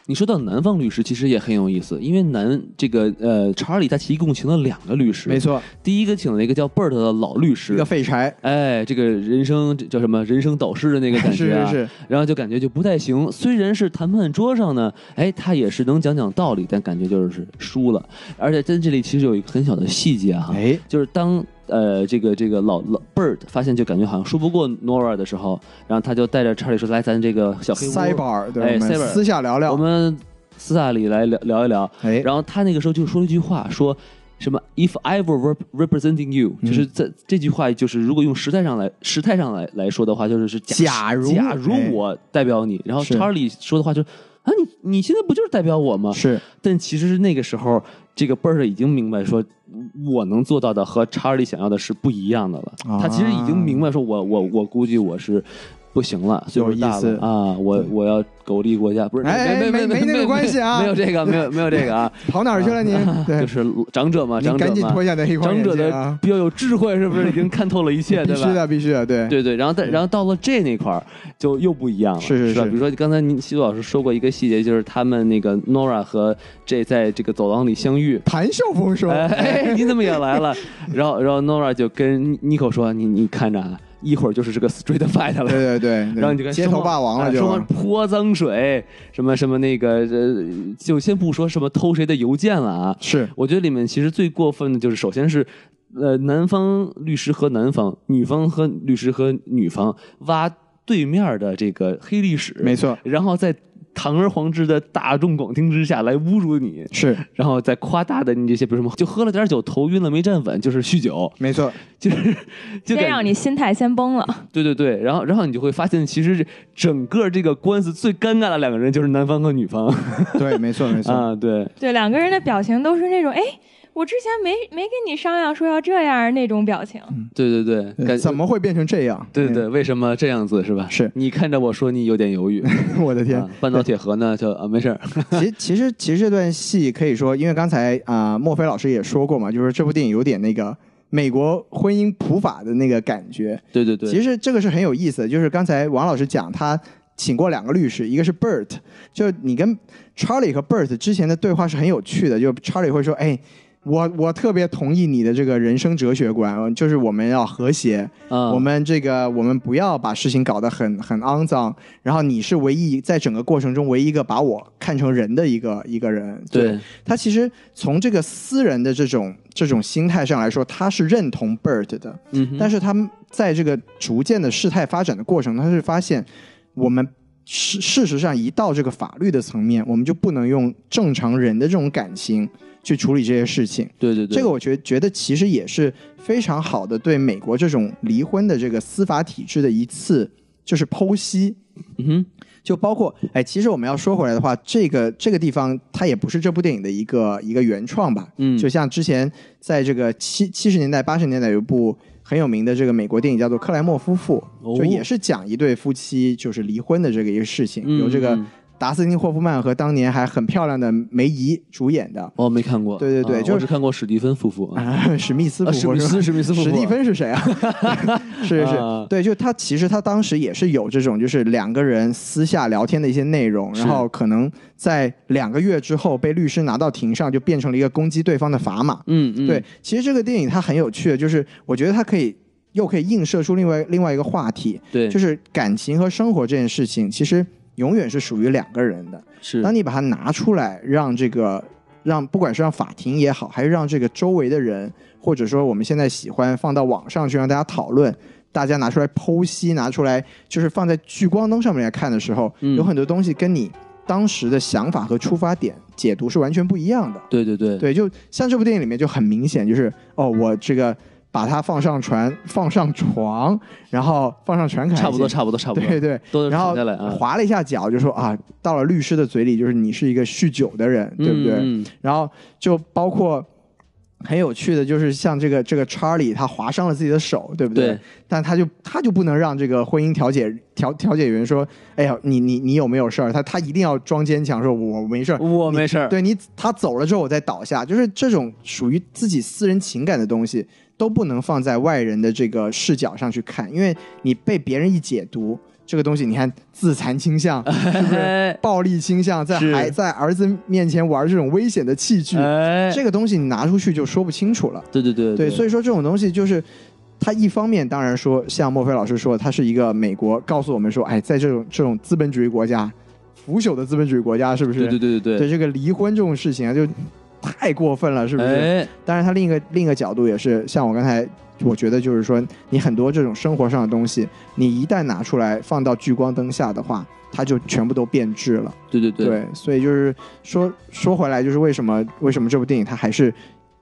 B: 你说到南方律师，其实也很有意思，因为南这个呃查理他其一共请了两个律师，
A: 没，错，
B: 第一个请了一个叫贝尔特的老律
A: 一个
B: 师，
A: 废柴，
B: 哎，这个人生这叫什么人生导师的那个感
A: 是
B: 觉、啊，
A: 是是，
B: 然后就感觉就不太行。虽然是谈判桌上呢，哎，他也是能讲讲道理，但感觉就是输了。而且在这里其实有一个很小的细节哈、
A: 哎，
B: 就是当呃这个这个老老 Bird 发现就感觉好像输不过 Nora 的时候，然后他就带着查理说：“来，咱这个小黑屋，
A: 塞板儿，对，
B: 哎
A: 我们
B: 塞板儿
A: 私下聊聊，
B: 我们私下里来聊聊一聊。”
A: 哎，
B: 然后他那个时候就说了一句话，说：“什么 “If I were rep- representing you”，、
A: 嗯
B: 就是这这句话就是如果用时态上来时态上来来说的话，就是是
A: 假如
B: 假如
A: 哎
B: 我代表你，然后
A: 是
B: Charlie 说的话就是啊你你现在不就是代表我吗？
A: 是
B: 但其哎实是那个时候，这个 Bert 已经明白说，我能做到的和查理想要的是不一样的了。
A: 啊
B: 他其实已经明白说我，我我估计我是。不行了，岁数大
A: 有意思
B: 了啊！我我要苟利国家，不是
A: 哎哎
B: 没
A: 没
B: 没
A: 没那个
B: 没
A: 关系啊
B: 没有这个，没有没有这个啊！
A: 跑哪儿去了 您？ 对，
B: 就是长者嘛，
A: 您
B: 长者
A: 赶紧
B: 嘛
A: 脱，下那黑框
B: 长
A: 眼
B: 者
A: 镜
B: 的
A: 啊！
B: 比较有智慧，是不是已经看透了一切，
A: 必
B: 对
A: 须
B: 吧？
A: 的，必须的，对，
B: 对对，然后但然后到了 J 那块儿就又不一样了，
A: 是是
B: 是吧？
A: 是
B: 比如说刚才您西多老师说过一个细节，就是他们那个 Nora 和 J 在这个走廊里相遇。
A: 谈笑风生，
B: 哎，你怎么也来了？然后，然后 Nora 就跟 Nico 说：“你你看着啊，一会儿就是这个 Street Fight 了。”
A: 对对对，对
B: 然后你就看
A: 街头霸王了
B: 哎
A: 就
B: 双方泼脏水，什么什么那个，呃，就先不说什么偷谁的邮件了啊，
A: 是
B: 我觉得里面其实最过分的就是，首先是。呃，男方律师和男方，女方和律师和女方挖对面的这个黑历史，
A: 没错，
B: 然后在堂而皇之的大众广听之下来侮辱你，
A: 是
B: 然后再夸大的你这些，比如什么就喝了点酒头晕了没站稳，就是酗酒，
A: 没错，
B: 就是就
C: 先
B: 感
C: 让你心态先崩了。
B: 对对对，然后然后你就会发现，其实整个这个官司最尴尬的两个人就是男方和女方
A: 对，没错，没错，
B: 啊，对，
C: 对，两个人的表情都是那种，哎，我之前没没跟你商量说要这样儿那种表情。
B: 对对对，
A: 对
B: 感
A: 怎么会变成这样？
B: 对对，为什么这样子是吧？
A: 嗯是
B: 你看着我说你有点犹豫，
A: 嗯， 我的 天
B: 啊，半导体盒呢就啊没 事儿，
A: 其实其实其实这段戏可以说，因为刚才啊、莫非老师也说过嘛，就是这部电影有点那个美国婚姻普法的那个感觉。
B: 对对对，
A: 其实这个是很有意思的，就是刚才王老师讲他。请过两个律师，一个是 Bert，就你跟 Charlie 和 Bert 之前的对话是很有趣的。就 Charlie 会说：“哎，我我特别同意你的这个人生哲学观，就是我们要和谐，
B: 啊，
A: 我们这个我们不要把事情搞得很很肮脏，然后你是唯一在整个过程中唯一一个把我看成人的一个一个人。
B: 对
A: 他其实从这个私人的这种这种心态上来说，他是认同 Bert 的，
B: 嗯哼，
A: 但是他们在这个逐渐的事态发展的过程，他是发现我们。事事实上，一到这个法律的层面，我们就不能用正常人的这种感情去处理这些事情。
B: 对对对，
A: 这个我觉觉得其实也是非常好的对美国这种离婚的这个司法体制的一次就是剖析，
B: 嗯哼，
A: 就包括哎，其实我们要说回来的话，这个这个地方它也不是这部电影的一个一个原创吧，
B: 嗯
A: 就像之前在这个七七十年代八十年代有一部。很有名的这个美国电影叫做《克莱默夫妇
B: 哦》，
A: 就也是讲一对夫妻就是离婚的这个一个事情，
B: 嗯
A: 由这个
B: 嗯
A: 达斯汀·霍夫曼和当年还很漂亮的梅姨主演的。
B: 我没看过，
A: 对对对
B: 啊
A: 就是
B: 我只看过史蒂芬夫妇啊，
A: 啊，史密斯夫
B: 啊史
A: 妇
B: 密
A: 是吧
B: 斯史密斯夫妇，
A: 史蒂芬是谁啊？ 是是是
B: 啊，
A: 对，就他其实他当时也是有这种，就是两个人私下聊天的一些内容，
B: 是
A: 然后可能在两个月之后被律师拿到庭上，就变成了一个攻击对方的砝码。
B: 嗯嗯，
A: 对，其实这个电影它很有趣的，就是我觉得它可以又可以映射出另外另外一个话题，
B: 对，
A: 就是感情和生活这件事情，其实永远是属于两个人的。
B: 是
A: 当你把它拿出来，让这个让不管是让法庭也好，还是让这个周围的人，或者说我们现在喜欢放到网上去让大家讨论，大家拿出来剖析，拿出来就是放在聚光灯上面来看的时候，
B: 嗯
A: 有很多东西跟你当时的想法和出发点解读是完全不一样的。
B: 对对对
A: 对，就像这部电影里面就很明显，就是哦，我这个把它放上船，放上床，然后放上船，
B: 差不多差不多差不多，
A: 对对，
B: 都
A: 然后
B: 躺下来啊，
A: 划了一下脚，就说啊，到了律师的嘴里，就是你是一个酗酒的人，对不对？
B: 嗯嗯
A: 然后就包括很有趣的，就是像这个这个查理，他划伤了自己的手，对不
B: 对
A: 但他就他就不能让这个婚姻调解调调解员说，哎呀，你你你有没有事儿？他他一定要装坚强，说我我没事儿。
B: 我没事 儿，
A: 对你，他走了之后我再倒下，就是这种属于自己私人情感的东西，都不能放在外人的这个视角上去看，因为你被别人一解读，这个东西你看自残倾 向是不是？
B: 哎
A: 暴力倾向在
B: 是
A: 孩在儿子面前玩这种危险的器具，
B: 哎，
A: 这个东西你拿出去就说不清楚了。
B: 对对对
A: 对，所以说这种东西就是。它一方面当然说，像莫非老师说，它是一个美国告诉我们说，哎，在这种这种资本主义国家，腐朽的资本主义国家，是不是？
B: 对对对对
A: 对这个离婚这种事情啊，就太过分了，是不是？
B: 哎，
A: 当然，他另一个另一个角度也是，像我刚才，我觉得就是说，你很多这种生活上的东西，你一旦拿出来放到聚光灯下的话，它就全部都变质了。
B: 对对对，
A: 对，所以就是说说回来，就是为什么为什么这部电影它还是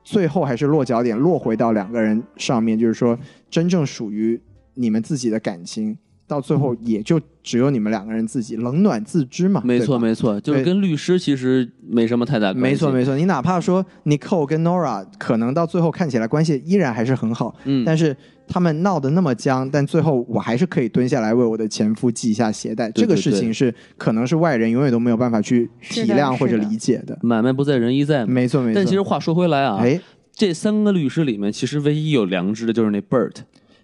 A: 最后还是落脚点落回到两个人上面，就是说真正属于你们自己的感情，到最后也就只有你们两个人自己冷暖自知嘛。
B: 嗯没
A: 对吧
B: 错，没错，就是
A: 对
B: 跟律师其实没什么太大关系。
A: 没错，没
B: 错，
A: 错。你哪怕说 Nicole 跟 Nora 可能到最后看起来关系依然还是很好，
B: 嗯，
A: 但是他们闹得那么僵，但最后我还是可以蹲下来为我的前夫系一下鞋带。
B: 对
A: 这个
B: 对
A: 事情是可能是外人永远都没有办法去体
C: 是的
A: 谅或者
C: 是的
A: 理解的。
B: 买卖不在人意在嘛。
A: 没错，没错。
B: 但其实话说回来啊，
A: 哎，
B: 这三个律师里面，其实唯一有良知的就是那 Bert，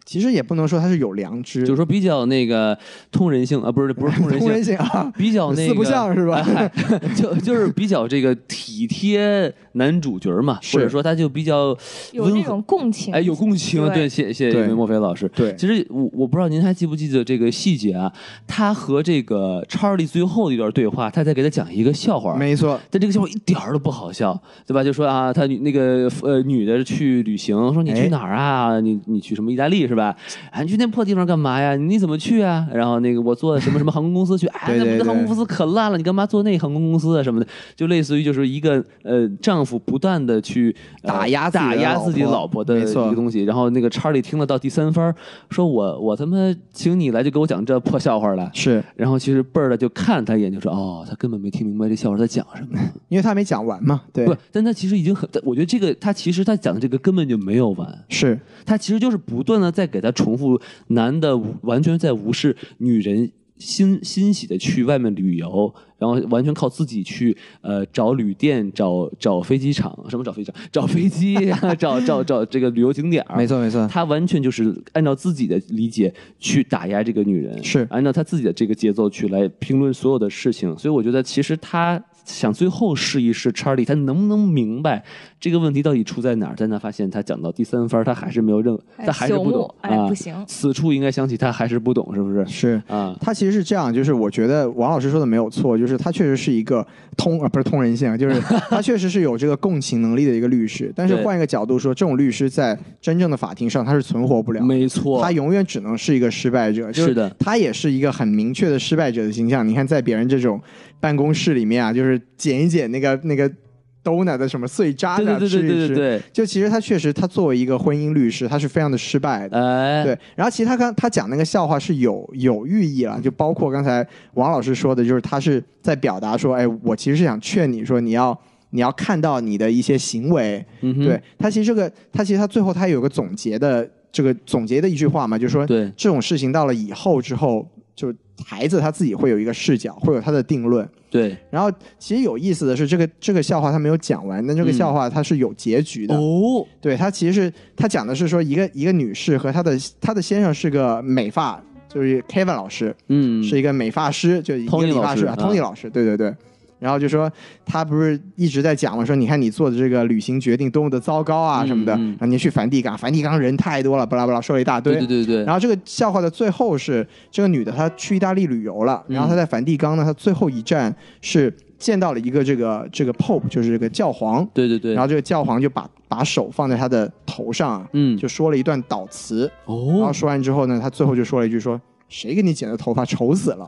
A: 其实也不能说他是有良知，
B: 就是说比较那个通人性啊，不是 不是通人
A: 通人
B: 性，
A: 性啊，
B: 比较 那个
A: 四不像是 吧？
B: 哎嗨就就是比较这个体贴男主角嘛，
A: 是
B: 或者说他就比较
C: 有那
B: 温和
C: 种共情，
B: 哎有共情，
C: 对
B: 对，谢谢
A: 对
B: 谢墨菲老师。
A: 对，
B: 其实我我不知道您还记不记得这个细节啊？他和这个查理最后一段对话，他在给他讲一个笑话，
A: 没错，
B: 但这个笑话一点儿都不好笑，对吧？就说啊，他女那个呃女的去旅行，说你
A: 哎
B: 去哪儿啊？你你去什么意大利是吧？啊，你去那破地方干嘛呀？你怎么去啊？然后那个我坐什么什么航空公司去，啊，
A: 对
B: 那
A: 对对
B: 不个航空公司可烂了，你干嘛坐那航空公司啊什么的？就类似于就是一个呃丈夫不断的去、呃
A: 打压自己的
B: 打压自己
A: 老婆
B: 老婆的
A: 没
B: 一
A: 错
B: 个东西。然后那个查理听了到第三番儿，说我我他妈请你来就给我讲这破笑话来。
A: 是
B: 然后其实贝儿的就看他一眼就说哦，他根本没听明白这笑话在讲什么。
A: 因为他没讲完嘛，对，
B: 不，但他其实已经很，但我觉得这个他其实他讲的这个根本就没有完，
A: 是
B: 他其实就是不断的在给他重复，男的无完全在无视女人欣欣喜的去外面旅游，然后完全靠自己去呃找旅店、找找飞机场，什么找飞机场、找飞机、 找找找这个旅游景点儿，
A: 没错，没错，
B: 他完全就是按照自己的理解去打压这个女人，
A: 是
B: 按照他自己的这个节奏去来评论所有的事情。所以我觉得，其实他想最后试一试查理，他能不能明白这个问题到底出在哪儿？但他发现他讲到第三番，他还是没有认，
C: 哎
B: 他还是不懂
C: 朽木，哎
B: 啊
C: 不行
B: 此处应该想起他还是不懂，是不是？
A: 是。
B: 啊，
A: 他其实是这样，就是我觉得王老师说的没有错，就是他确实是一个通啊，不是通人性，啊， 就是他确实是有这个共情能力的一个律师。但是
B: 对
A: 换一个角度说，这种律师在真正的法庭上他是存活不了的，
B: 没错，
A: 他永远只能是一个失败者。就是
B: 的
A: 他也是一个很明确的失败者的形象。你看，在别人这种办公室里面啊，就是捡一捡那个那个 donut 的什么碎渣
B: 对
A: 子
B: 对
A: 啊，
B: 对对
A: 吃一
B: 对对
A: 吃。
B: 对，
A: 就其实他确实，他作为一个婚姻律师，他是非常的失败的。
B: 哎，
A: 对，然后其实他刚他讲那个笑话是有有寓意
B: 嗯
A: 了，就包括刚才王老师说的，就是他是在表达说，哎，我其实是想劝你说，你要你要看到你的一些行为，
B: 嗯哼，
A: 对他其实这个他其实他最后他有个总结的这个总结的一句话嘛，就是说
B: 对
A: 这种事情到了以后之后，就孩子他自己会有一个视角，会有他的定论。
B: 对
A: 然后其实有意思的是，这个这个笑话他没有讲完，但这个
B: 嗯
A: 笑话它是有结局的。
B: 哦，
A: 对他其实是他讲的是说一个一个女士和她的她的先生是个美发，就是 Kevin 老师，
B: 嗯，
A: 是一个美发师，就一个
B: Tony
A: 理发师啊
B: 老师啊
A: ，Tony 老师，对对对。然后就说他不是一直在讲嘛，说你看你做的这个旅行决定多么的糟糕啊
B: 嗯
A: 什么的，
B: 嗯
A: 然后你去梵蒂冈，梵蒂冈人太多了，巴拉巴拉说了一大堆。
B: 对对对对，
A: 然后这个笑话的最后是这个女的她去意大利旅游了，
B: 嗯
A: 然后她在梵蒂冈呢，她最后一站是见到了一个这个这个 Pope，就是这个教皇，
B: 对对对，
A: 然后这个教皇就把把手放在她的头上啊，
B: 嗯，
A: 就说了一段悼词，然
B: 哦
A: 后，说完之后呢，他最后就说了一句说。谁给你剪的头发，丑死 了！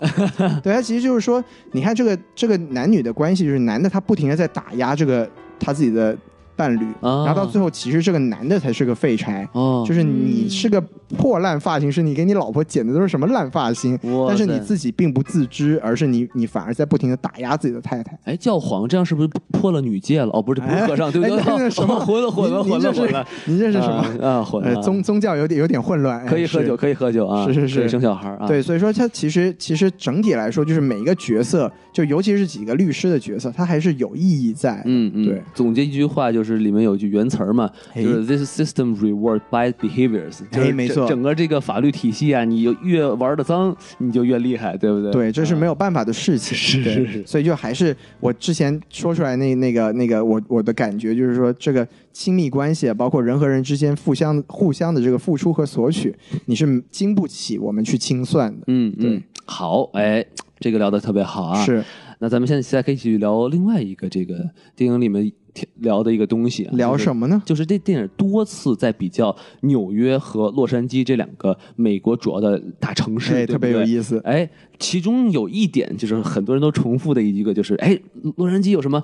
A: 对他其实就是说，你看这个这个男女的关系，就是男的他不停的在打压这个他自己的伴侣，
B: 啊
A: 然后到最后其实这个男的才是个废柴，
B: 哦，
A: 就是你是个破烂发型师，你给你老婆剪的都是什么烂发型，
B: 哇
A: 但是你
B: 塞
A: 自己并不自知，而是你你反而在不停的打压自己的太太。
B: 哎，教皇这样是不是破了女戒了？哦，不是，不是
A: 哎
B: 和尚，对不
A: 哎
B: 对？
A: 那那什 么
B: 哦混了，混了，
A: 您
B: 混
A: 您
B: 了，
A: 这是
B: 混了，
A: 您这是什么？
B: 啊？啊混
A: 呃
B: 了，，
A: 宗宗教有点有点混乱，哎
B: 可以喝
A: 是
B: 酒，可以喝酒啊，
A: 是是是
B: 可以生小孩啊，
A: 对，所以说他其实其实整体来说，就是每一个角色，就尤其是几个律师的角色，他还是有意义在。
B: 嗯嗯，
A: 对。
B: 总结一句话，就是里面有一句原词儿嘛，
A: 哎
B: 就是 “This system reward bad behaviors”，
A: 哎
B: 就是
A: 没
B: 整
A: 错
B: 整个这个法律体系啊，你就越玩的脏，你就越厉害，对不对？
A: 对，这是
B: 啊
A: 没有办法的事情。
B: 是
A: 对
B: 是是
A: 所以就还是我之前说出来那那个那个我我的感觉就是说，这个亲密关系，啊包括人和人之间互相互相的这个付出和索取，你是经不起我们去清算的。
B: 嗯嗯
A: 对，
B: 好，哎，这个聊的特别好啊。
A: 是
B: 那咱们现在现在可以去聊另外一个这个电影里面聊的一个东西、啊，
A: 聊
B: 就是
A: 什么呢？
B: 就是这电影多次在比较纽约和洛杉矶这两个美国主要的大城市，
A: 哎，
B: 对
A: 特
B: 不
A: 别有
B: 对
A: 意思。
B: 哎，其中有一点就是很多人都重复的一个，就是哎，洛杉矶有什么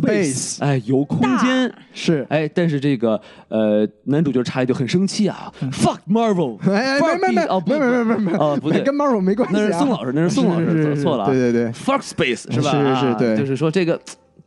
A: Space
B: 哎，有空间，
A: 是，
B: 哎，但是这个呃，男主角查理就很生气啊、f u c k Marvel，
A: 嗯哎哎，没
B: fuck
A: 没没
B: these- 哦，不
A: 没没没没没，
B: 哦不对
A: 没跟 Marvel 没关系
B: 那
A: 啊。
B: 是宋老师， 那是宋老
A: 是是
B: 师，
A: 是
B: 错错了啊，
A: 对对对，
B: Fuck Space 是吧？
A: 是是
B: 啊
A: 对
B: 就是说这个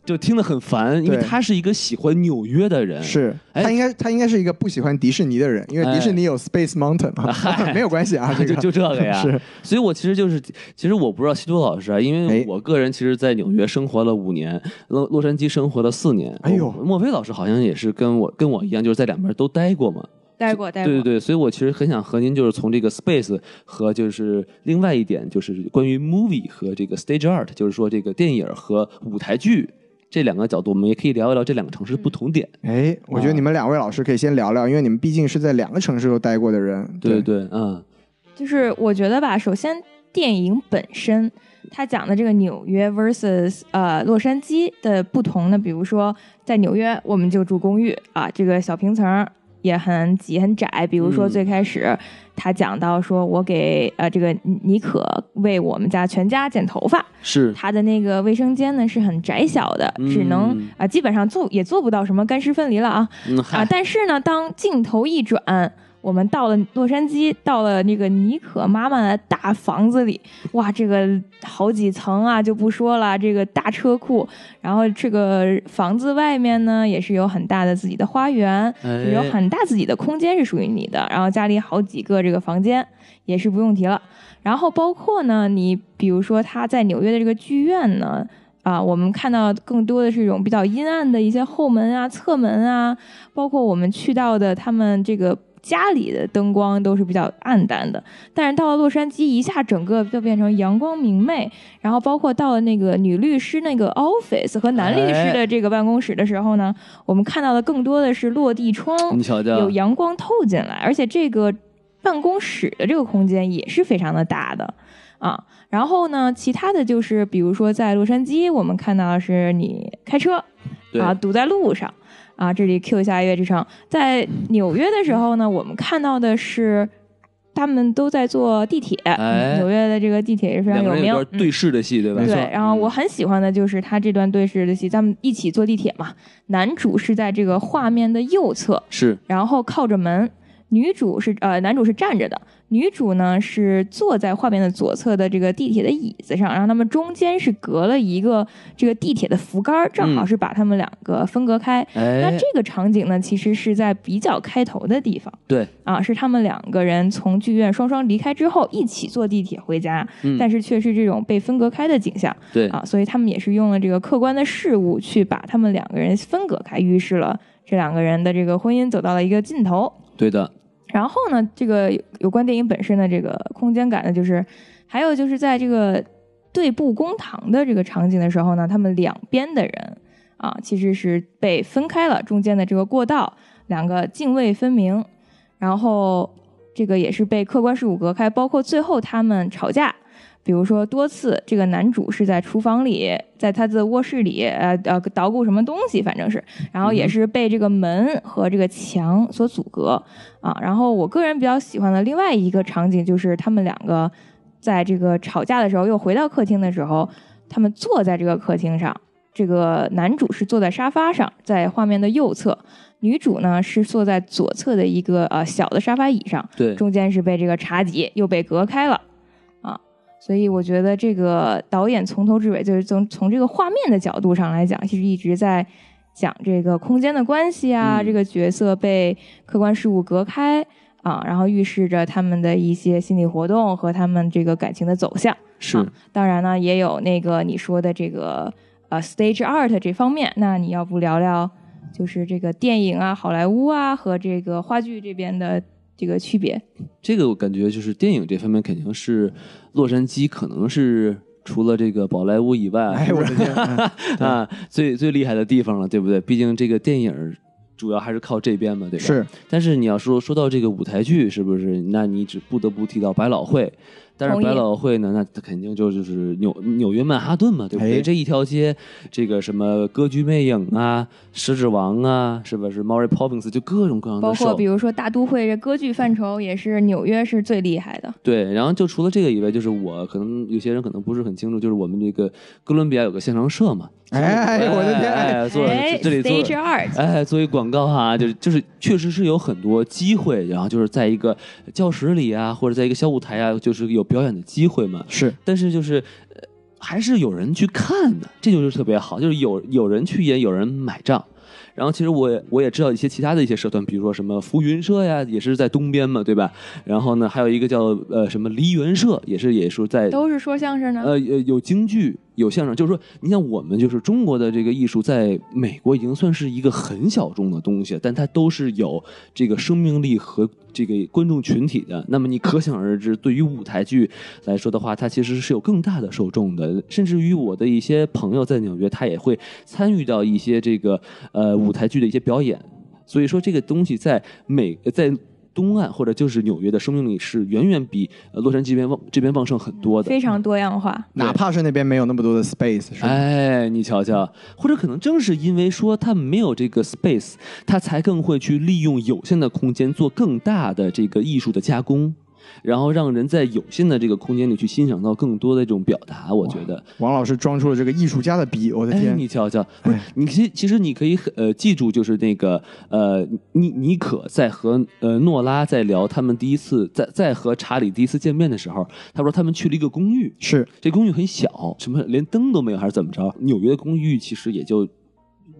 B: 就听得很烦，因为
A: 对
B: 他是一个喜欢纽约的人，
A: 是
B: 哎
A: 他应该他应该是一个不喜欢迪士尼的人，因为迪士尼有 Space Mountain，啊 没有关系啊， 这
B: 就
A: 个
B: 就这个呀。
A: 是，
B: 所以我其实就是，其实我不知道西多老师啊，因为
A: 哎
B: 我个人其实，在纽约生活了五年，洛洛杉矶生活了四年。
A: 哎呦
B: 我莫非老师好像也是跟我跟我一样，就是在两边都待过嘛。
C: 待过待过，
B: 对对对，所以我其实很想和您就是从这个 space 和就是另外一点就是关于 movie 和这个 stage art，就是说这个电影和舞台剧这两个角度，我们也可以聊一聊这两个城市的
C: 嗯
B: 不同点。
A: 哎，我
B: 啊
A: 觉得你们两位老师可以先聊聊，因为你们毕竟是在两个城市都待过的人。
B: 对对，嗯，
C: 就是我觉得吧，首先电影本身，它讲的这个纽约 versus 呃洛杉矶的不同呢，比如说在纽约，我们就住公寓啊，这个小平层儿也很挤很窄。比如说
B: 嗯
C: 最开始他讲到说，我给呃这个妮妮可为我们家全家剪头发，
B: 是
C: 他的那个卫生间呢是很窄小的，只能
B: 嗯
C: 啊、基本上做也做不到什么干湿分离了啊。
B: 嗯
C: 啊，
B: 嗨，
C: 但是呢，当镜头一转，我们到了洛杉矶，到了那个妮可妈妈的大房子里，哇，这个好几层啊，就不说了，这个大车库，然后这个房子外面呢，也是有很大的自己的花园，
B: 哎
C: 有很大自己的空间是属于你的，然后家里好几个这个房间也是不用提了。然后包括呢，你比如说他在纽约的这个剧院呢，啊，我们看到更多的是一种比较阴暗的一些后门啊、侧门啊，包括我们去到的他们这个家里的灯光都是比较暗淡的。但是到了洛杉矶，一下整个就变成阳光明媚。然后包括到了那个女律师那个 office 和男律师的这个办公室的时候呢，我们看到的更多的是落地窗，
B: 你瞧瞧，
C: 有阳光透进来，而且这个办公室的这个空间也是非常的大的啊。然后呢，其他的就是比如说在洛杉矶，我们看到的是你开车
B: 对
C: 啊堵在路上啊，这里 Q 一下乐之声。在纽约的时候呢，我们看到的是。他们都在坐地铁，嗯
B: 哎
C: 纽约的这个地铁也是非常
B: 两个
C: 有
B: 人
C: 名。
B: 有段
C: 嗯
B: 对视的戏，对吧？
A: 没
B: 嗯
A: 错
C: 对，然后我很喜欢的就是他这段对视的戏，他们一起坐地铁嘛，男主是在这个画面的右侧，
B: 是
C: 然后靠着门，女主是呃男主是站着的，女主呢是坐在画面的左侧的这个地铁的椅子上，然后他们中间是隔了一个这个地铁的扶杆儿，正好是把他们两个分隔开。那
B: 哎
C: 这，个场景呢，其实是在比较开头的地方
B: 对，
C: 啊，是他们两个人从剧院双双离开之后，一起坐地铁回家，
B: 嗯
C: 但是却是这种被分隔开的景象。
B: 对
C: 啊，所以他们也是用了这个客观的事物去把他们两个人分隔开，预示了这两个人的这个婚姻走到了一个尽头。
B: 对的，
C: 然后呢，这个有有关电影本身的这个空间感呢，就是还有就是在这个对簿公堂的这个场景的时候呢，他们两边的人啊，其实是被分开了，中间的这个过道两个泾渭分明，然后这个也是被客观事物隔开，包括最后他们吵架。比如说，多次这个男主是在厨房里，在他的卧室里，呃呃，捣鼓什么东西，反正是，然后也是被这个门和这个墙所阻隔。啊。然后我个人比较喜欢的另外一个场景就是他们两个在这个吵架的时候，又回到客厅的时候，他们坐在这个客厅上，这个男主是坐在沙发上，在画面的右侧，女主呢是坐在左侧的一个呃小的沙发椅上，
B: 对，
C: 中间是被这个茶几又被隔开了啊。所以我觉得这个导演从头至尾就是从从这个画面的角度上来讲，其实一直在讲这个空间的关系啊，
B: 嗯
C: 这个角色被客观事物隔开啊，然后预示着他们的一些心理活动和他们这个感情的走向。
B: 是
C: 啊当然呢，也有那个你说的这个呃 stage art 这方面，那你要不聊聊就是这个电影啊、好莱坞啊和这个话剧这边的这个区别？
B: 这个我感觉就是电影这方面肯定是洛杉矶，可能是除了这个宝莱坞以外，
A: 哎，我的天，嗯
B: 啊，最最厉害的地方了，对不对？毕竟这个电影儿主要还是靠这边嘛，对 吧？。
A: 是
B: 但是你要说说到这个舞台剧，是不是？那你只不得不提到百老汇。但是
C: 同意
B: 百老汇呢，那它肯定就就是纽纽约曼哈顿嘛，对不对？
A: 哎
B: 这一条街，这个什么《歌剧魅影》啊，《狮子王》啊，是不是 Mary Poppins 就各种各样的
C: 包括
B: show
C: 比如说大都会这歌剧范畴也是纽约是最厉害的，
B: 对，然后就除了这个以外，就是我可能有些人可能不是很清楚，就是我们这个哥伦比亚有个现场社嘛，
A: 哎，我的天，哎
B: 哎，做
C: 哎
B: 这里做。
C: Stage Art，
B: 哎，作为广告哈、就是就是确实是有很多机会，然后就是在一个教室里啊，或者在一个小舞台啊，就是有表演的机会嘛。
A: 是
B: 但是就是、呃、还是有人去看的，这就是特别好，就是有有人去演，有人买账。然后其实我也我也知道一些其他的一些社团，比如说什么浮云社呀，也是在东边嘛，对吧？然后呢，还有一个叫呃什么梨园社，也是也是在
C: 都是说相声
B: 呃
C: 呢。
B: 呃有京剧有相声，就是说，你像我们就是中国的这个艺术，在美国已经算是一个很小众的东西，但它都是有这个生命力和这个观众群体的。那么你可想而知，对于舞台剧来说的话，它其实是有更大的受众的。甚至于我的一些朋友在纽约，他也会参与到一些这个呃舞台剧的一些表演。所以说，这个东西在美呃在。东岸或者就是纽约的生命力是远远比呃洛杉矶这边旺这边旺盛很多的，
C: 非常多样化，
A: 哪怕是那边没有那么多的 space，是吧？
B: 哎，你瞧瞧，或者可能正是因为说他没有这个 space，他才更会去利用有限的空间做更大的这个艺术的加工，然后让人在有限的这个空间里去欣赏到更多的这种表达。我觉得，
A: 王老师装出了这个艺术家的逼，我的
B: 哎，
A: 天！
B: 你瞧瞧，不是
A: 哎
B: 你其其实你可以很呃记住，就是那个呃妮妮可在和呃诺拉在聊他们第一次在在和查理第一次见面的时候，他说他们去了一个公寓，
A: 是
B: 这公寓很小，什么连灯都没有，还是怎么着？纽约的公寓其实也就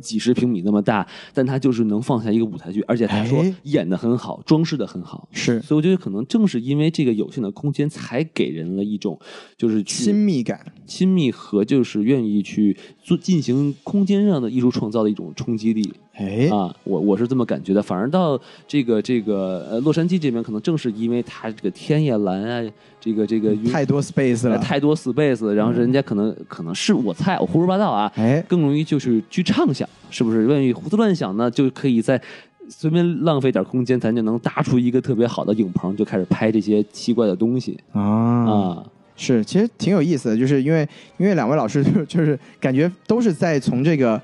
B: 几十平米那么大，但它就是能放下一个舞台剧，而且他说
A: 哎
B: 演的很好，装饰的很好。
A: 是
B: 所以我觉得可能正是因为这个有限的空间，才给人了一种就是去
A: 亲密感，
B: 亲密和就是愿意去做进行空间上的艺术创造的一种冲击力。
A: 哎，
B: 啊，我我是这么感觉的。反而到这个这个呃洛杉矶这边，可能正是因为它这个天也蓝啊，这个这个云
A: 太多 space
B: 呃
A: 了，
B: 太多 space，然后
A: 嗯
B: 人家可能、可能是我猜我胡说八道啊，
A: 哎，
B: 更容易就是去畅想，是不是？愿意胡思乱想呢，就可以在随便浪费点空间，咱就能搭出一个特别好的影棚，就开始拍这些奇怪的东西
A: 啊
B: 啊。
A: 是，其实挺有意思的，就是因为因为两位老师就就是感觉都是在从这个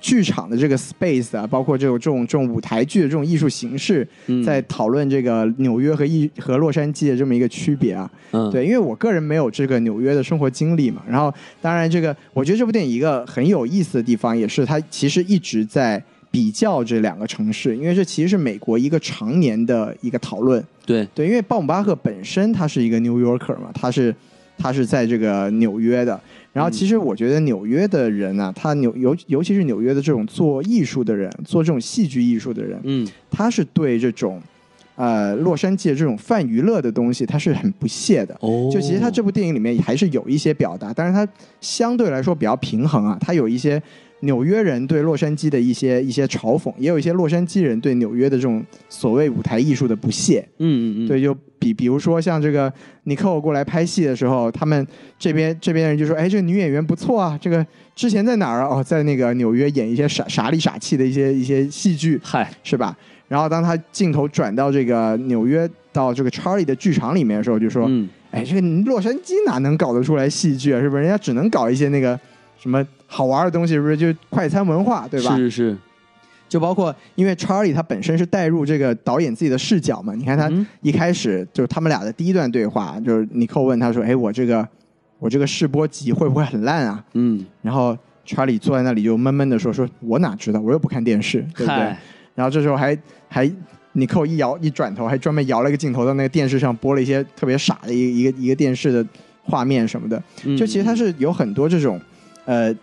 A: 剧场的这个 space 啊，包括这种这种这种舞台剧的这种艺术形式，
B: 嗯
A: 在讨论这个纽约和艺和洛杉矶的这么一个区别啊。
B: 嗯，
A: 对，因为我个人没有这个纽约的生活经历嘛，然后当然这个我觉得这部电影一个很有意思的地方，也是它其实一直在比较这两个城市，因为这其实是美国一个常年的一个讨论。
B: 对，
A: 对，因为鲍姆巴赫本身他是一个 New Yorker 嘛，他是他是在这个纽约的。然后其实我觉得纽约的人啊，他纽尤尤其是纽约的这种做艺术的人，做这种戏剧艺术的人，
B: 嗯
A: 他是对这种呃洛杉矶的这种泛娱乐的东西，他是很不屑的。
B: 哦，
A: 就其实他这部电影里面还是有一些表达，但是他相对来说比较平衡啊，他有一些。纽约人对洛杉矶的一些一些嘲讽，也有一些洛杉矶人对纽约的这种所谓舞台艺术的不屑。
B: 嗯嗯嗯，
A: 对，就比比如说像这个尼寇过来拍戏的时候，他们这边这边人就说：“哎，这个女演员不错啊，这个之前在哪儿啊？哦，在那个纽约演一些傻傻里傻气的一些一些戏剧，
B: 嗨，
A: 是吧？”然后当他镜头转到这个纽约到这个查理的剧场里面的时候，就说：“
B: 嗯
A: 哎，这个洛杉矶哪能搞得出来戏剧啊？是不是？人家只能搞一些那个什么好玩的东西，是不是？就快餐文化，对吧？”
B: 是是，
A: 就包括因为 Charlie 他本身是带入这个导演自己的视角嘛，你看他
B: 嗯
A: 一开始就是他们俩的第一段对话，就是尼寇问他说：“哎，我这个我这个试播集会不会很烂啊
B: 嗯，？”
A: 然后 Charlie 坐在那里就闷闷的说：“说我哪知道，我又不看电视， 对不对
B: 嗨，？”
A: 然后这时候还还尼寇一摇一转头，还专门摇了一个镜头到那个电视上播了一些特别傻的一个一个一个电视的画面什么的，
B: 嗯
A: 就其实它是有很多这种，呃，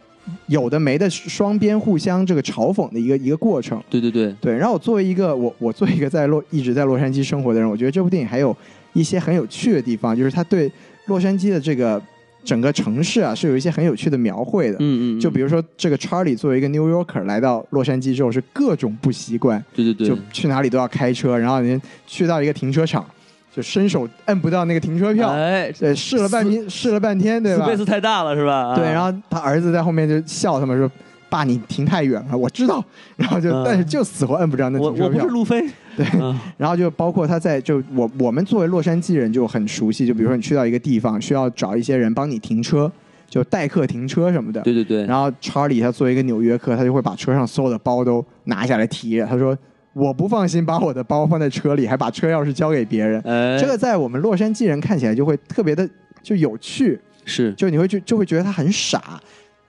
A: 有的没的双边互相这个嘲讽的一个一个过程。
B: 对对对，
A: 对，然后我作为一个我我作为一个在洛一直在洛杉矶生活的人，我觉得这部电影还有一些很有趣的地方，就是它对洛杉矶的这个整个城市啊是有一些很有趣的描绘的。
B: 嗯嗯，
A: 就比
B: 如
A: 如说，这个 Charlie 作为一个 New Yorker 来到洛杉矶之后，是各种不习惯，
B: 对对对，
A: 就去哪里都要开车，然后您去到一个停车场，就伸手摁不到那个停车票，
B: 哎，
A: 对，试了半天，试了半天，对吧？
B: ，space 太大了是吧？啊
A: 对，然
B: 后
A: 后他儿子在后面就笑他们说：“爸，你停太远了，我知道。”然后就、
B: 嗯
A: 但是就死活摁不着那
B: 我
A: 停车
B: 我不
A: 票
B: 是。路飞，
A: 对，
B: 嗯
A: 然后就包括他在就我我们作为洛杉矶人就很熟悉，就比如说你去到一个地方需要找一些人帮你停车，就代客停车什么的。
B: 对对对，
A: 然后查理他作为一个纽约客，他就会把车上所有的包都拿下来提着，他说我不放心把我的包放在车里，还把车钥匙交给别人。
B: 哎，
A: 这个在我们洛杉矶人看起来就会特别的就有趣，
B: 是
A: 就你会就就会觉得他很傻，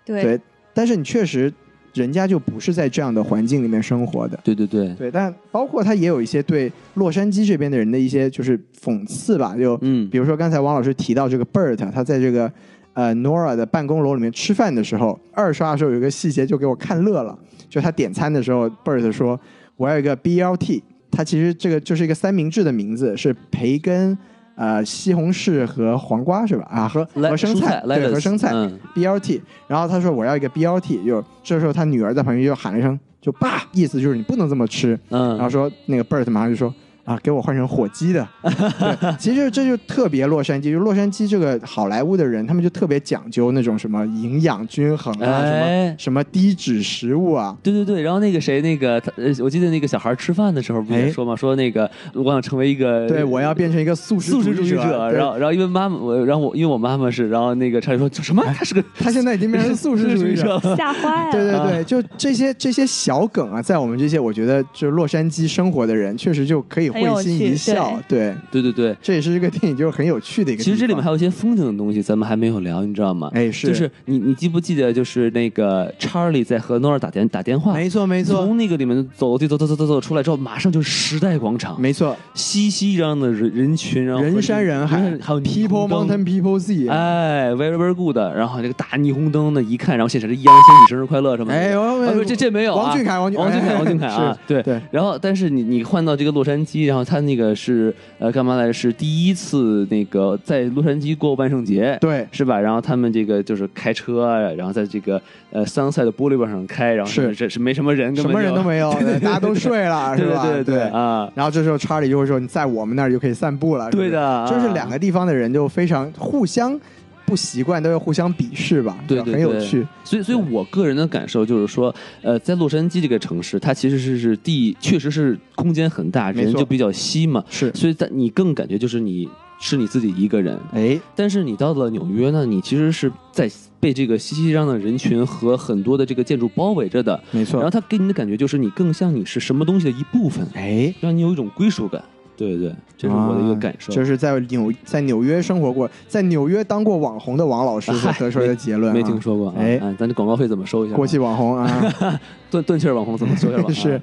C: 对
A: 对，但是你确实人家就不是在这样的环境里面生活的。
B: 对对对，
A: 对，但包括他也有一些对洛杉矶这边的人的一些就是讽刺吧，就
B: 嗯
A: 比如说刚才王老师提到这个 Bert，他在这个呃 Nora 的办公楼里面吃饭的时候，二刷的时候有一个细节就给我看乐了，就他点餐的时候，Bert 说我要一个 BLT，他其实这个就是一个三明治的名字，是培根。呃，西红柿和黄瓜是吧？啊，和
B: 来
A: 和生
B: 蔬
A: 菜，对，
B: lettuce，
A: 和生菜、
B: 嗯
A: BLT。然后他说我要一个 BLT，就这时候他女儿在旁边就喊了一声，就爸，意思就是你不能这么吃。然后
B: 嗯，
A: 说那个 Bert 马上就说啊，给我换成火鸡 的。对，其实这就特别洛杉矶，就洛杉矶这个好莱坞的人，他们就特别讲究那种什么营养均衡啊，什
B: 哎
A: 么什么低脂食物啊。
B: 对对对，然后那个谁，那个他，呃我记得那个小孩吃饭的时候不也
A: 哎
B: 说嘛，说那个我想成为一个
A: 对，我要变成一个素食
B: 素食主
A: 主
B: 义
A: 者。
B: 者，
A: 对
B: 然后然后因为妈妈，我然后我因为我妈妈是，然后那个查理说什么？他是个
A: 哎他现在已经变成素食 主义者了。
B: 了，
C: 吓坏了。
A: 对对
B: 啊
A: 对，就这些这些小梗啊，在我们这些我觉得就洛杉矶生活的人，确实就可以会
C: 很有
A: 心
C: 趣
A: 一
C: 对
A: 笑。对，
B: 对对对。
A: 这也是这个电影就是很有趣的一个地
B: 其
A: 方。
B: 实这里面还有一些风景的东西，咱们还没有聊，你知道吗？
A: 哎是
B: 就是你你记不记得，就是那个查理在和诺尔打电打电话，
A: 没错没错
B: 从那个里面走楼梯走走走走走出来之后，马上就是时代广场，
A: 没错，
B: 熙熙攘攘的人人群，然后
A: 人山人海
B: 还有霓
A: ，People
B: 虹灯
A: Mountain People Sea。
B: 哎，very very good，然后这个大霓虹灯呢，一看，然后现场是易烊千玺生日快乐什么的，
A: 哎呦
B: 啊
A: 哎呦
B: 不这这没有啊，
A: 王俊凯王俊
B: 王俊凯，
A: 哎
B: 王俊凯啊，
A: 是
B: 对
A: 对
B: 然后，但是你你换到这个洛杉矶，然后他那个是呃干嘛来着？是第一次那个在洛杉矶过万圣节，
A: 对
B: 是吧？然后他们这个就是开车啊，然后在这个呃 sunset 的玻璃板上开，然后
A: 是
B: 这是没什么人，
A: 什
B: 根本
A: 么人
B: 就
A: 都没有，大家都睡了，
B: 对
A: 是
B: 对
A: 吧？
B: 对啊，
A: 然后这时候查理就会说：“你在我们那儿就可以散步了。”是不是
B: 对的啊
A: 就是两个地方的人就非常互相不习惯，都要互相鄙视吧，
B: 对对
A: 很有
B: 对
A: 趣。
B: 所以，所以我个人的感受就是说，呃，在洛杉矶这个城市，它其实是是地，确实是空间很大，
A: 没
B: 人
A: 错
B: 就比较稀嘛，
A: 是，
B: 所以在你更感觉就是你是你自己一个人。
A: 哎，
B: 但是你到了纽约呢，你其实是在被这个熙熙攘攘的人群和很多的这个建筑包围着的，
A: 没
B: 然
A: 错。
B: 后它给你的感觉就是你更像你是什么东西的一部分，
A: 哎，
B: 让你有一种归属感。对对，这是我的一个感受。
A: 啊就是在纽在纽约生活过，在纽约当过网红的王老师所
B: 嗨
A: 得出来的结论、啊
B: 哎没听说过啊，
A: 哎
B: 啊咱这广告费怎么收一下啊？
A: 国际网红 啊，
B: 断断气儿网红怎么说 一下吧？啊
A: 是。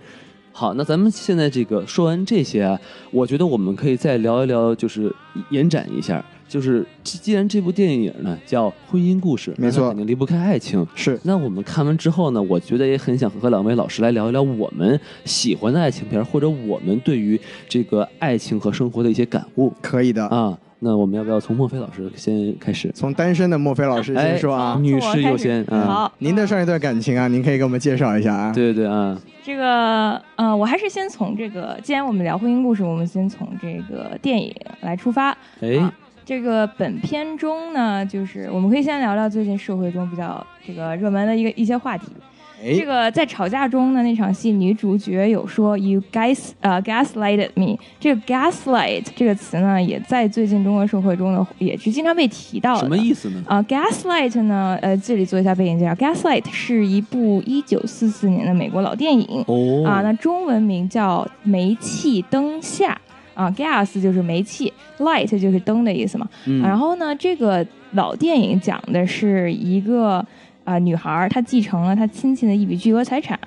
B: 好，那咱们现在这个说完这些啊，我觉得我们可以再聊一聊，就是延展一下，就是既既然这部电影呢叫《婚姻故事》，
A: 没错
B: 那它肯定离不开爱情。
A: 是
B: 那我们看完之后呢，我觉得也很想和两位老师来聊一聊我们喜欢的爱情片儿，或者我们对于这个爱情和生活的一些感悟
A: 哦可以的。
B: 啊。那我们要不要从孟非老师先开始？
A: 从单身的莫非老师
B: 哎
A: 先说啊，
C: 好
B: 女士优先
C: 从我开始
B: 啊，
C: 好，
A: 嗯您的上一段感情啊，您可以给我们介绍一下啊。
B: 对对啊，
C: 这个呃，我还是先从这个，既然我们聊婚姻故事，我们先从这个电影来出发。
B: 哎
C: 啊，这个本片中呢，就是我们可以先聊聊最近社会中比较这个热门的一个一些话题。这
A: 哎，
C: 个在吵架中的那场戏，女主角有说 “you guys 呃、gaslighted me”。这个 “gaslight” 这个词呢，也在最近中国社会中呢，也是经常被提到的。
B: 什么意思呢？
C: 啊、g a s l i g h t 呢？呃，这里做一下背景介绍，《Gaslight》是一部1944年的美国老电影
B: 哦
C: 啊、那中文名叫《煤气灯下》啊、g a s 就是煤气，light 就是灯的意思嘛。
B: 嗯
C: 然后呢，这个老电影讲的是一个啊、女孩儿，她继承了她亲戚的一笔巨额财产。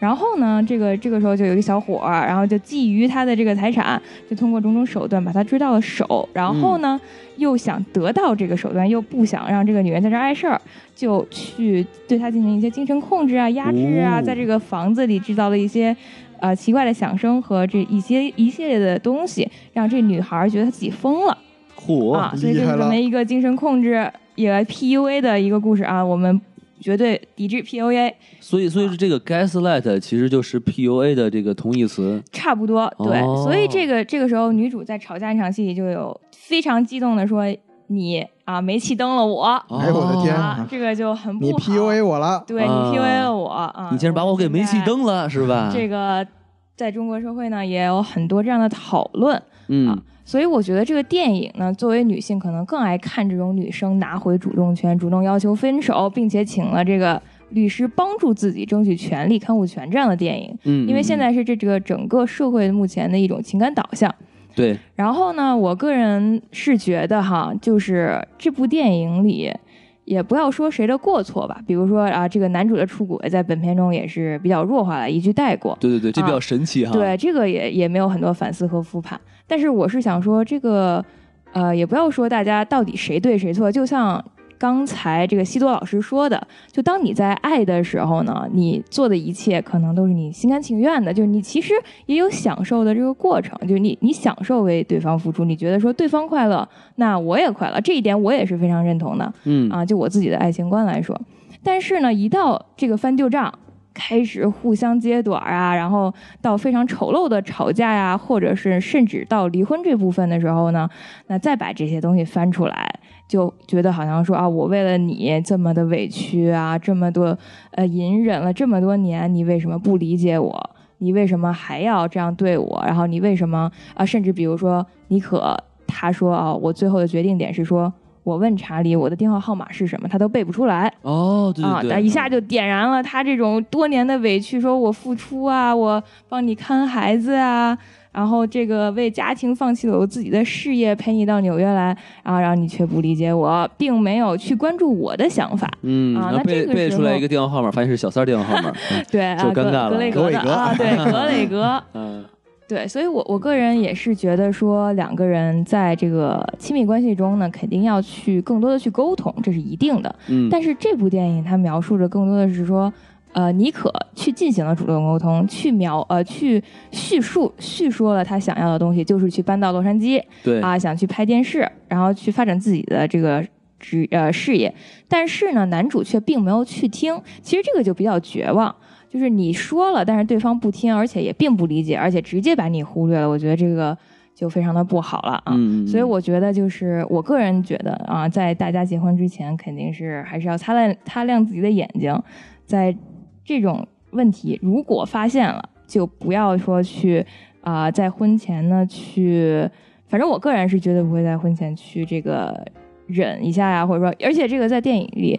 C: 然后呢，这个这个时候就有一个小伙儿，然后就觊觎她的这个财产，就通过种种手段把她追到了手。然后呢，又想得到这个手段，又不想让这个女人在这儿碍事儿，就去对她进行一些精神控制啊、压制啊，
B: 哦
C: 在这个房子里制造了一些呃奇怪的响声和这一些一系列的东西，让这女孩儿觉得她自己疯了。
B: 嚯、
C: 啊，所以
A: 厉
C: 这
A: 害
C: 是
A: 了
C: 咱们一个精神控制也 PUA 的一个故事啊，我们绝对抵制 PUA，
B: 所以，所以是这个 gaslight 其实就是 PUA 的这个同义词。
C: 差不多对。
B: 哦
C: 所以这个这个时候，女主在吵架那场戏里就有非常激动的说：“你啊，煤气灯了我
A: 哎我的天
B: 哦
C: 啊！”这个就很不
A: 你
C: 好
A: PUA 我了，
C: 对你
B: 啊
C: PUA 了我啊，
B: 你竟然把我给煤气
C: 了，
B: 灯了，是吧？
C: 这个在中国社会呢，也有很多这样的讨论。
B: 嗯
C: 啊，所以我觉得这个电影呢，作为女性可能更爱看这种女生拿回主动权，主动要求分手，并且请了这个律师帮助自己争取权利、看护权这样的电影。
B: 嗯，
C: 因为
B: 嗯
C: 现在是这这个整个社会目前的一种情感导向。
B: 对，
C: 然后呢，我个人是觉得哈，就是这部电影里，也不要说谁的过错吧，比如说啊，这个男主的出轨在本片中也是比较弱化了，一句带过。
B: 对对对，这比较
C: 啊
B: 神奇哈。
C: 对，这个也也没有很多反思和复盘。但是我是想说，这个呃，也不要说大家到底谁对谁错，就像。刚才这个西多老师说的，就当你在爱的时候呢，你做的一切可能都是你心甘情愿的，就是你其实也有享受的这个过程，就是你你享受为对方付出，你觉得说对方快乐，那我也快乐，这一点我也是非常认同的。
B: 嗯，
C: 啊，就我自己的爱情观来说。但是呢，一到这个翻旧账，开始互相揭短儿啊，然后到非常丑陋的吵架呀、或者是甚至到离婚这部分的时候呢，那再把这些东西翻出来，就觉得好像说啊，我为了你这么的委屈啊，这么多呃隐忍了这么多年，你为什么不理解我？你为什么还要这样对我？然后你为什么啊？甚至比如说，妮可她说啊，我最后的决定点是说，我问查理我的电话号码是什么，他都背不出来。
B: 哦，对对
C: 啊，
B: 对，
C: 他一下
B: 嗯
C: 就点燃了他这种多年的委屈，说我付出啊，我帮你看孩子啊，然后这个为家庭放弃了我自己的事业，陪你到纽约来，然后然后你却不理解我，并没有去关注我的想法，
B: 嗯，
C: 啊
B: 然后
C: 那
B: 背
C: 这个
B: 背
C: 时
B: 出来
C: 候
B: 一个电话号码，发现是小三儿电话 号码。
C: 对啊，
B: 就尴尬了
C: 格格雷格的
A: 格雷格
C: 啊，对， 格雷格，
B: 嗯，
C: 对，所以我我个人也是觉得说，两个人在这个亲密关系中呢，肯定要去更多的去沟通，这是一定的。
B: 嗯，
C: 但是这部电影它描述着更多的是说，呃，妮可去进行了主动沟通，去描呃去叙述叙说了她想要的东西，就是去搬到洛杉矶
B: 对
C: 啊、想去拍电视，然后去发展自己的这个。职呃事业，但是呢，男主却并没有去听，其实这个就比较绝望，就是你说了，但是对方不听，而且也并不理解，而且直接把你忽略了，我觉得这个就非常的不好了啊。
B: 嗯，嗯
C: 所以
B: 嗯
C: 我觉得，就是我个人觉得啊，在大家结婚之前，肯定是还是要擦亮擦亮自己的眼睛，在这种问题如果发现了，就不要说去啊、在婚前呢去，反正我个人是绝对不会在婚前去这个忍一下呀，或者说，而且这个在电影里。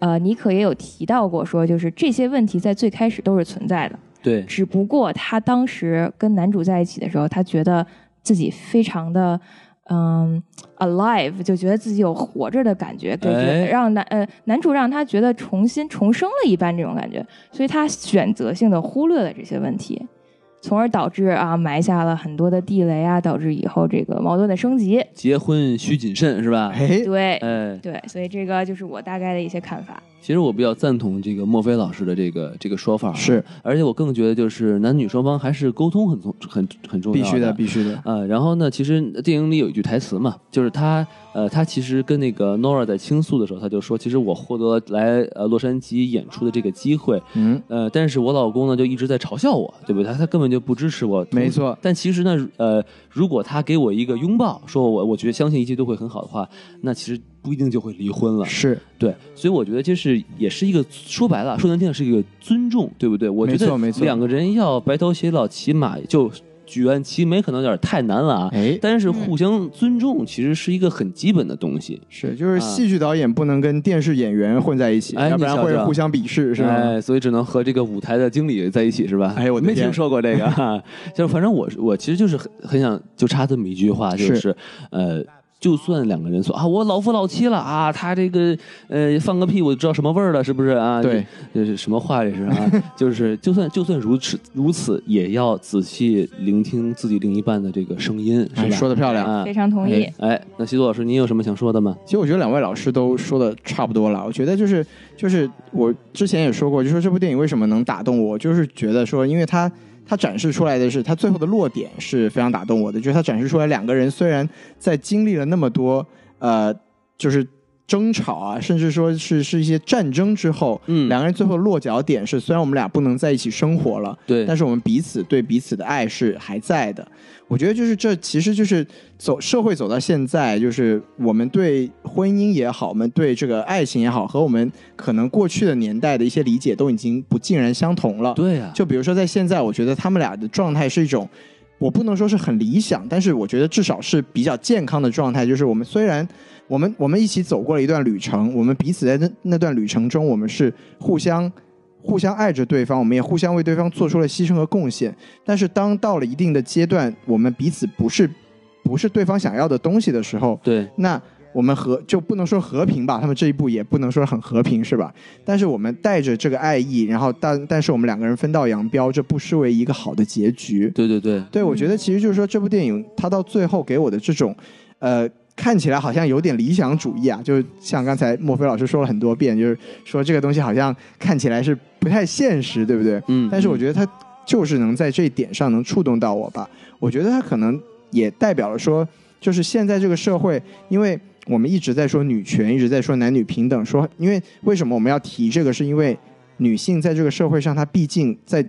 C: 呃，妮可也有提到过，说就是这些问题在最开始都是存在的，
B: 对
C: 只不过她当时跟男主在一起的时候，她觉得自己非常的。嗯，alive 就觉得自己有活着的感觉，给
B: 哎
C: 让男呃男主让她觉得重新重生了一般这种感觉，所以她选择性的忽略了这些问题，从而导致啊埋下了很多的地雷啊，导致以后这个矛盾的升级。
B: 结婚需谨慎是吧？
A: 哎，
C: 对
B: 哎，
C: 对，所以这个就是我大概的一些看法。
B: 其实我比较赞同这个莫非老师的这个这个说法，啊
A: 是，
B: 而且我更觉得就是男女双方还是沟通很重很很重要
A: 必须
B: 的
A: 的，，必须的。
B: 呃，然后呢，其实电影里有一句台词嘛，就是他呃，他其实跟那个 Nora 在倾诉的时候，他就说，其实我获得了来呃洛杉矶演出的这个机会，
A: 嗯，
B: 呃，但是我老公呢就一直在嘲笑我，对不对？他他根本就不支持我，
A: 没错
B: 但其实呢，呃，如果他给我一个拥抱，说我我觉得相信一切都会很好的话，那其实不一定就会离婚了。
A: 是，
B: 对，所以我觉得这是也是一个说白了，说难听点是一个尊重，对不对？我觉
A: 没
B: 得
A: 错没错
B: 两个人要白头偕老，起码就举案齐眉可能有点太难了啊。
A: 哎，
B: 但是互相尊重其实是一个很基本的东西，
A: 是，就是戏剧导演不能跟电视演员混在一起，
B: 哎
A: 要不然
B: 你瞧瞧
A: 会互相鄙视，是吧？
B: 哎，所以只能和这个舞台的经理在一起，是吧？
A: 哎我的
B: 没
A: 天
B: 听说过这个，哈 就是反正我是我其实就是很很想就插这么一句话，就是
A: 是
B: 呃。就算两个人说啊，我老夫老妻了啊，他这个呃放个屁我就知道什么味儿了，是不是啊？
A: 对
B: 这，这是什么话这是啊？ 就是就算就算如此如此，也要仔细聆听自己另一半的这个声音，是
A: 哎
B: 吧？
A: 说的漂亮。
B: 啊
C: 非，常同意。
B: 哎，那西多老师，您有什么想说的吗？
A: 其实我觉得两位老师都说的差不多了。我觉得就是就是我之前也说过，就说这部电影为什么能打动我，就是觉得说，因为它它展示出来的是它最后的落点是非常打动我的，就是它展示出来两个人虽然在经历了那么多呃，就是争吵啊，甚至说是是一些战争之后，
B: 嗯
A: 两个人最后落脚点是，虽然我们俩不能在一起生活了，
B: 对，
A: 但是我们彼此对彼此的爱是还在的。我觉得就是这，其实就是走社会走到现在，就是我们对婚姻也好，我们对这个爱情也好，和我们可能过去的年代的一些理解都已经不尽然相同了。
B: 对啊，
A: 就比如说在现在，我觉得他们俩的状态是一种，我不能说是很理想，但是我觉得至少是比较健康的状态。就是我们虽然我们我们一起走过了一段旅程，我们彼此在那那段旅程中，我们是互相。互相爱着对方，我们也互相为对方做出了牺牲和贡献。但是，当到了一定的阶段，我们彼此不是不是对方想要的东西的时候，
B: 对，
A: 那我们和就不能说和平吧，他们这一步也不能说很和平，是吧？但是我们带着这个爱意，然后但但是我们两个人分道扬镳，这不失为一个好的结局。
B: 对对对，
A: 对，我觉得其实就是说这部电影它到最后给我的这种，呃。看起来好像有点理想主义啊，就是像刚才莫非老师说了很多遍，就是说这个东西好像看起来是不太现实，对不对？
B: 嗯，
A: 但是我觉得他就是能在这一点上能触动到我吧。我觉得他可能也代表了说，就是现在这个社会，因为我们一直在说女权，一直在说男女平等，说因为为什么我们要提这个，是因为女性在这个社会上，她毕竟在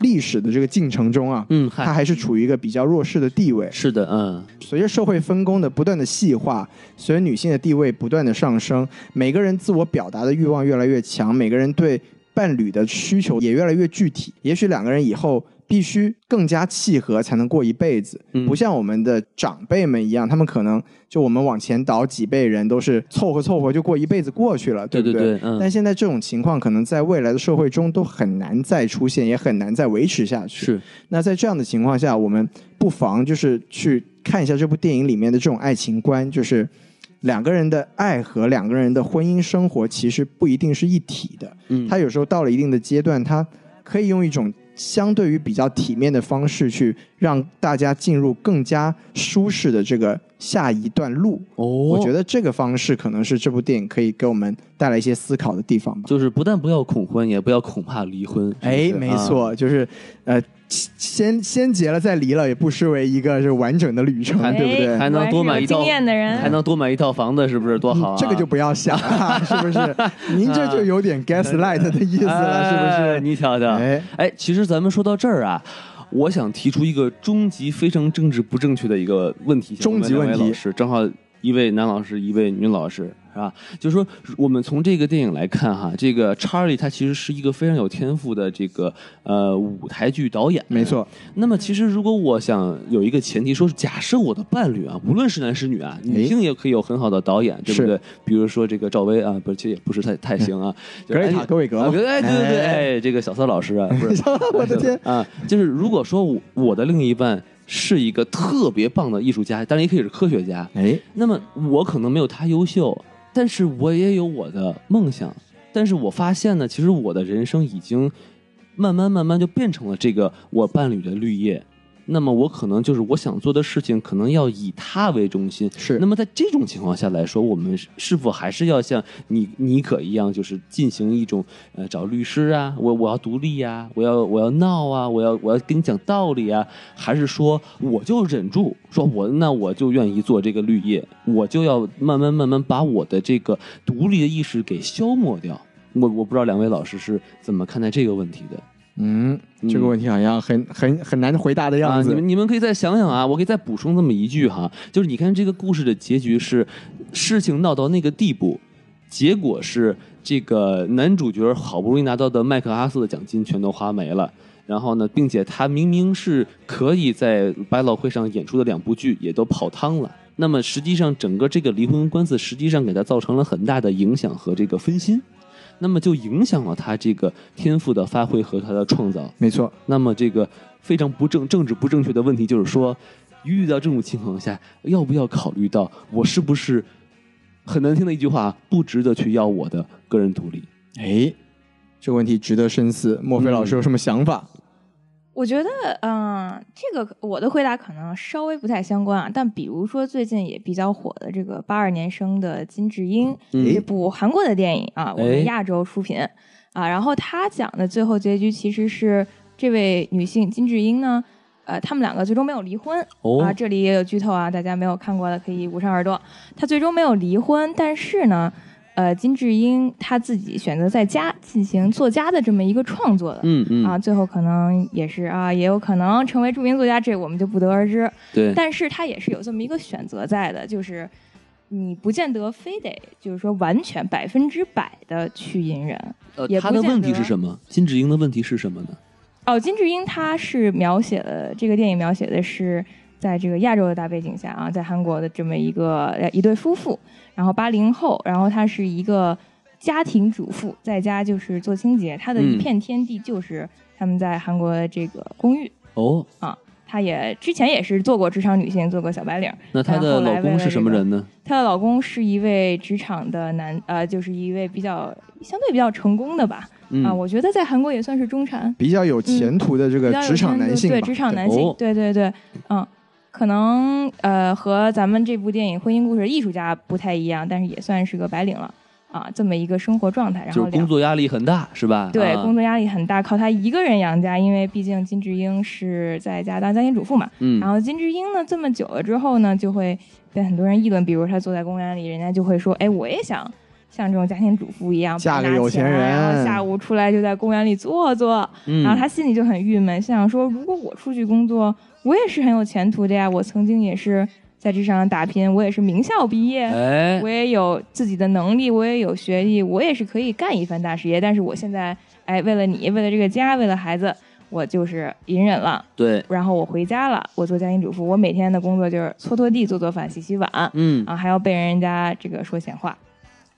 A: 历史的这个进程中啊，
B: 嗯，
A: 她
B: 嗨，
A: 还是处于一个比较弱势的地位。
B: 是的，嗯，
A: 随着社会分工的不断的细化，随着女性的地位不断的上升，每个人自我表达的欲望越来越强，每个人对伴侣的需求也越来越具体。也许两个人以后必须更加契合才能过一辈子，
B: 嗯
A: 不像我们的长辈们一样，他们可能就我们往前倒几辈人都是凑合凑合就过一辈子过去了，
B: 对
A: 不
B: 对，
A: 但
B: 嗯，
A: 现在这种情况可能在未来的社会中都很难再出现，也很难再维持下去。
B: 是，
A: 那在这样的情况下，我们不妨就是去看一下这部电影里面的这种爱情观，就是两个人的爱和两个人的婚姻生活其实不一定是一体的。
B: 嗯，
A: 他有时候到了一定的阶段，他可以用一种相对于比较体面的方式去让大家进入更加舒适的这个下一段路。
B: 哦，
A: 我觉
B: 得
A: 得这个方式可能是这部电影可以给我们带来一些思考的地方吧。
B: 就是不但不要恐婚，也不要恐怕离婚，
A: 哎，
B: 是不是
A: 没
B: 啊
A: 错，就是呃，先先结了再离了，也不失为一个是完整的旅程，
B: 还
A: 对不对？嗯
B: 还能多买一
C: 哎我还是有
B: 套
C: 经验 的人，
B: 还能多买一套房子，是不是多好啊？
A: 嗯这个就不要想了，是不是？您这就有点 gaslight 的意思了，
B: 哎
A: 是不是？
B: 你瞧瞧，
A: 哎
B: 哎，其实咱们说到这儿啊，我想提出一个终极非常政治不正确的一个问题，
A: 终极问题
B: 想问两位老师正好一位男老师，一位女老师，是吧？就是说，我们从这个电影来看哈，这个查理他其实是一个非常有天赋的这个呃舞台剧导演，
A: 没。错，
B: 那么其实如果我想有一个前提，说是假设我的伴侣啊，无论是男是女啊，女性也可以有很好的导演，对不
A: 哎是
B: 对？比如说这个赵薇啊，不是，其实也不是太太行啊，就
A: 格
B: 是
A: 瑞
B: 哎
A: 塔·格韦格
B: 啊
A: 嘛，
B: 对对对对，
A: 哎，
B: 哎，这个小骚老师啊，不 是
A: 我的天，
B: 啊，就是如果说我我的另一半是一个特别棒的艺术家，当然也可以是科学家，
A: 哎，
B: 那么我可能没有他优秀，但是我也有我的梦想。但是我发现呢，其实我的人生已经慢慢慢慢就变成了这个我伴侣的绿叶。那么我可能就是我想做的事情，可能要以他为中心。
A: 是
B: 那么在这种情况下来说，我们是是否还是要像你妮可一样，就是进行一种呃找律师啊，我我要独立啊，我要我要闹啊，我要我要跟你讲道理啊，还是说我就忍住，说我那我就愿意做这个绿叶，我就要慢慢慢慢把我的这个独立的意识给消磨掉。我我不知道两位老师是怎么看待这个问题的。
A: 嗯，这个问题好像很很很难回答的
B: 啊，
A: 样
B: 你
A: 子
B: 们。你们可以再想想啊，我可以再补充这么一句哈，就是你看这个故事的结局是，事情闹到那个地步，结果是这个男主角好不容易拿到的麦克阿瑟的奖金全都花没了。然后呢，并且他明明是可以在百老汇上演出的两部剧也都泡汤了。那么实际上，整个这个离婚官司实际上给他造成了很大的影响和这个分心，那么就影响了他这个天赋的发挥和他的创造。
A: 没错，
B: 那么这个非常不正政治不正确的问题就是说，遇到这种情况下，要不要考虑到我是不是很难听的一句话，不值得去要我的个人独立？
A: 哎，这个问题值得深思。莫非老师有什么想法？
C: 我觉得，嗯、这个我的回答可能稍微不太相关啊，但比如说最近也比较火的这个八二年生的金智英，
B: 嗯
C: 一部韩国的电影啊，我
B: 哎
C: 们亚洲出品啊，然后她讲的最后结局其实是这位女性金智英呢，呃，他们两个最终没有离婚、
B: 哦
C: 啊。这里也有剧透啊，大家没有看过的可以捂上耳朵。他最终没有离婚，但是呢，呃，金智英她自己选择在家进行作家的这么一个创作的。
B: 嗯嗯，
C: 啊，最后可能也是啊，也有可能成为著名作家，这我们就不得而知。
B: 对，
C: 但是他也是有这么一个选择在的，就是你不见得非得就是说完全百分之百的去隐忍。
B: 呃
C: 也，不
B: 他的
C: 见
B: 问题
C: 得
B: 是什么？金智英的问题是什么呢？
C: 哦，金智英她是描写的这个电影描写的是在这个亚洲的大背景下啊，在韩国的这么一个呃一对夫妇，然后八零后，然后她是一个家庭主妇，在家就是做清洁，她的一
B: 嗯
C: 片天地就是他们在韩国的这个公寓。
B: 哦，
C: 她也之前也是做过职场女性，做过小白领，
B: 那她的
C: 然后来
B: 老
C: 为
B: 公
C: 了
B: 是什么
C: 这个
B: 人呢？
C: 她的老公是一位职场的男，呃，就是一位比较相对比较成功的吧，
B: 嗯
C: 啊，我觉得在韩国也算是中产，
A: 比较有前途的这
C: 比
A: 个
C: 较有
A: 职场
C: 前途
A: 男性吧，
C: 对职场男
B: 对
C: 性
B: 哦，
C: 对对对，嗯，可能呃和咱们这部电影《婚姻故事》的艺术家不太一样，但是也算是个白领了啊，这么一个生活状态，然
B: 就
C: 后
B: 是工
C: 两。
B: 作压力很大，是吧？
C: 对，
B: 啊
C: 工作压力很大，靠她一个人养家，因为毕竟金智英是在家当家庭主妇嘛，
B: 嗯，
C: 然后金智英呢，这么久了之后呢，就会被很多人议论，比如她坐在公园里，人家就会说：“哎，我也想像这种家庭主妇一样，
A: 嫁
C: 拿
A: 个有
C: 钱啊
A: 钱
C: 然后
A: 人
C: 下午出来就在公园里坐坐。
B: 嗯
C: 然后她心里就很郁闷，心想说：“如果我出去工作，我也是很有前途的呀，我曾经也是在职场上打拼，我也是名校毕业。
B: 哎
C: 我，也有自己的能力，我也有学历，我也是可以干一番大事业。但是我现在，哎，为了你，为了这个家，为了孩子，我就是隐忍了。
B: 对，
C: 然后我回家了，我做家庭主妇，我每天的工作就是搓拖地、做做饭、洗洗碗，
B: 嗯，
C: 啊，还要被人家这个说闲话，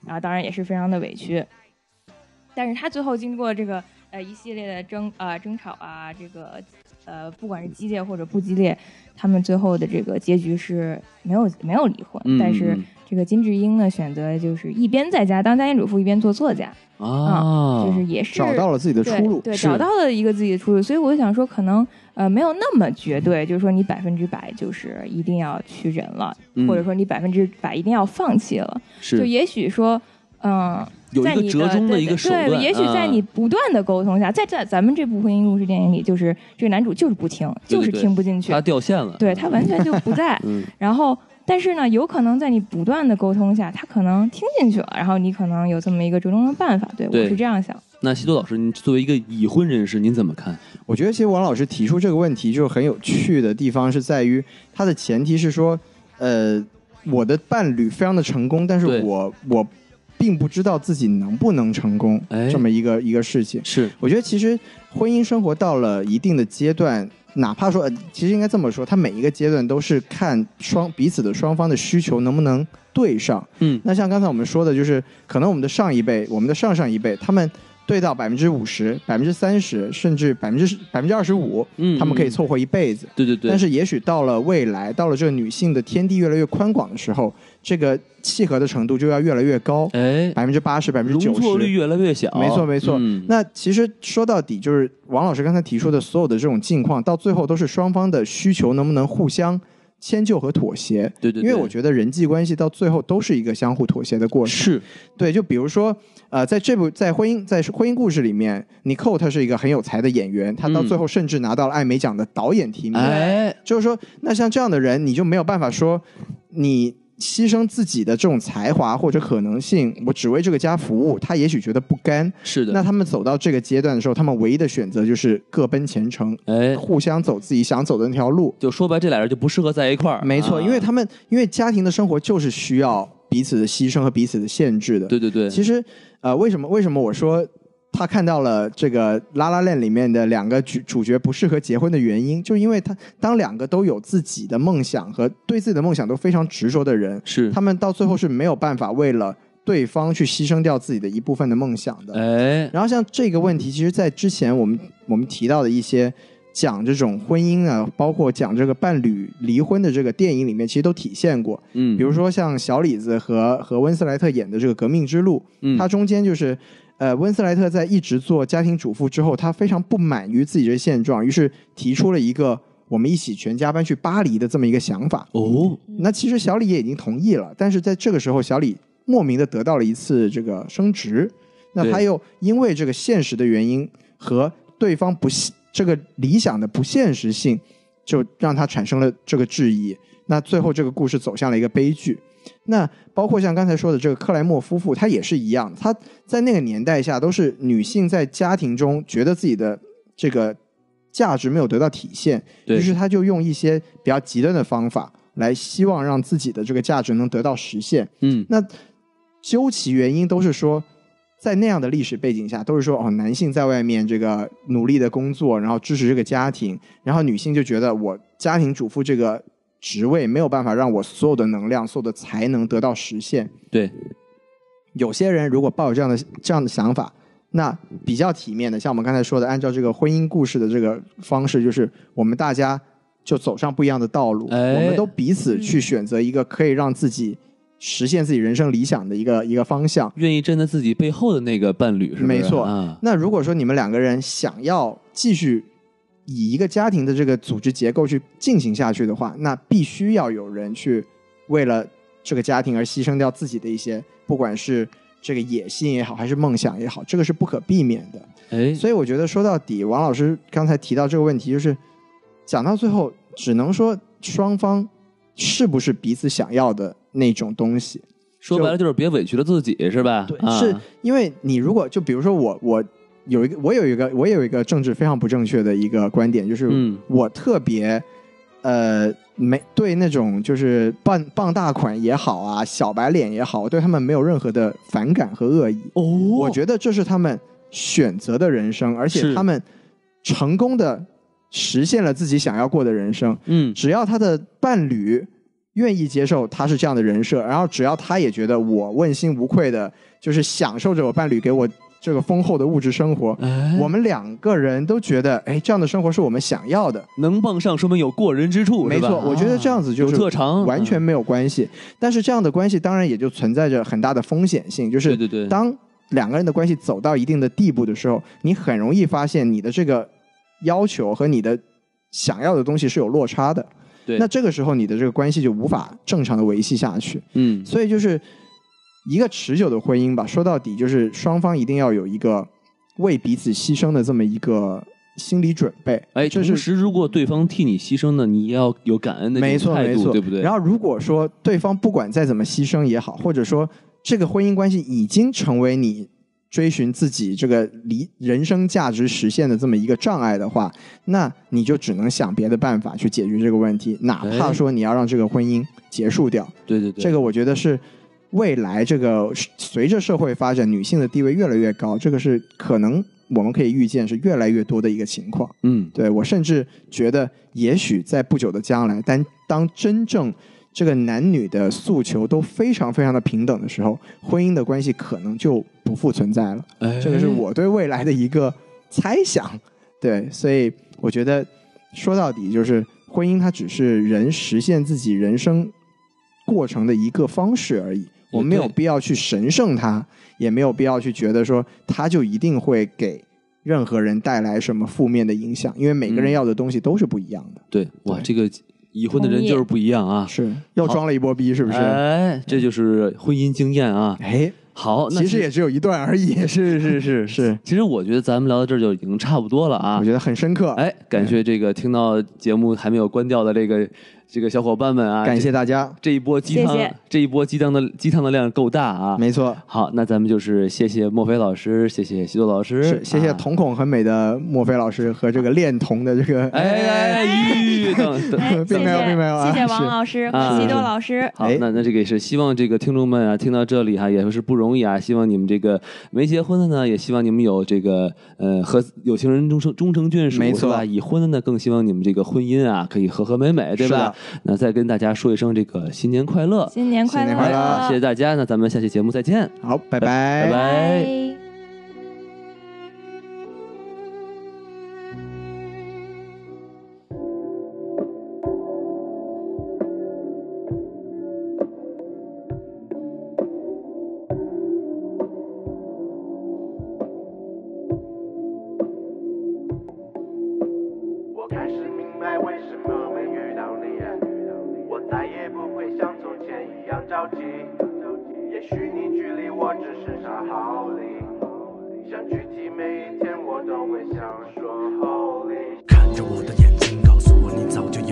C: 啊，当然也是非常的委屈。但是他最后经过这个呃一系列的争啊争吵啊，这个呃不管是激烈或者不激烈，他们最后的这个结局是没有没有离婚，
B: 嗯
C: 但是
B: 嗯
C: 这个金智英呢选择就是一边在家当家庭主妇，一边做作家，
B: 嗯啊，
C: 就是也是
A: 找到了自己的
C: 对
A: 出路。
C: 对，
B: 是
C: 找到了一个自己的出路，所以我就想说，可能呃没有那么绝对，就是说你百分之百就是一定要去忍了，
B: 嗯
C: 或者说你百分之百一定要放弃了，就是也许说，嗯、
B: 有
C: 在
B: 一个
C: 你
B: 折
C: 的
B: 中的
C: 对
B: 一个
C: 对
B: 手
C: 对
B: 段，
C: 也许在
B: 啊
C: 你不断的沟通下，在在咱们这部婚姻故事电影里，就是这个男主就是不听，
B: 对对
C: 就是
B: 对
C: 听不进去，
B: 他掉线了，，
C: 对他完全就不在
B: 嗯
C: 然后。但是呢，有可能在你不断的沟通下，他可能听进去了，然后你可能有这么一个折中的办法。对
B: 对
C: 我是这样想。
B: 那西多老师，您作为一个已婚人士，您怎么看？
A: 我觉得其实王老师提出这个问题就是很有趣的地方是在于，它的前提是说，呃，我的伴侣非常的成功，但是
B: 对
A: 我我并不知道自己能不能成功
B: 哎
A: 这么一个一个事情。
B: 是
A: 我觉得其实婚姻生活到了一定的阶段，哪怕说，呃、其实应该这么说，它每一个阶段都是看双彼此的双方的需求能不能对上。
B: 嗯
A: 那像刚才我们说的，就是可能我们的上一辈、我们的上上一辈，他们对到百分之五十、百分之三十，甚至百分之百分之二十五，
B: 嗯，
A: 他们可以
B: 嗯，
A: 凑合一辈子。
B: 对对对，
A: 但是也许到了未来，到了这个女性的天地越来越宽广的时候，这个契合的程度就要越来越高，
B: 哎，
A: 百分之八十、百分之
B: 容
A: 九十，
B: 错率越来越小，
A: 没错没错
B: 嗯
A: 那其实说到底，就是王老师刚才提出的所有的这种境况，到最后都是双方的需求能不能互相迁就和妥协。
B: 对对，
A: 因为
B: 对
A: 我觉得人际关系到最后都是一个相互妥协的过程。
B: 是
A: 对，就比如说，呃，在这部在婚姻在婚姻故事里面，尼寇他是一个很有才的演员，他到
B: 嗯
A: 最后甚至拿到了艾美奖的导演提名。
B: 哎，
A: 就是说，那像这样的人，你就没有办法说你牺牲自己的这种才华或者可能性，我只为这个家服务，他也许觉得不甘。
B: 是的，
A: 那他们走到这个阶段的时候，他们唯一的选择就是各奔前程，
B: 哎，
A: 互相走自己想走的那条路。
B: 就说白，这俩人就不适合在一块儿，
A: 没错，
B: 啊
A: 因为他们因为家庭的生活就是需要彼此的牺牲和彼此的限制的。
B: 对对对，
A: 其实，呃，为什么为什么我说他看到了这个《拉拉链》里面的两个主主角不适合结婚的原因，就因为他当两个都有自己的梦想和对自己的梦想都非常执着的人，
B: 是
A: 他们到最后是没有办法为了对方去牺牲掉自己的一部分的梦想的。
B: 哎，
A: 然后像这个问题，其实，在之前我们我们提到的一些讲这种婚姻啊，包括讲这个伴侣离婚的这个电影里面，其实都体现过。
B: 嗯，
A: 比如说像小李子和和温斯莱特演的这个《革命之路》，
B: 嗯
A: 它中间就是，呃，温斯莱特在一直做家庭主妇之后，她非常不满于自己的现状，于是提出了一个我们一起全家搬去巴黎的这么一个想法。
B: 哦，
A: 那其实小李也已经同意了，但是在这个时候，小李莫名的得到了一次这个升职，那
B: 对
A: 他又因为这个现实的原因和对方不现这个理想的不现实性，就让他产生了这个质疑。那最后这个故事走向了一个悲剧。那包括像刚才说的这个克莱默夫妇，他也是一样，他在那个年代下都是女性在家庭中觉得自己的这个价值没有得到体现，
B: 对
A: 于是他就用一些比较极端的方法来希望让自己的这个价值能得到实现。
B: 嗯，
A: 那究其原因，都是说在那样的历史背景下，都是说哦，男性在外面这个努力的工作，然后支持这个家庭，然后女性就觉得我家庭主妇这个职位没有办法让我所有的能量、所有的才能得到实现。
B: 对，
A: 有些人如果抱有这样的这样的想法，那比较体面的，像我们刚才说的，按照这个婚姻故事的这个方式，就是我们大家就走上不一样的道路，
B: 哎
A: 我们都彼此去选择一个可以让自己实现自己人生理想的一个一个方向。
B: 愿意站在自己背后的那个伴侣，是不是
A: 没错
B: 啊，
A: 那如果说你们两个人想要继续以一个家庭的这个组织结构去进行下去的话，那必须要有人去为了这个家庭而牺牲掉自己的一些，不管是这个野心也好，还是梦想也好，这个是不可避免的。
B: 哎，
A: 嗯所以我觉得说到底，王老师刚才提到这个问题，就是讲到最后，只能说双方是不是彼此想要的那种东西。
B: 说白了就是别委屈了自己，是吧？
A: 对，
B: 啊
A: 是因为你如果就比如说我，我有一个，我有一个，我有一个政治非常不正确的一个观点，就是
B: 嗯
A: 我特别呃没对那种就是傍傍大款也好啊，小白脸也好，我对他们没有任何的反感和恶意。
B: 哦，
A: 我觉得这是他们选择的人生，而且
B: 是
A: 他们成功的实现了自己想要过的人生。
B: 嗯，
A: 只要他的伴侣愿意接受他是这样的人设，然后只要他也觉得我问心无愧的，就是享受着我伴侣给我这个丰厚的物质生活，
B: 哎，
A: 我们两个人都觉得，哎，这样的生活是我们想要的。
B: 能傍上，说明有过人之处，
A: 没
B: 是吧啊哦
A: 错，我觉得这样子就
B: 有
A: 是
B: 特长，
A: 完全
B: 嗯
A: 没有关系。但是这样的关系当然也就存在着很大的风险性，就
B: 对
A: 是
B: 对对，
A: 当两个人的关系走到一定的地步的时候，你很容易发现你的这个要求和你的想要的东西是有落差的。
B: 对
A: 那这个时候你的这个关系就无法正常的维系下去。
B: 嗯
A: 所以就是一个持久的婚姻吧，说到底就是双方一定要有一个为彼此牺牲的这么一个心理准备。
B: 哎，
A: 这
B: 同
A: 是
B: 时如果对方替你牺牲呢，你也要有感恩的
A: 没
B: 这种
A: 错
B: 态
A: 没错，
B: 度，对不对？
A: 然
B: 后
A: 后如果说对方不管再怎么牺牲也好，或者说这个婚姻关系已经成为你追寻自己这个理人生价值实现的这么一个障碍的话，那你就只能想别的办法去解决这个问题，哪怕
B: 哎
A: 说你要让这个婚姻结束掉。
B: 对对对，
A: 这个我觉得是未来这个随着社会发展，女性的地位越来越高，这个是可能我们可以预见是越来越多的一个情况。
B: 嗯，
A: 对我甚至觉得，也许在不久的将来，但当真正这个男女的诉求都非常非常的平等的时候，婚姻的关系可能就不复存在了。
B: 哎
A: 这个是我对未来的一个猜想。对，所以我觉得说到底就是婚姻，它只是人实现自己人生过程的一个方式而已。我们没有
B: 嗯对
A: 必要去神圣它，也没有必要去觉得说它就一定会给任何人带来什么负面的影响，因为每个人
B: 嗯
A: 要的东西都是不一样的。
B: 对哇，
A: 对
B: 这个已婚的
C: 同
B: 人
C: 意
B: 就是不一样啊，
A: 是又装了一波逼，是不是？
B: 哎，这就是婚姻经验啊。
A: 哎，
B: 好，那
A: 其实也只有一段而已。
B: 是是是
A: 是，
B: 其实我觉得咱们聊到这儿就已经差不多了啊
A: 我。觉得很深刻。
B: 哎，感谢这个听到节目还没有关掉的这个这个小伙伴们啊，
A: 感谢
B: 这
A: 大家。
B: 这一波鸡汤，
C: 谢谢
B: 这一波鸡汤的鸡汤的量够大啊。
A: 没错，
B: 好，那咱们就是谢谢莫非老师，谢谢西多老师，
A: 是谢谢
B: 啊
A: 瞳孔很美的莫非老师和这个恋童的这个
B: 哎哎，吁等等。
C: 哎，谢
A: 并没有并没有啊
C: 谢，谢谢王
A: 是
C: 老师
B: 啊
C: 和西多老师，
B: 好
A: 哎，
B: 那那这个也是希望这个听众们啊，听到这里哈、也是不容易啊。希望你们这个没结婚的呢，也希望你们有这个呃和有情人终成终成眷属，
A: 没错
B: 是吧？已婚的呢，更希望你们这个婚姻啊可以和和美美，对
A: 是
B: 吧
A: 的？
B: 那再跟大家说一声这个新年快乐，
C: 新年快
A: 新
C: 乐，
A: 年快乐啊
B: 谢谢大家。那咱们下期节目再见。
A: 好，拜拜
B: 拜拜
C: 拜。
E: 我开始明白为什么会遇到你，我再也不会像从前一样着急。也许你距离我只是场好礼，想具体每一天我都会想说 Holy。
F: 看着我的眼睛，告诉我你早就已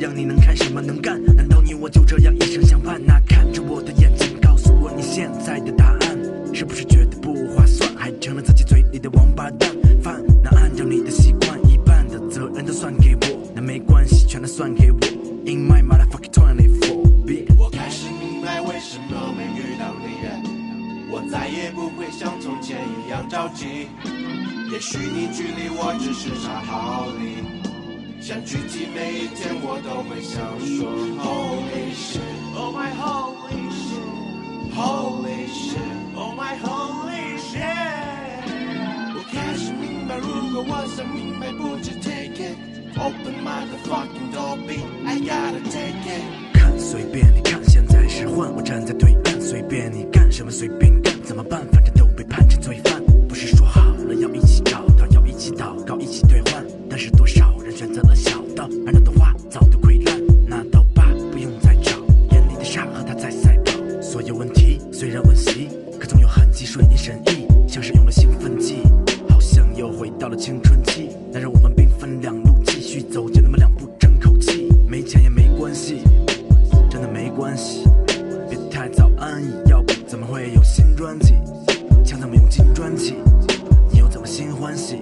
F: 让你能看什么能干？难道你我就这样一生相伴？那看着我的眼睛，告诉我你现在的答案，是不是觉得不划算，还成了自己嘴里的王八蛋？饭，那按照你的习惯，一半的责任都算给我，那没关系，全都算给我。In my motherfucking twenty four b
E: 我开始明白为什么没遇到你，我再也不会像从前一样着急。也许你距离我只是差毫厘，想聚集每一天我都会想说 Holy shit, oh my holy shit, holy shit, oh my holy shit。我开始明白，如果我想明白，不止 take it。Open my fucking door, b I gotta take it.
F: 看随便你看，现在是换我站在对岸，随便你干什么随便干，怎么办？反正都被判成罪犯。不是说好了要一起找到，要一起祷告，一起兑换，但是多少人选择了小道，而那朵花早都溃烂。拿到吧，不用再找，眼里的沙和它在赛跑。所有问题虽然温习，可总有痕迹顺应神意，像是用了兴奋剂，好像又回到了青春期。那让我们兵分两路，继续走，就那么两步争口气，没钱也没关系。真的没关系，别太早安逸，要不怎么会有新专辑？枪怎么用金专辑？你又怎么新欢喜？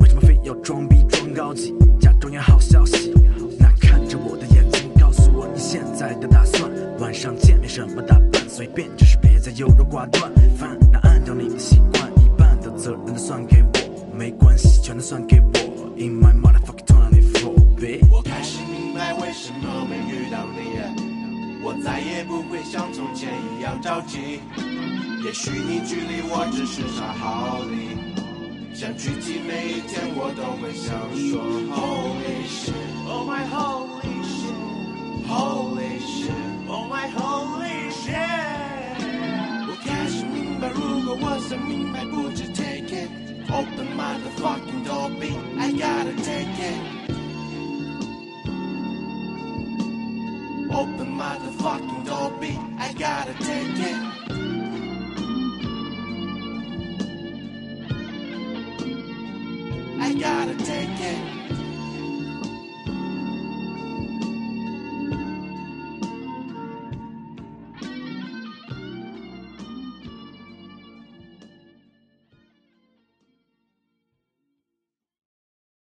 F: 为什么非要装逼装高级，假装要好消息？那看着我的眼睛，告诉我你现在的打算。晚上见面什么打扮？随便，只是别再优柔寡断。饭那按照你的习惯，一半的责任都算给我，没关系，全都算给我。In my motherfucking twenty four, b
E: 我开始明白为什么没遇到你，我再也不会像从前一样着急。也许你距离我只是差毫厘，想聚集每一天我都会想说 Holy shit, oh my holy shit, holy shit, oh my holy shit。我开始明白，如果我想明白，不止 take it。Open my fucking door, b I gotta take it. Open motherfucking door, B. I gotta take it.